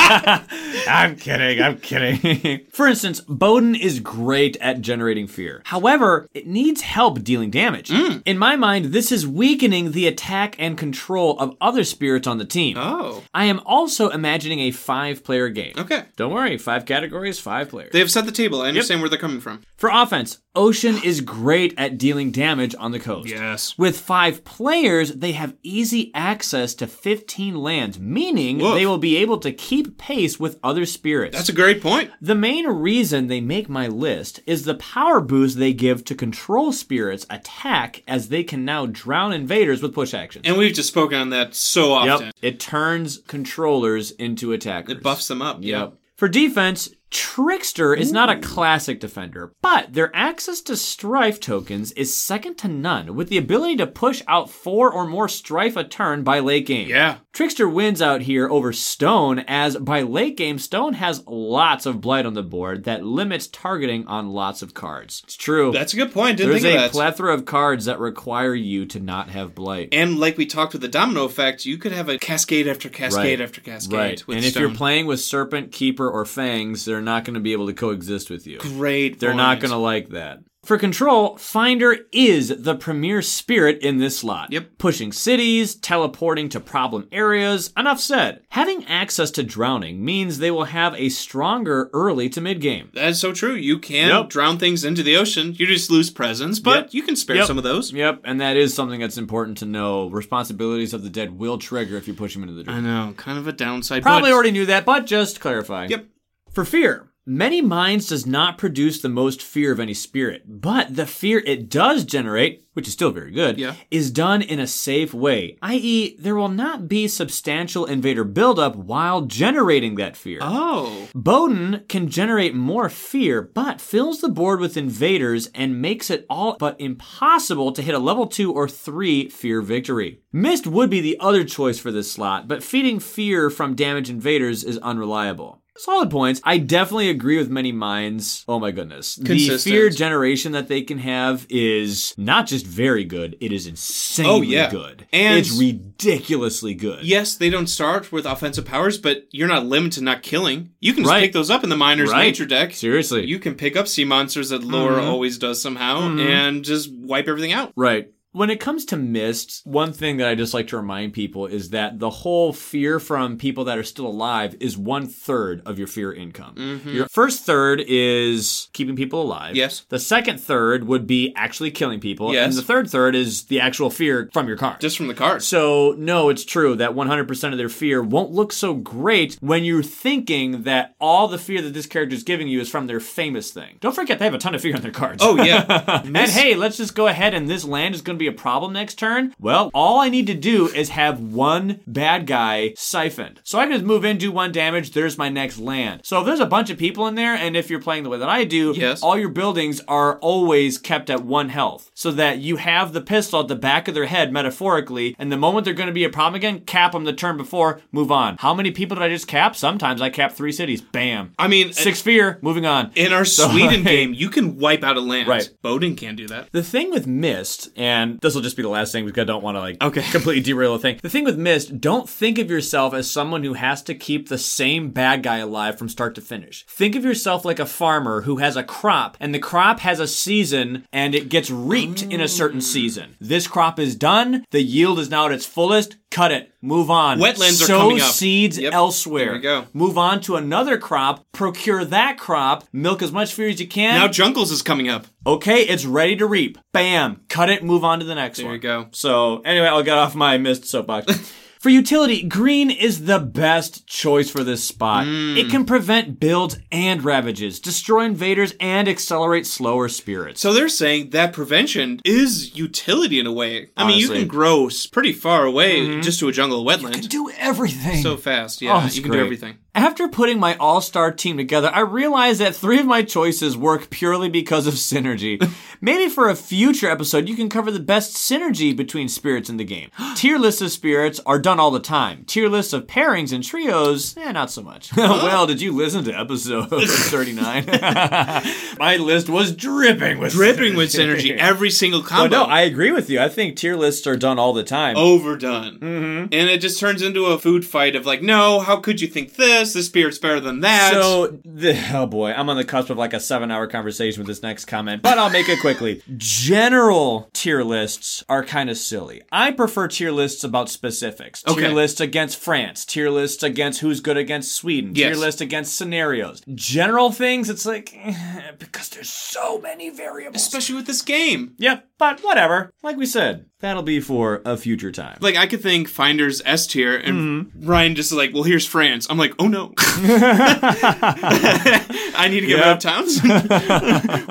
[SPEAKER 2] I'm kidding. I'm kidding.
[SPEAKER 3] For instance, Bowden is great at generating fear. However, it needs help dealing damage.
[SPEAKER 2] Mm.
[SPEAKER 3] In my mind, this is weakening the attack and control of other spirits on the team.
[SPEAKER 1] Oh,
[SPEAKER 3] I am also imagining a five player game.
[SPEAKER 1] okay.
[SPEAKER 3] Don't worry, five categories, five players.
[SPEAKER 1] They have set the table. I understand where they're coming from.
[SPEAKER 3] For offense, Ocean is great at dealing damage on the coast.
[SPEAKER 1] Yes.
[SPEAKER 3] With five players, they have easy access to 15 lands, meaning
[SPEAKER 1] Woof.
[SPEAKER 3] they will be able to keep pace with other spirits.
[SPEAKER 1] That's a great point.
[SPEAKER 3] The main reason they make my list is the power boost they give to control spirits attack as they can now drown invaders with push actions.
[SPEAKER 1] And we've just spoken on that so often.
[SPEAKER 3] Yep. It turns controllers into attackers.
[SPEAKER 1] It buffs them up.
[SPEAKER 3] Yep. For defense, Trickster is not a classic defender, but their access to strife tokens is second to none, with the ability to push out four or more strife a turn by late game.
[SPEAKER 1] Yeah.
[SPEAKER 3] Trickster wins out here over Stone, as by late game, Stone has lots of blight on the board that limits targeting on lots of cards. It's true.
[SPEAKER 1] That's a good point. Didn't
[SPEAKER 3] There's
[SPEAKER 1] think of
[SPEAKER 3] a
[SPEAKER 1] that.
[SPEAKER 3] plethora of cards that require you to not have blight.
[SPEAKER 1] and like we talked with the domino effect, you could have a cascade after cascade
[SPEAKER 3] Right.
[SPEAKER 1] after cascade.
[SPEAKER 3] Right.
[SPEAKER 1] With
[SPEAKER 3] and if
[SPEAKER 1] stone.
[SPEAKER 3] you're playing with Serpent, Keeper, or Fangs, they're not going to be able to coexist with you.
[SPEAKER 1] great,
[SPEAKER 3] They're not
[SPEAKER 1] point.
[SPEAKER 3] going to like that. For control, Finder is the premier spirit in this slot.
[SPEAKER 1] Yep.
[SPEAKER 3] Pushing cities, teleporting to problem areas, enough said. Having access to drowning means they will have a stronger early to mid game.
[SPEAKER 1] That is so true. You can
[SPEAKER 3] Yep.
[SPEAKER 1] drown things into the ocean. You just lose presence, but
[SPEAKER 3] Yep.
[SPEAKER 1] you can spare
[SPEAKER 3] Yep.
[SPEAKER 1] some of those.
[SPEAKER 3] Yep, and that is something that's important to know. Responsibilities of the dead will trigger if you push him into the
[SPEAKER 1] I
[SPEAKER 3] drain.
[SPEAKER 1] know, kind of a downside.
[SPEAKER 3] Probably
[SPEAKER 1] but-
[SPEAKER 3] already knew that, but just to clarify.
[SPEAKER 1] Yep.
[SPEAKER 3] For fear, many minds does not produce the most fear of any spirit, but the fear it does generate, which is still very good,
[SPEAKER 1] Yeah.
[SPEAKER 3] is done in a safe way, i.e., there will not be substantial invader buildup while generating that fear.
[SPEAKER 1] Oh,
[SPEAKER 3] Bowden can generate more fear, but fills the board with invaders and makes it all but impossible to hit a level 2 or 3 fear victory. Mist would be the other choice for this slot, but feeding fear from damage invaders is unreliable. Solid points. I definitely agree with many minds. Oh my goodness. The
[SPEAKER 1] Consistent.
[SPEAKER 3] fear generation that they can have is not just very good, it is insanely
[SPEAKER 1] Oh, yeah.
[SPEAKER 3] good.
[SPEAKER 1] And-
[SPEAKER 3] it's ridiculously good.
[SPEAKER 1] yes, they don't start with offensive powers, but you're not limited to not killing. You can just
[SPEAKER 3] Right.
[SPEAKER 1] pick those up in the miner's
[SPEAKER 3] Right.
[SPEAKER 1] nature deck.
[SPEAKER 3] Seriously. Mm-hmm.
[SPEAKER 1] You can pick up sea monsters that lore always does somehow, and just wipe everything out.
[SPEAKER 3] Right. When it comes to mists, one thing that I just like to remind people is that the whole fear from people that are still alive is one third of your fear income. Your first third is keeping people alive.
[SPEAKER 1] Mm-hmm. Yes.
[SPEAKER 3] The second third would be actually killing people.
[SPEAKER 1] Yes.
[SPEAKER 3] And the third third is the actual fear from your car.
[SPEAKER 1] Just from the cards.
[SPEAKER 3] So, no, it's true that 100% of their fear won't look so great when you're thinking that all the fear that this character is giving you is from their famous thing. Don't forget, they have a ton of fear on their cards.
[SPEAKER 1] Oh yeah,
[SPEAKER 3] And hey, let's just go ahead and this land is going to be a problem next turn. Well, all I need to do is have one bad guy siphoned. So I can just move in, do one damage, there's my next land. So if there's a bunch of people in there, and if you're playing the way that I do,
[SPEAKER 1] Yes.
[SPEAKER 3] all your buildings are always kept at one health so that you have the pistol at the back of their head, metaphorically, and the moment they're going to be a problem again, cap them the turn before, move on. How many people did I just cap? Sometimes I cap three cities. Bam.
[SPEAKER 1] I mean,
[SPEAKER 3] Six fear, moving on.
[SPEAKER 1] in our Sweden game, you can wipe out a land.
[SPEAKER 3] Right.
[SPEAKER 1] Bowden can't do that.
[SPEAKER 3] The thing with Mist, and this will just be the last thing because I don't want to like
[SPEAKER 1] Okay.
[SPEAKER 3] completely derail the thing. The thing with Mist, don't think of yourself as someone who has to keep the same bad guy alive from start to finish. Think of yourself like a farmer who has a crop and the crop has a season and it gets reaped in a
[SPEAKER 1] Mm.
[SPEAKER 3] certain season. This crop is done, the yield is now at its fullest, cut it, move on.
[SPEAKER 1] Wetlands are
[SPEAKER 3] Sow
[SPEAKER 1] coming up.
[SPEAKER 3] seeds
[SPEAKER 1] Yep.
[SPEAKER 3] elsewhere.
[SPEAKER 1] There you go.
[SPEAKER 3] Move on to another crop, procure that crop, milk as much fear as you can.
[SPEAKER 1] Now Jungles is coming up.
[SPEAKER 3] Okay, it's ready to reap. Bam. Cut it, move on to the next one.
[SPEAKER 1] There you go.
[SPEAKER 3] So, anyway, I'll get off my missed soapbox. For utility, green is the best choice for this spot.
[SPEAKER 1] Mm.
[SPEAKER 3] It can prevent builds and ravages, destroy invaders, and accelerate slower spirits.
[SPEAKER 1] So they're saying that prevention is utility in a way. I mean,
[SPEAKER 3] Honestly.
[SPEAKER 1] you
[SPEAKER 3] Mm-hmm.
[SPEAKER 1] can grow s- pretty far away just to a jungle wetland.
[SPEAKER 3] do everything.
[SPEAKER 1] So fast, yeah.
[SPEAKER 3] Oh, it's
[SPEAKER 1] you can
[SPEAKER 3] great.
[SPEAKER 1] do everything.
[SPEAKER 3] After putting my all star team together, I realized that three of my choices work purely because of synergy. Maybe for a future episode, you can cover the best synergy between spirits in the game. Tier lists of spirits are done all the time. Tier lists of pairings and trios, eh, not so much. well, did you listen to episode 39? my list was dripping with
[SPEAKER 1] Dripping with synergy every single combo.
[SPEAKER 3] Oh, no, I agree with you. I think tier lists are done all the time.
[SPEAKER 1] overdone. Mm-hmm. And it just turns into a food fight of like, no, how could you think this? This spirit's better than that.
[SPEAKER 3] So, the, oh boy, I'm on the cusp of like a seven hour conversation with this next comment, but I'll make it quickly. General tier lists are kind of silly. I prefer tier lists about specifics. Tier
[SPEAKER 1] Okay.
[SPEAKER 3] lists against France, tier lists against who's good against Sweden, tier
[SPEAKER 1] Yes.
[SPEAKER 3] list against scenarios. General things, it's like, eh, because there's so many variables.
[SPEAKER 1] Especially with this game.
[SPEAKER 3] Yep, but whatever. Like we said, that'll be for a future time.
[SPEAKER 1] Like, I could think Finder's S tier, and
[SPEAKER 3] Mm-hmm.
[SPEAKER 1] Ryan just is like, well, here's France. I'm like, oh no. I need to get rid of towns.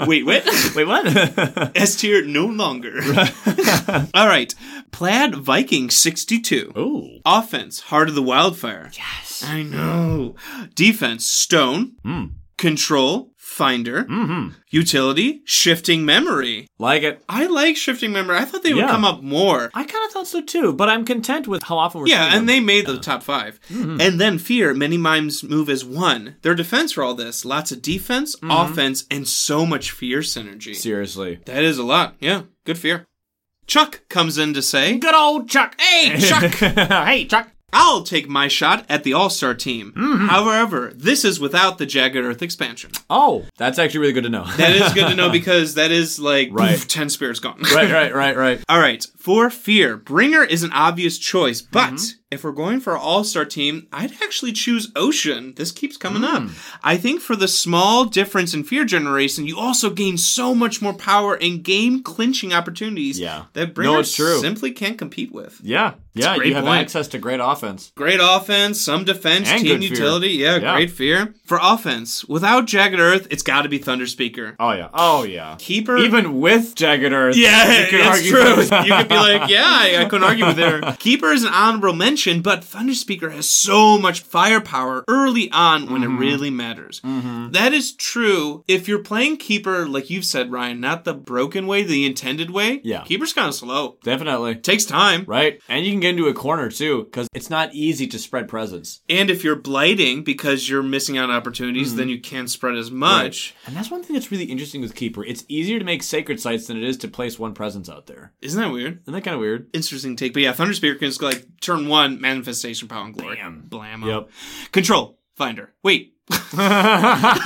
[SPEAKER 1] wait, what?
[SPEAKER 3] Wait, what?
[SPEAKER 1] S tier no longer. All right. Plaid Viking 62.
[SPEAKER 3] Ooh.
[SPEAKER 1] Offense, Heart of the Wildfire. Yes. I know. Defense, Stone. Control, Finder. Utility, Shifting Memory.
[SPEAKER 3] Like it.
[SPEAKER 1] I like Shifting Memory. I thought they would
[SPEAKER 3] Yeah.
[SPEAKER 1] come up more.
[SPEAKER 3] I kind of thought so too, but I'm content with how often we're seeing
[SPEAKER 1] Yeah,
[SPEAKER 3] them.
[SPEAKER 1] and they made the top 5 And then Fear, many mimes move as one. Their defense for all this lots of defense, offense, and so much fear synergy.
[SPEAKER 3] Seriously.
[SPEAKER 1] that is a lot. Yeah, good fear. Chuck comes in to say,
[SPEAKER 3] Good old Chuck. Hey,
[SPEAKER 1] Chuck.
[SPEAKER 3] hey, Chuck.
[SPEAKER 1] I'll take my shot at the All Star team.
[SPEAKER 3] Mm-hmm.
[SPEAKER 1] However, this is without the Jagged Earth expansion.
[SPEAKER 3] Oh, that's actually really good to know.
[SPEAKER 1] That is good to know because that is like
[SPEAKER 3] Right.
[SPEAKER 1] poof, 10 spirits gone.
[SPEAKER 3] right, right, right, right.
[SPEAKER 1] All right, for Fear, Bringer is an obvious choice, but
[SPEAKER 3] Mm-hmm.
[SPEAKER 1] if we're going for an all star team, I'd actually choose Ocean. This keeps coming up.
[SPEAKER 3] Mm.
[SPEAKER 1] I think for the small difference in Fear Generation, you also gain so much more power and game clinching opportunities
[SPEAKER 3] Yeah.
[SPEAKER 1] that Bringer
[SPEAKER 3] No, it's true.
[SPEAKER 1] simply can't compete with.
[SPEAKER 3] Yeah, yeah.
[SPEAKER 1] great
[SPEAKER 3] You have
[SPEAKER 1] point.
[SPEAKER 3] access to great offense.
[SPEAKER 1] Great offense, some defense,
[SPEAKER 3] And
[SPEAKER 1] team
[SPEAKER 3] good fear.
[SPEAKER 1] utility. Yeah,
[SPEAKER 3] Yeah.
[SPEAKER 1] great fear. For offense, without Jagged Earth, it's got to be Thunder Speaker.
[SPEAKER 3] Oh yeah, oh yeah.
[SPEAKER 1] Keeper.
[SPEAKER 3] Even with Jagged Earth,
[SPEAKER 1] yeah,
[SPEAKER 3] you could
[SPEAKER 1] it's
[SPEAKER 3] argue
[SPEAKER 1] true.
[SPEAKER 3] that-
[SPEAKER 1] you could be like, yeah, I, I couldn't argue with her. Keeper is an honorable mention, but Thunder Speaker has so much firepower early on when
[SPEAKER 3] Mm-hmm.
[SPEAKER 1] it really matters. That is true. If you're playing Keeper, like you've said, Ryan, not the broken way, the intended way.
[SPEAKER 3] Yeah.
[SPEAKER 1] Keeper's kind of slow.
[SPEAKER 3] definitely.
[SPEAKER 1] Takes time.
[SPEAKER 3] Right, and you can get into a corner too, because it's not easy to spread presence.
[SPEAKER 1] And if you're blighting because you're missing out on opportunities,
[SPEAKER 3] Mm-hmm.
[SPEAKER 1] then you can't spread as much.
[SPEAKER 3] And that's one thing that's really interesting with Keeper. It's easier to make sacred sites than it is to place one presence out there.
[SPEAKER 1] Isn't that weird?
[SPEAKER 3] Isn't that kind of weird?
[SPEAKER 1] Interesting take. But yeah, Thunder Spear can just like turn one, manifestation, power, and glory. Blam. Blam. 'em.
[SPEAKER 3] Yep.
[SPEAKER 1] Control. Finder. Wait.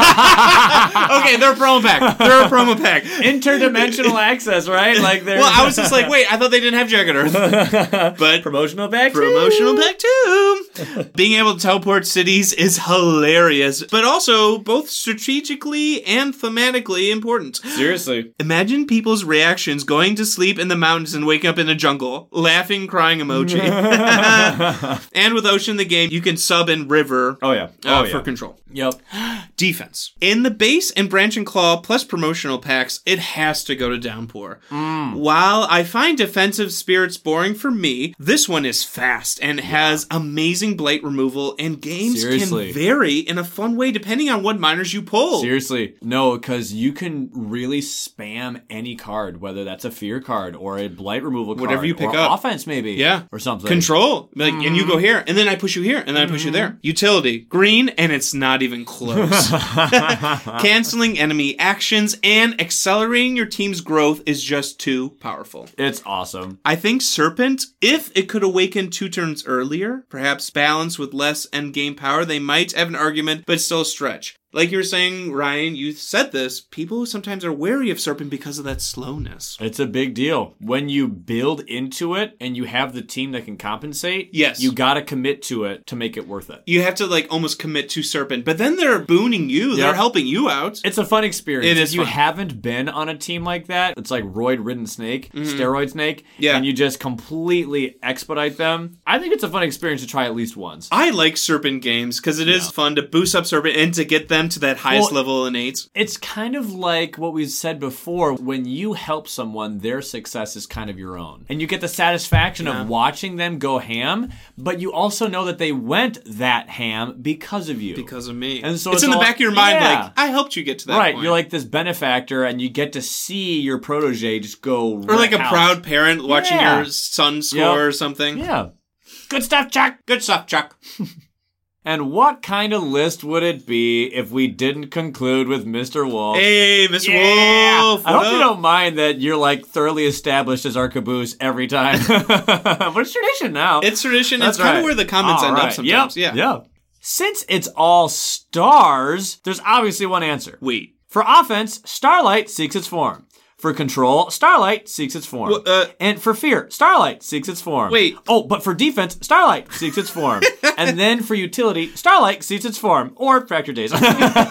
[SPEAKER 1] okay, they're a promo pack. They're a promo pack.
[SPEAKER 3] Interdimensional access, right? Like there's
[SPEAKER 1] Well, I was just like, wait, I thought they didn't have Jagged Earth. But
[SPEAKER 3] promotional back.
[SPEAKER 1] promotional pack too. Being able to teleport cities is hilarious, but also both strategically and thematically important.
[SPEAKER 3] Seriously.
[SPEAKER 1] Imagine people's reactions going to sleep in the mountains and waking up in a jungle, laughing, crying emoji. and with Ocean the game, you can sub in River
[SPEAKER 3] Oh yeah.
[SPEAKER 1] uh,
[SPEAKER 3] Oh yeah.
[SPEAKER 1] for control.
[SPEAKER 3] yep.
[SPEAKER 1] Defense. In the base and branch and claw plus promotional packs, it has to go to downpour.
[SPEAKER 3] Mm.
[SPEAKER 1] While I find defensive spirits boring for me, this one is fast and has amazing blight removal, and games
[SPEAKER 3] Seriously.
[SPEAKER 1] can vary in a fun way depending on what miners you pull.
[SPEAKER 3] Seriously, no, because you can really spam any card, whether that's a fear card or a blight removal card,
[SPEAKER 1] Whatever you pick
[SPEAKER 3] or
[SPEAKER 1] up.
[SPEAKER 3] offense maybe,
[SPEAKER 1] Yeah.
[SPEAKER 3] or something.
[SPEAKER 1] Control. Like, and you go here, and then I push you here, and then I push you there. Utility. Green, and it's not even close. Canceling enemy actions and accelerating your team's growth is just too powerful.
[SPEAKER 3] It's awesome.
[SPEAKER 1] I think Serpent, if it could awaken two turns earlier, perhaps balanced with less endgame power, they might have an argument, but it's still a stretch. Like you were saying, Ryan, you said this. People sometimes are wary of Serpent because of that slowness.
[SPEAKER 3] It's a big deal. When you build into it and you have the team that can compensate,
[SPEAKER 1] Yes.
[SPEAKER 3] you got to commit to it to make it worth it.
[SPEAKER 1] You have to like almost commit to Serpent, but then they're booning you. They're helping you out.
[SPEAKER 3] It's a fun experience.
[SPEAKER 1] It
[SPEAKER 3] if
[SPEAKER 1] is
[SPEAKER 3] you
[SPEAKER 1] fun.
[SPEAKER 3] haven't been on a team like that, it's like roid ridden snake, steroid snake,
[SPEAKER 1] Mm-hmm. Yeah.
[SPEAKER 3] and you just completely expedite them. I think it's a fun experience to try at least once.
[SPEAKER 1] I like Serpent games because it is fun to boost up Serpent and to get them to that highest
[SPEAKER 3] Well-
[SPEAKER 1] level innate.
[SPEAKER 3] It's kind of like what we've said before. When you help someone, their success is kind of your own. And you get the satisfaction of watching them go ham, but you also know that they went that ham because of you.
[SPEAKER 1] Because of me.
[SPEAKER 3] And so
[SPEAKER 1] it's,
[SPEAKER 3] it's
[SPEAKER 1] in the
[SPEAKER 3] all-
[SPEAKER 1] back of your mind,
[SPEAKER 3] Yeah.
[SPEAKER 1] like, I helped you get to that
[SPEAKER 3] Right,
[SPEAKER 1] point.
[SPEAKER 3] you're like this benefactor, and you get to see your protege just go.
[SPEAKER 1] or like a proud parent watching
[SPEAKER 3] Yeah.
[SPEAKER 1] your son score
[SPEAKER 3] Yep.
[SPEAKER 1] or something.
[SPEAKER 3] Yeah. Good stuff, Chuck.
[SPEAKER 1] Good stuff, Chuck.
[SPEAKER 3] And what kind of list would it be if we didn't conclude with Mr. Wolf?
[SPEAKER 1] Hey, Miss
[SPEAKER 3] Yeah.
[SPEAKER 1] Wolf.
[SPEAKER 3] I
[SPEAKER 1] what
[SPEAKER 3] hope you
[SPEAKER 1] up?
[SPEAKER 3] don't mind that you're like thoroughly established as our caboose every time. but it's tradition now.
[SPEAKER 1] It's tradition.
[SPEAKER 3] That's
[SPEAKER 1] it's kind
[SPEAKER 3] right.
[SPEAKER 1] of where the comments
[SPEAKER 3] All
[SPEAKER 1] end up
[SPEAKER 3] right.
[SPEAKER 1] sometimes.
[SPEAKER 3] Yep.
[SPEAKER 1] Yeah.
[SPEAKER 3] Yep. Since it's all stars, there's obviously one answer.
[SPEAKER 1] Wait.
[SPEAKER 3] For offense, Starlight seeks its form. For control, Starlight seeks its form.
[SPEAKER 1] Wha- uh-
[SPEAKER 3] and for fear, Starlight seeks its form.
[SPEAKER 1] Wait.
[SPEAKER 3] Oh, but for defense, Starlight seeks its form. and then for utility, Starlight seeks its form. Or Fracture Days.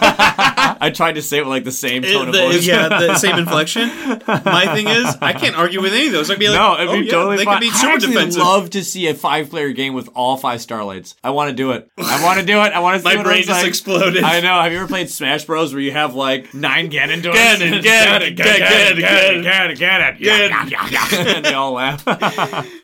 [SPEAKER 3] I tried to say it with like the same tone of
[SPEAKER 1] The-
[SPEAKER 3] voice.
[SPEAKER 1] yeah, the same inflection. My thing is, I can't argue with any of those. I'd be like,
[SPEAKER 3] No, it'd
[SPEAKER 1] oh,
[SPEAKER 3] be
[SPEAKER 1] yeah,
[SPEAKER 3] totally
[SPEAKER 1] they
[SPEAKER 3] fine.
[SPEAKER 1] could be
[SPEAKER 3] I
[SPEAKER 1] super
[SPEAKER 3] actually
[SPEAKER 1] defensive.
[SPEAKER 3] love to see a five-player game with all five starlights. I want to do it. I want to do it. I want to.
[SPEAKER 1] My brain just exploded.
[SPEAKER 3] I know. Have you ever played Smash Bros. where you have like nine Ganondorfs?
[SPEAKER 1] Ganon, Ganon, Ganon, Ganon, Ganon,
[SPEAKER 2] get it, get it. Yeah, yeah,
[SPEAKER 1] Ganon.
[SPEAKER 2] yeah, yeah.
[SPEAKER 3] and they all laugh.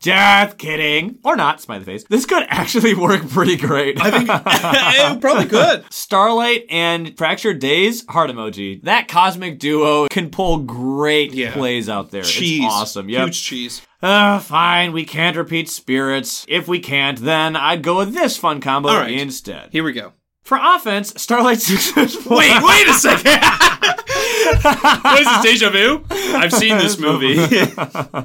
[SPEAKER 3] just kidding, or not? Smile the face. This could actually work pretty great. I think
[SPEAKER 1] it probably could.
[SPEAKER 3] Starlight and Fractured Days heart emoji. That cosmic duo can pull great
[SPEAKER 1] Yeah.
[SPEAKER 3] plays out there.
[SPEAKER 1] Cheese.
[SPEAKER 3] It's awesome. Yep.
[SPEAKER 1] Huge cheese.
[SPEAKER 3] Uh, fine, we can't repeat spirits. If we can't, then I'd go with this fun combo
[SPEAKER 1] All right.
[SPEAKER 3] instead.
[SPEAKER 1] Here we go.
[SPEAKER 3] For offense, Starlight Six
[SPEAKER 1] Wait, wait a second. what is this, deja vu? I've seen this movie.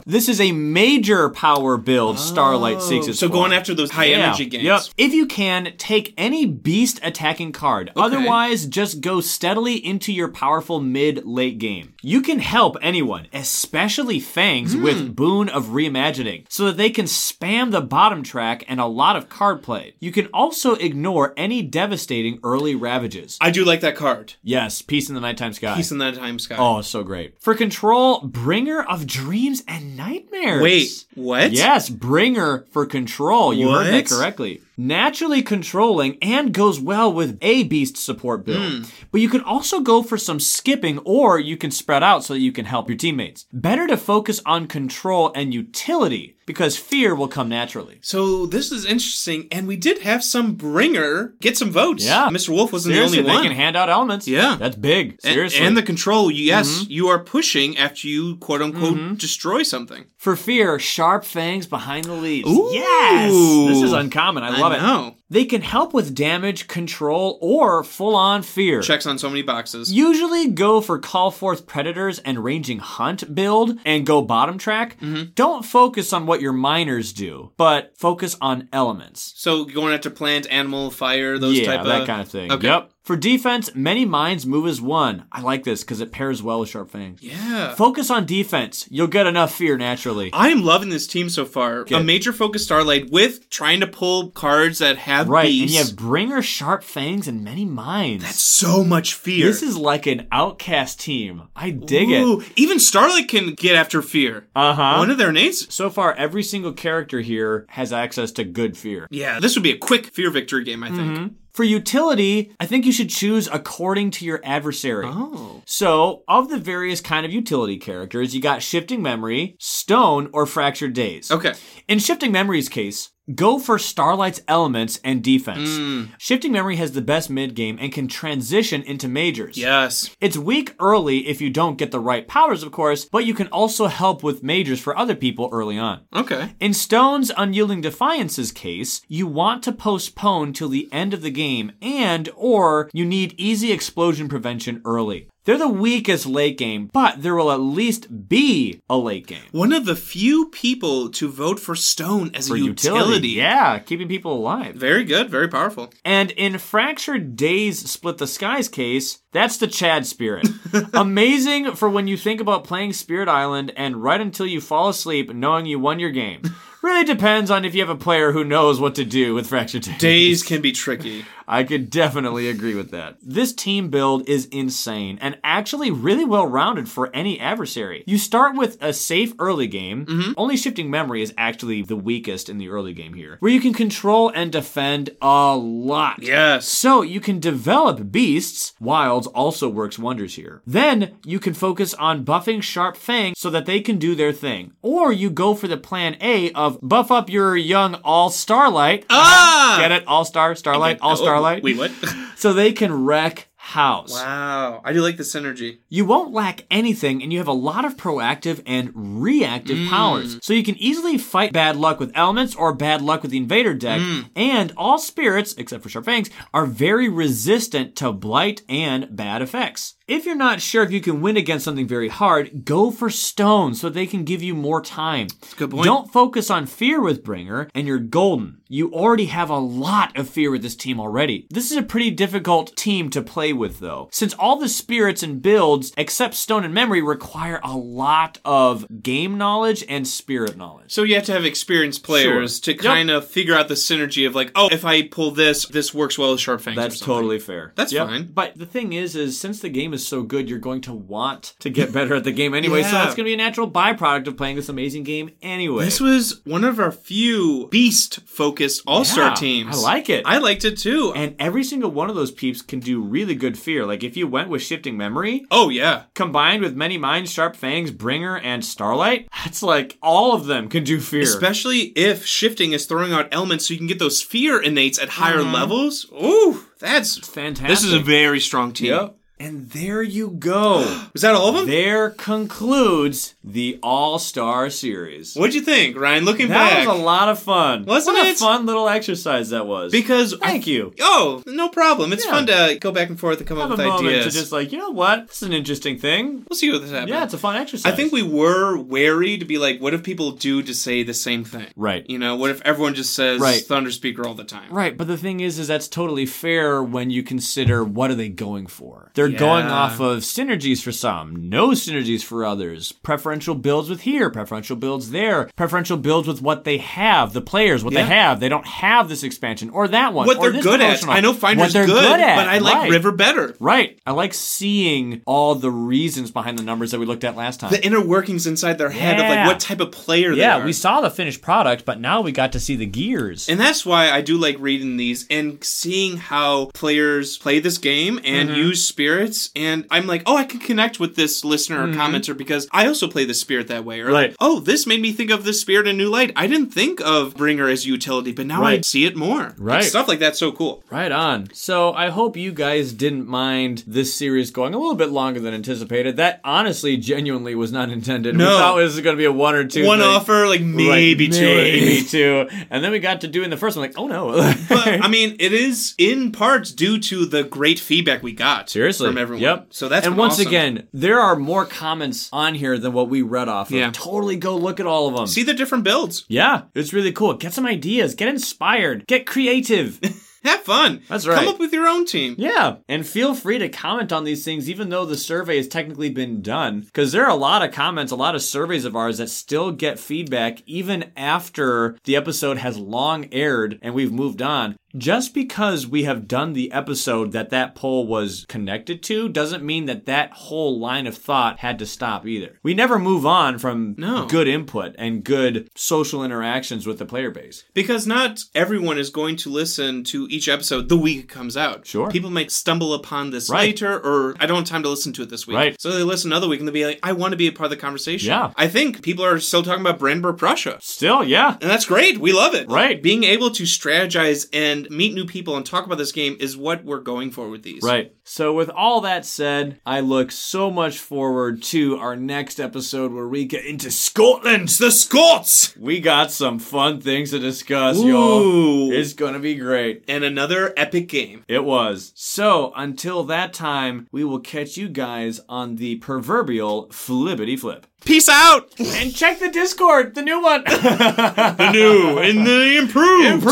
[SPEAKER 3] This is a major power build Starlight Six is
[SPEAKER 1] so going after those high energy games.
[SPEAKER 3] Yep. If you can, take any beast attacking card. Otherwise, just go steadily into your powerful mid late game. You can help anyone, especially Fangs,
[SPEAKER 1] Hmm.
[SPEAKER 3] with Boon of Reimagining, so that they can spam the bottom track and a lot of card play. You can also ignore any devastating early ravages.
[SPEAKER 1] I do like that card.
[SPEAKER 3] yes, Peace in the Nighttime Sky.
[SPEAKER 1] Peace in that time, Sky.
[SPEAKER 3] Oh, so great. For control, Bringer of Dreams and Nightmares.
[SPEAKER 1] Wait, what?
[SPEAKER 3] Yes, bringer for control. You heard that
[SPEAKER 1] What?
[SPEAKER 3] correctly. Naturally controlling and goes well with a beast support build.
[SPEAKER 1] Hmm.
[SPEAKER 3] But you can also go for some skipping or you can spread out so that you can help your teammates. Better to focus on control and utility because fear will come naturally.
[SPEAKER 1] So this is interesting, and we did have some bringer get some votes.
[SPEAKER 3] Yeah.
[SPEAKER 1] Mr. Wolf wasn't
[SPEAKER 3] Seriously,
[SPEAKER 1] the only
[SPEAKER 3] they
[SPEAKER 1] one.
[SPEAKER 3] can hand out elements.
[SPEAKER 1] Yeah.
[SPEAKER 3] That's big.
[SPEAKER 1] And-
[SPEAKER 3] Seriously. Mm-hmm.
[SPEAKER 1] And, the control, yes, you are pushing after you quote unquote destroy something.
[SPEAKER 3] For fear, sharp fangs behind the leaves.
[SPEAKER 1] Ooh.
[SPEAKER 3] Yes! This is uncommon. I love it.
[SPEAKER 1] know.
[SPEAKER 3] They can help with damage, control, or full on fear.
[SPEAKER 1] Checks on so many boxes.
[SPEAKER 3] Usually go for call forth predators and ranging hunt build and go bottom track.
[SPEAKER 1] Mm-hmm.
[SPEAKER 3] Don't focus on what your miners do, but focus on elements.
[SPEAKER 1] so going after plant, animal, fire, those
[SPEAKER 3] yeah,
[SPEAKER 1] type of
[SPEAKER 3] that kind of thing.
[SPEAKER 1] Okay.
[SPEAKER 3] Yep. For defense, many mines move as one. I like this because it pairs well with sharp fangs.
[SPEAKER 1] Yeah.
[SPEAKER 3] Focus on defense. You'll get enough fear naturally.
[SPEAKER 1] I am loving this team so far. A major focus Starlight with trying to pull cards that have
[SPEAKER 3] Right, and
[SPEAKER 1] beasts.
[SPEAKER 3] you have Bringer, Sharp Fangs, and many mines.
[SPEAKER 1] so much fear.
[SPEAKER 3] this is like an outcast team. I dig it.
[SPEAKER 1] Ooh, even Starlight can get after fear.
[SPEAKER 3] Uh huh.
[SPEAKER 1] One of their names.
[SPEAKER 3] So far, every single character here has access to good fear.
[SPEAKER 1] Yeah, this would be a quick fear victory game, I think.
[SPEAKER 3] For utility, I think you should choose according to your adversary.
[SPEAKER 1] Oh.
[SPEAKER 3] So, of the various kind of utility characters, you got Shifting Memory, Stone, or Fractured Days.
[SPEAKER 1] Okay.
[SPEAKER 3] In Shifting Memory's case, go for Starlight's elements and defense.
[SPEAKER 1] Hmm.
[SPEAKER 3] Shifting Memory has the best mid game and can transition into majors.
[SPEAKER 1] Yes.
[SPEAKER 3] It's weak early if you don't get the right powers, of course, but you can also help with majors for other people early on.
[SPEAKER 1] Okay.
[SPEAKER 3] In Stone's Unyielding Defiance's case, you want to postpone till the end of the game and or you need easy explosion prevention early. They're the weakest late game, but there will at least be a late game.
[SPEAKER 1] One of the few people to vote for Stone as a utility.
[SPEAKER 3] Yeah, keeping people alive.
[SPEAKER 1] Very good, very powerful.
[SPEAKER 3] And in Fractured Days Split the Skies case, that's the Chad spirit. Amazing for when you think about playing Spirit Island and right until you fall asleep knowing you won your game. Really depends on if you have a player who knows what to do with Fractured Days.
[SPEAKER 1] Days can be tricky.
[SPEAKER 3] I could definitely agree with that. This team build is insane and actually really well rounded for any adversary. You start with a safe early game. Only shifting memory is actually the weakest in the early game here, where you can control and defend a lot.
[SPEAKER 1] Yes.
[SPEAKER 3] So you can develop beasts. Wilds also works wonders here. Then you can focus on buffing Sharp Fang so that they can do their thing. Or you go for the plan A of buff up your young All Starlight.
[SPEAKER 1] Ah!
[SPEAKER 3] Get it? All Star, Starlight,
[SPEAKER 1] Oh,
[SPEAKER 3] All Starlight.
[SPEAKER 1] Wait, what?
[SPEAKER 3] So they can wreck house.
[SPEAKER 1] wow. I do like the synergy.
[SPEAKER 3] You won't lack anything, and you have a lot of proactive and reactive powers. So you can easily fight bad luck with elements or bad luck with the invader deck. And all spirits, except for Sharp Fangs, are very resistant to blight and bad effects. If you're not sure if you can win against something very hard, go for stone so they can give you more time.
[SPEAKER 1] good point.
[SPEAKER 3] Don't focus on fear with Bringer, and you're golden. You already have a lot of fear with this team already. This is a pretty difficult team to play with, though, since all the spirits and builds, except Stone and Memory, require a lot of game knowledge and spirit knowledge.
[SPEAKER 1] So you have to have experienced players
[SPEAKER 3] Sure.
[SPEAKER 1] to kind of figure out the synergy of like, oh, if I pull this, this works well as sharp fangs. or
[SPEAKER 3] That's
[SPEAKER 1] something.
[SPEAKER 3] totally fair.
[SPEAKER 1] That's fine.
[SPEAKER 3] But the thing is, is since the game is so good, you're going to want to get better at the game anyway. So
[SPEAKER 1] Yeah.
[SPEAKER 3] that's going to be a natural byproduct of playing this amazing game anyway.
[SPEAKER 1] This was one of our few beast focused all star
[SPEAKER 3] Yeah,
[SPEAKER 1] teams.
[SPEAKER 3] I like it.
[SPEAKER 1] I liked it too.
[SPEAKER 3] and every single one of those peeps can do really good fear. Like if you went with shifting memory,
[SPEAKER 1] oh yeah.
[SPEAKER 3] combined with many minds, sharp fangs, bringer, and starlight, that's like all of them can do fear.
[SPEAKER 1] Especially if shifting is throwing out elements so you can get those fear innates at higher levels. Ooh, that's
[SPEAKER 3] Uh-huh. fantastic.
[SPEAKER 1] This is a very strong team.
[SPEAKER 3] Yep. And there you go.
[SPEAKER 1] Was that all of them?
[SPEAKER 3] there concludes the All Star Series.
[SPEAKER 1] What'd you think, Ryan? Looking
[SPEAKER 3] That
[SPEAKER 1] back.
[SPEAKER 3] was a lot of fun.
[SPEAKER 1] Wasn't
[SPEAKER 3] what a
[SPEAKER 1] it?
[SPEAKER 3] fun little exercise that was.
[SPEAKER 1] because I-
[SPEAKER 3] Thank you.
[SPEAKER 1] Oh, no problem. It's
[SPEAKER 3] Yeah.
[SPEAKER 1] fun to go back and forth and come
[SPEAKER 3] Have
[SPEAKER 1] up
[SPEAKER 3] a
[SPEAKER 1] with
[SPEAKER 3] moment
[SPEAKER 1] ideas.
[SPEAKER 3] to just like, you know what? This is an interesting thing.
[SPEAKER 1] we'll see what this happens.
[SPEAKER 3] Yeah, it's a fun exercise.
[SPEAKER 1] I think we were wary to be like, what if people do to say the same thing?
[SPEAKER 3] Right.
[SPEAKER 1] You know, what if everyone just says
[SPEAKER 3] Right.
[SPEAKER 1] Thunder Speaker all the time?
[SPEAKER 3] Right, but the thing is, is that's totally fair when you consider what are they going for. They're
[SPEAKER 1] Yeah.
[SPEAKER 3] going off of synergies for some, no synergies for others, preferential builds with here, preferential builds there, preferential builds with what they have, the players, what
[SPEAKER 1] Yeah.
[SPEAKER 3] they have. They don't have this expansion or that one.
[SPEAKER 1] What
[SPEAKER 3] or
[SPEAKER 1] they're
[SPEAKER 3] this
[SPEAKER 1] good at.
[SPEAKER 3] promotional.
[SPEAKER 1] I know
[SPEAKER 3] What
[SPEAKER 1] Finder's
[SPEAKER 3] they're
[SPEAKER 1] good, but I like
[SPEAKER 3] right.
[SPEAKER 1] River better.
[SPEAKER 3] Right, I like seeing all the reasons behind the numbers that we looked at last time.
[SPEAKER 1] The inner workings inside their head of like
[SPEAKER 3] Yeah.
[SPEAKER 1] what type of player they
[SPEAKER 3] yeah,
[SPEAKER 1] are.
[SPEAKER 3] we saw the finished product, but now we got to see the gears.
[SPEAKER 1] And that's why I do like reading these and seeing how players play this game and
[SPEAKER 3] Mm-hmm.
[SPEAKER 1] use spirits. And I'm like, oh, I can connect with this listener or commenter because I also play the spirit that way. Or
[SPEAKER 3] Mm-hmm. Right.
[SPEAKER 1] like, oh, this made me think of the spirit in New Light. I didn't think of Bringer as utility, but now I
[SPEAKER 3] Right.
[SPEAKER 1] see it more. Like,
[SPEAKER 3] Right.
[SPEAKER 1] stuff like that's so cool.
[SPEAKER 3] Right on. So I hope you guys didn't mind this series going a little bit longer than anticipated. That honestly, genuinely was not intended.
[SPEAKER 1] No.
[SPEAKER 3] We thought this was going to be a one or two.
[SPEAKER 1] One
[SPEAKER 3] thing.
[SPEAKER 1] offer, like
[SPEAKER 3] Right,
[SPEAKER 1] maybe two.
[SPEAKER 3] maybe two, and then we got to doing the first one. Like, oh no.
[SPEAKER 1] but I mean, it is in parts due to the great feedback we got
[SPEAKER 3] Seriously,
[SPEAKER 1] from everyone.
[SPEAKER 3] Yep.
[SPEAKER 1] So that's
[SPEAKER 3] and
[SPEAKER 1] been
[SPEAKER 3] once
[SPEAKER 1] awesome.
[SPEAKER 3] again, there are more comments on here than what we read off. Of.
[SPEAKER 1] Yeah.
[SPEAKER 3] Totally go look at all of them.
[SPEAKER 1] see the different builds.
[SPEAKER 3] yeah, it's really cool. Get some ideas. Get inspired. Get creative.
[SPEAKER 1] Have fun.
[SPEAKER 3] That's
[SPEAKER 1] Come
[SPEAKER 3] right.
[SPEAKER 1] up with your own team.
[SPEAKER 3] Yeah, and feel free to comment on these things, even though the survey has technically been done, because there are a lot of comments, a lot of surveys of ours that still get feedback even after the episode has long aired and we've moved on. Just because we have done the episode that that poll was connected to doesn't mean that that whole line of thought had to stop either. We never move on from
[SPEAKER 1] No.
[SPEAKER 3] good input and good social interactions with the player base.
[SPEAKER 1] Because not everyone is going to listen to each episode the week it comes out.
[SPEAKER 3] Sure.
[SPEAKER 1] People might stumble upon this
[SPEAKER 3] Right.
[SPEAKER 1] later, or I don't have time to listen to it this week.
[SPEAKER 3] Right.
[SPEAKER 1] So they listen another week and they'll be like, I want to be a part of the conversation.
[SPEAKER 3] Yeah.
[SPEAKER 1] I think people are still talking about Brandenburg, Prussia.
[SPEAKER 3] Still, yeah.
[SPEAKER 1] And that's great. We love it.
[SPEAKER 3] Right.
[SPEAKER 1] Being able to strategize and meet new people and talk about this game is what we're going for with these.
[SPEAKER 3] Right. So, with all that said, I look so much forward to our next episode where we get into Scotland.
[SPEAKER 1] It's the Scots!
[SPEAKER 3] We got some fun things to discuss,
[SPEAKER 1] Ooh.
[SPEAKER 3] y'all. It's gonna be great.
[SPEAKER 1] And another epic game.
[SPEAKER 3] It was. So, until that time, we will catch you guys on the proverbial flippity flip.
[SPEAKER 1] Peace out!
[SPEAKER 2] And check the Discord, the new one.
[SPEAKER 1] the new and the improved.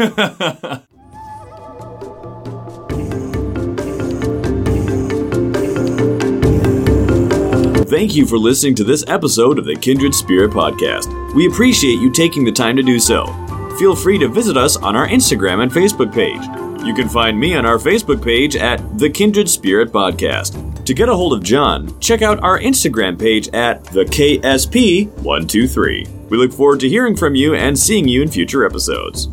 [SPEAKER 3] Improved! Thank you for listening to this episode of the Kindred Spirit Podcast. We appreciate you taking the time to do so. Feel free to visit us on our Instagram and Facebook page. You can find me on our Facebook page at The Kindred Spirit Podcast. To get a hold of John, check out our Instagram page at The KSP123. We look forward to hearing from you and seeing you in future episodes.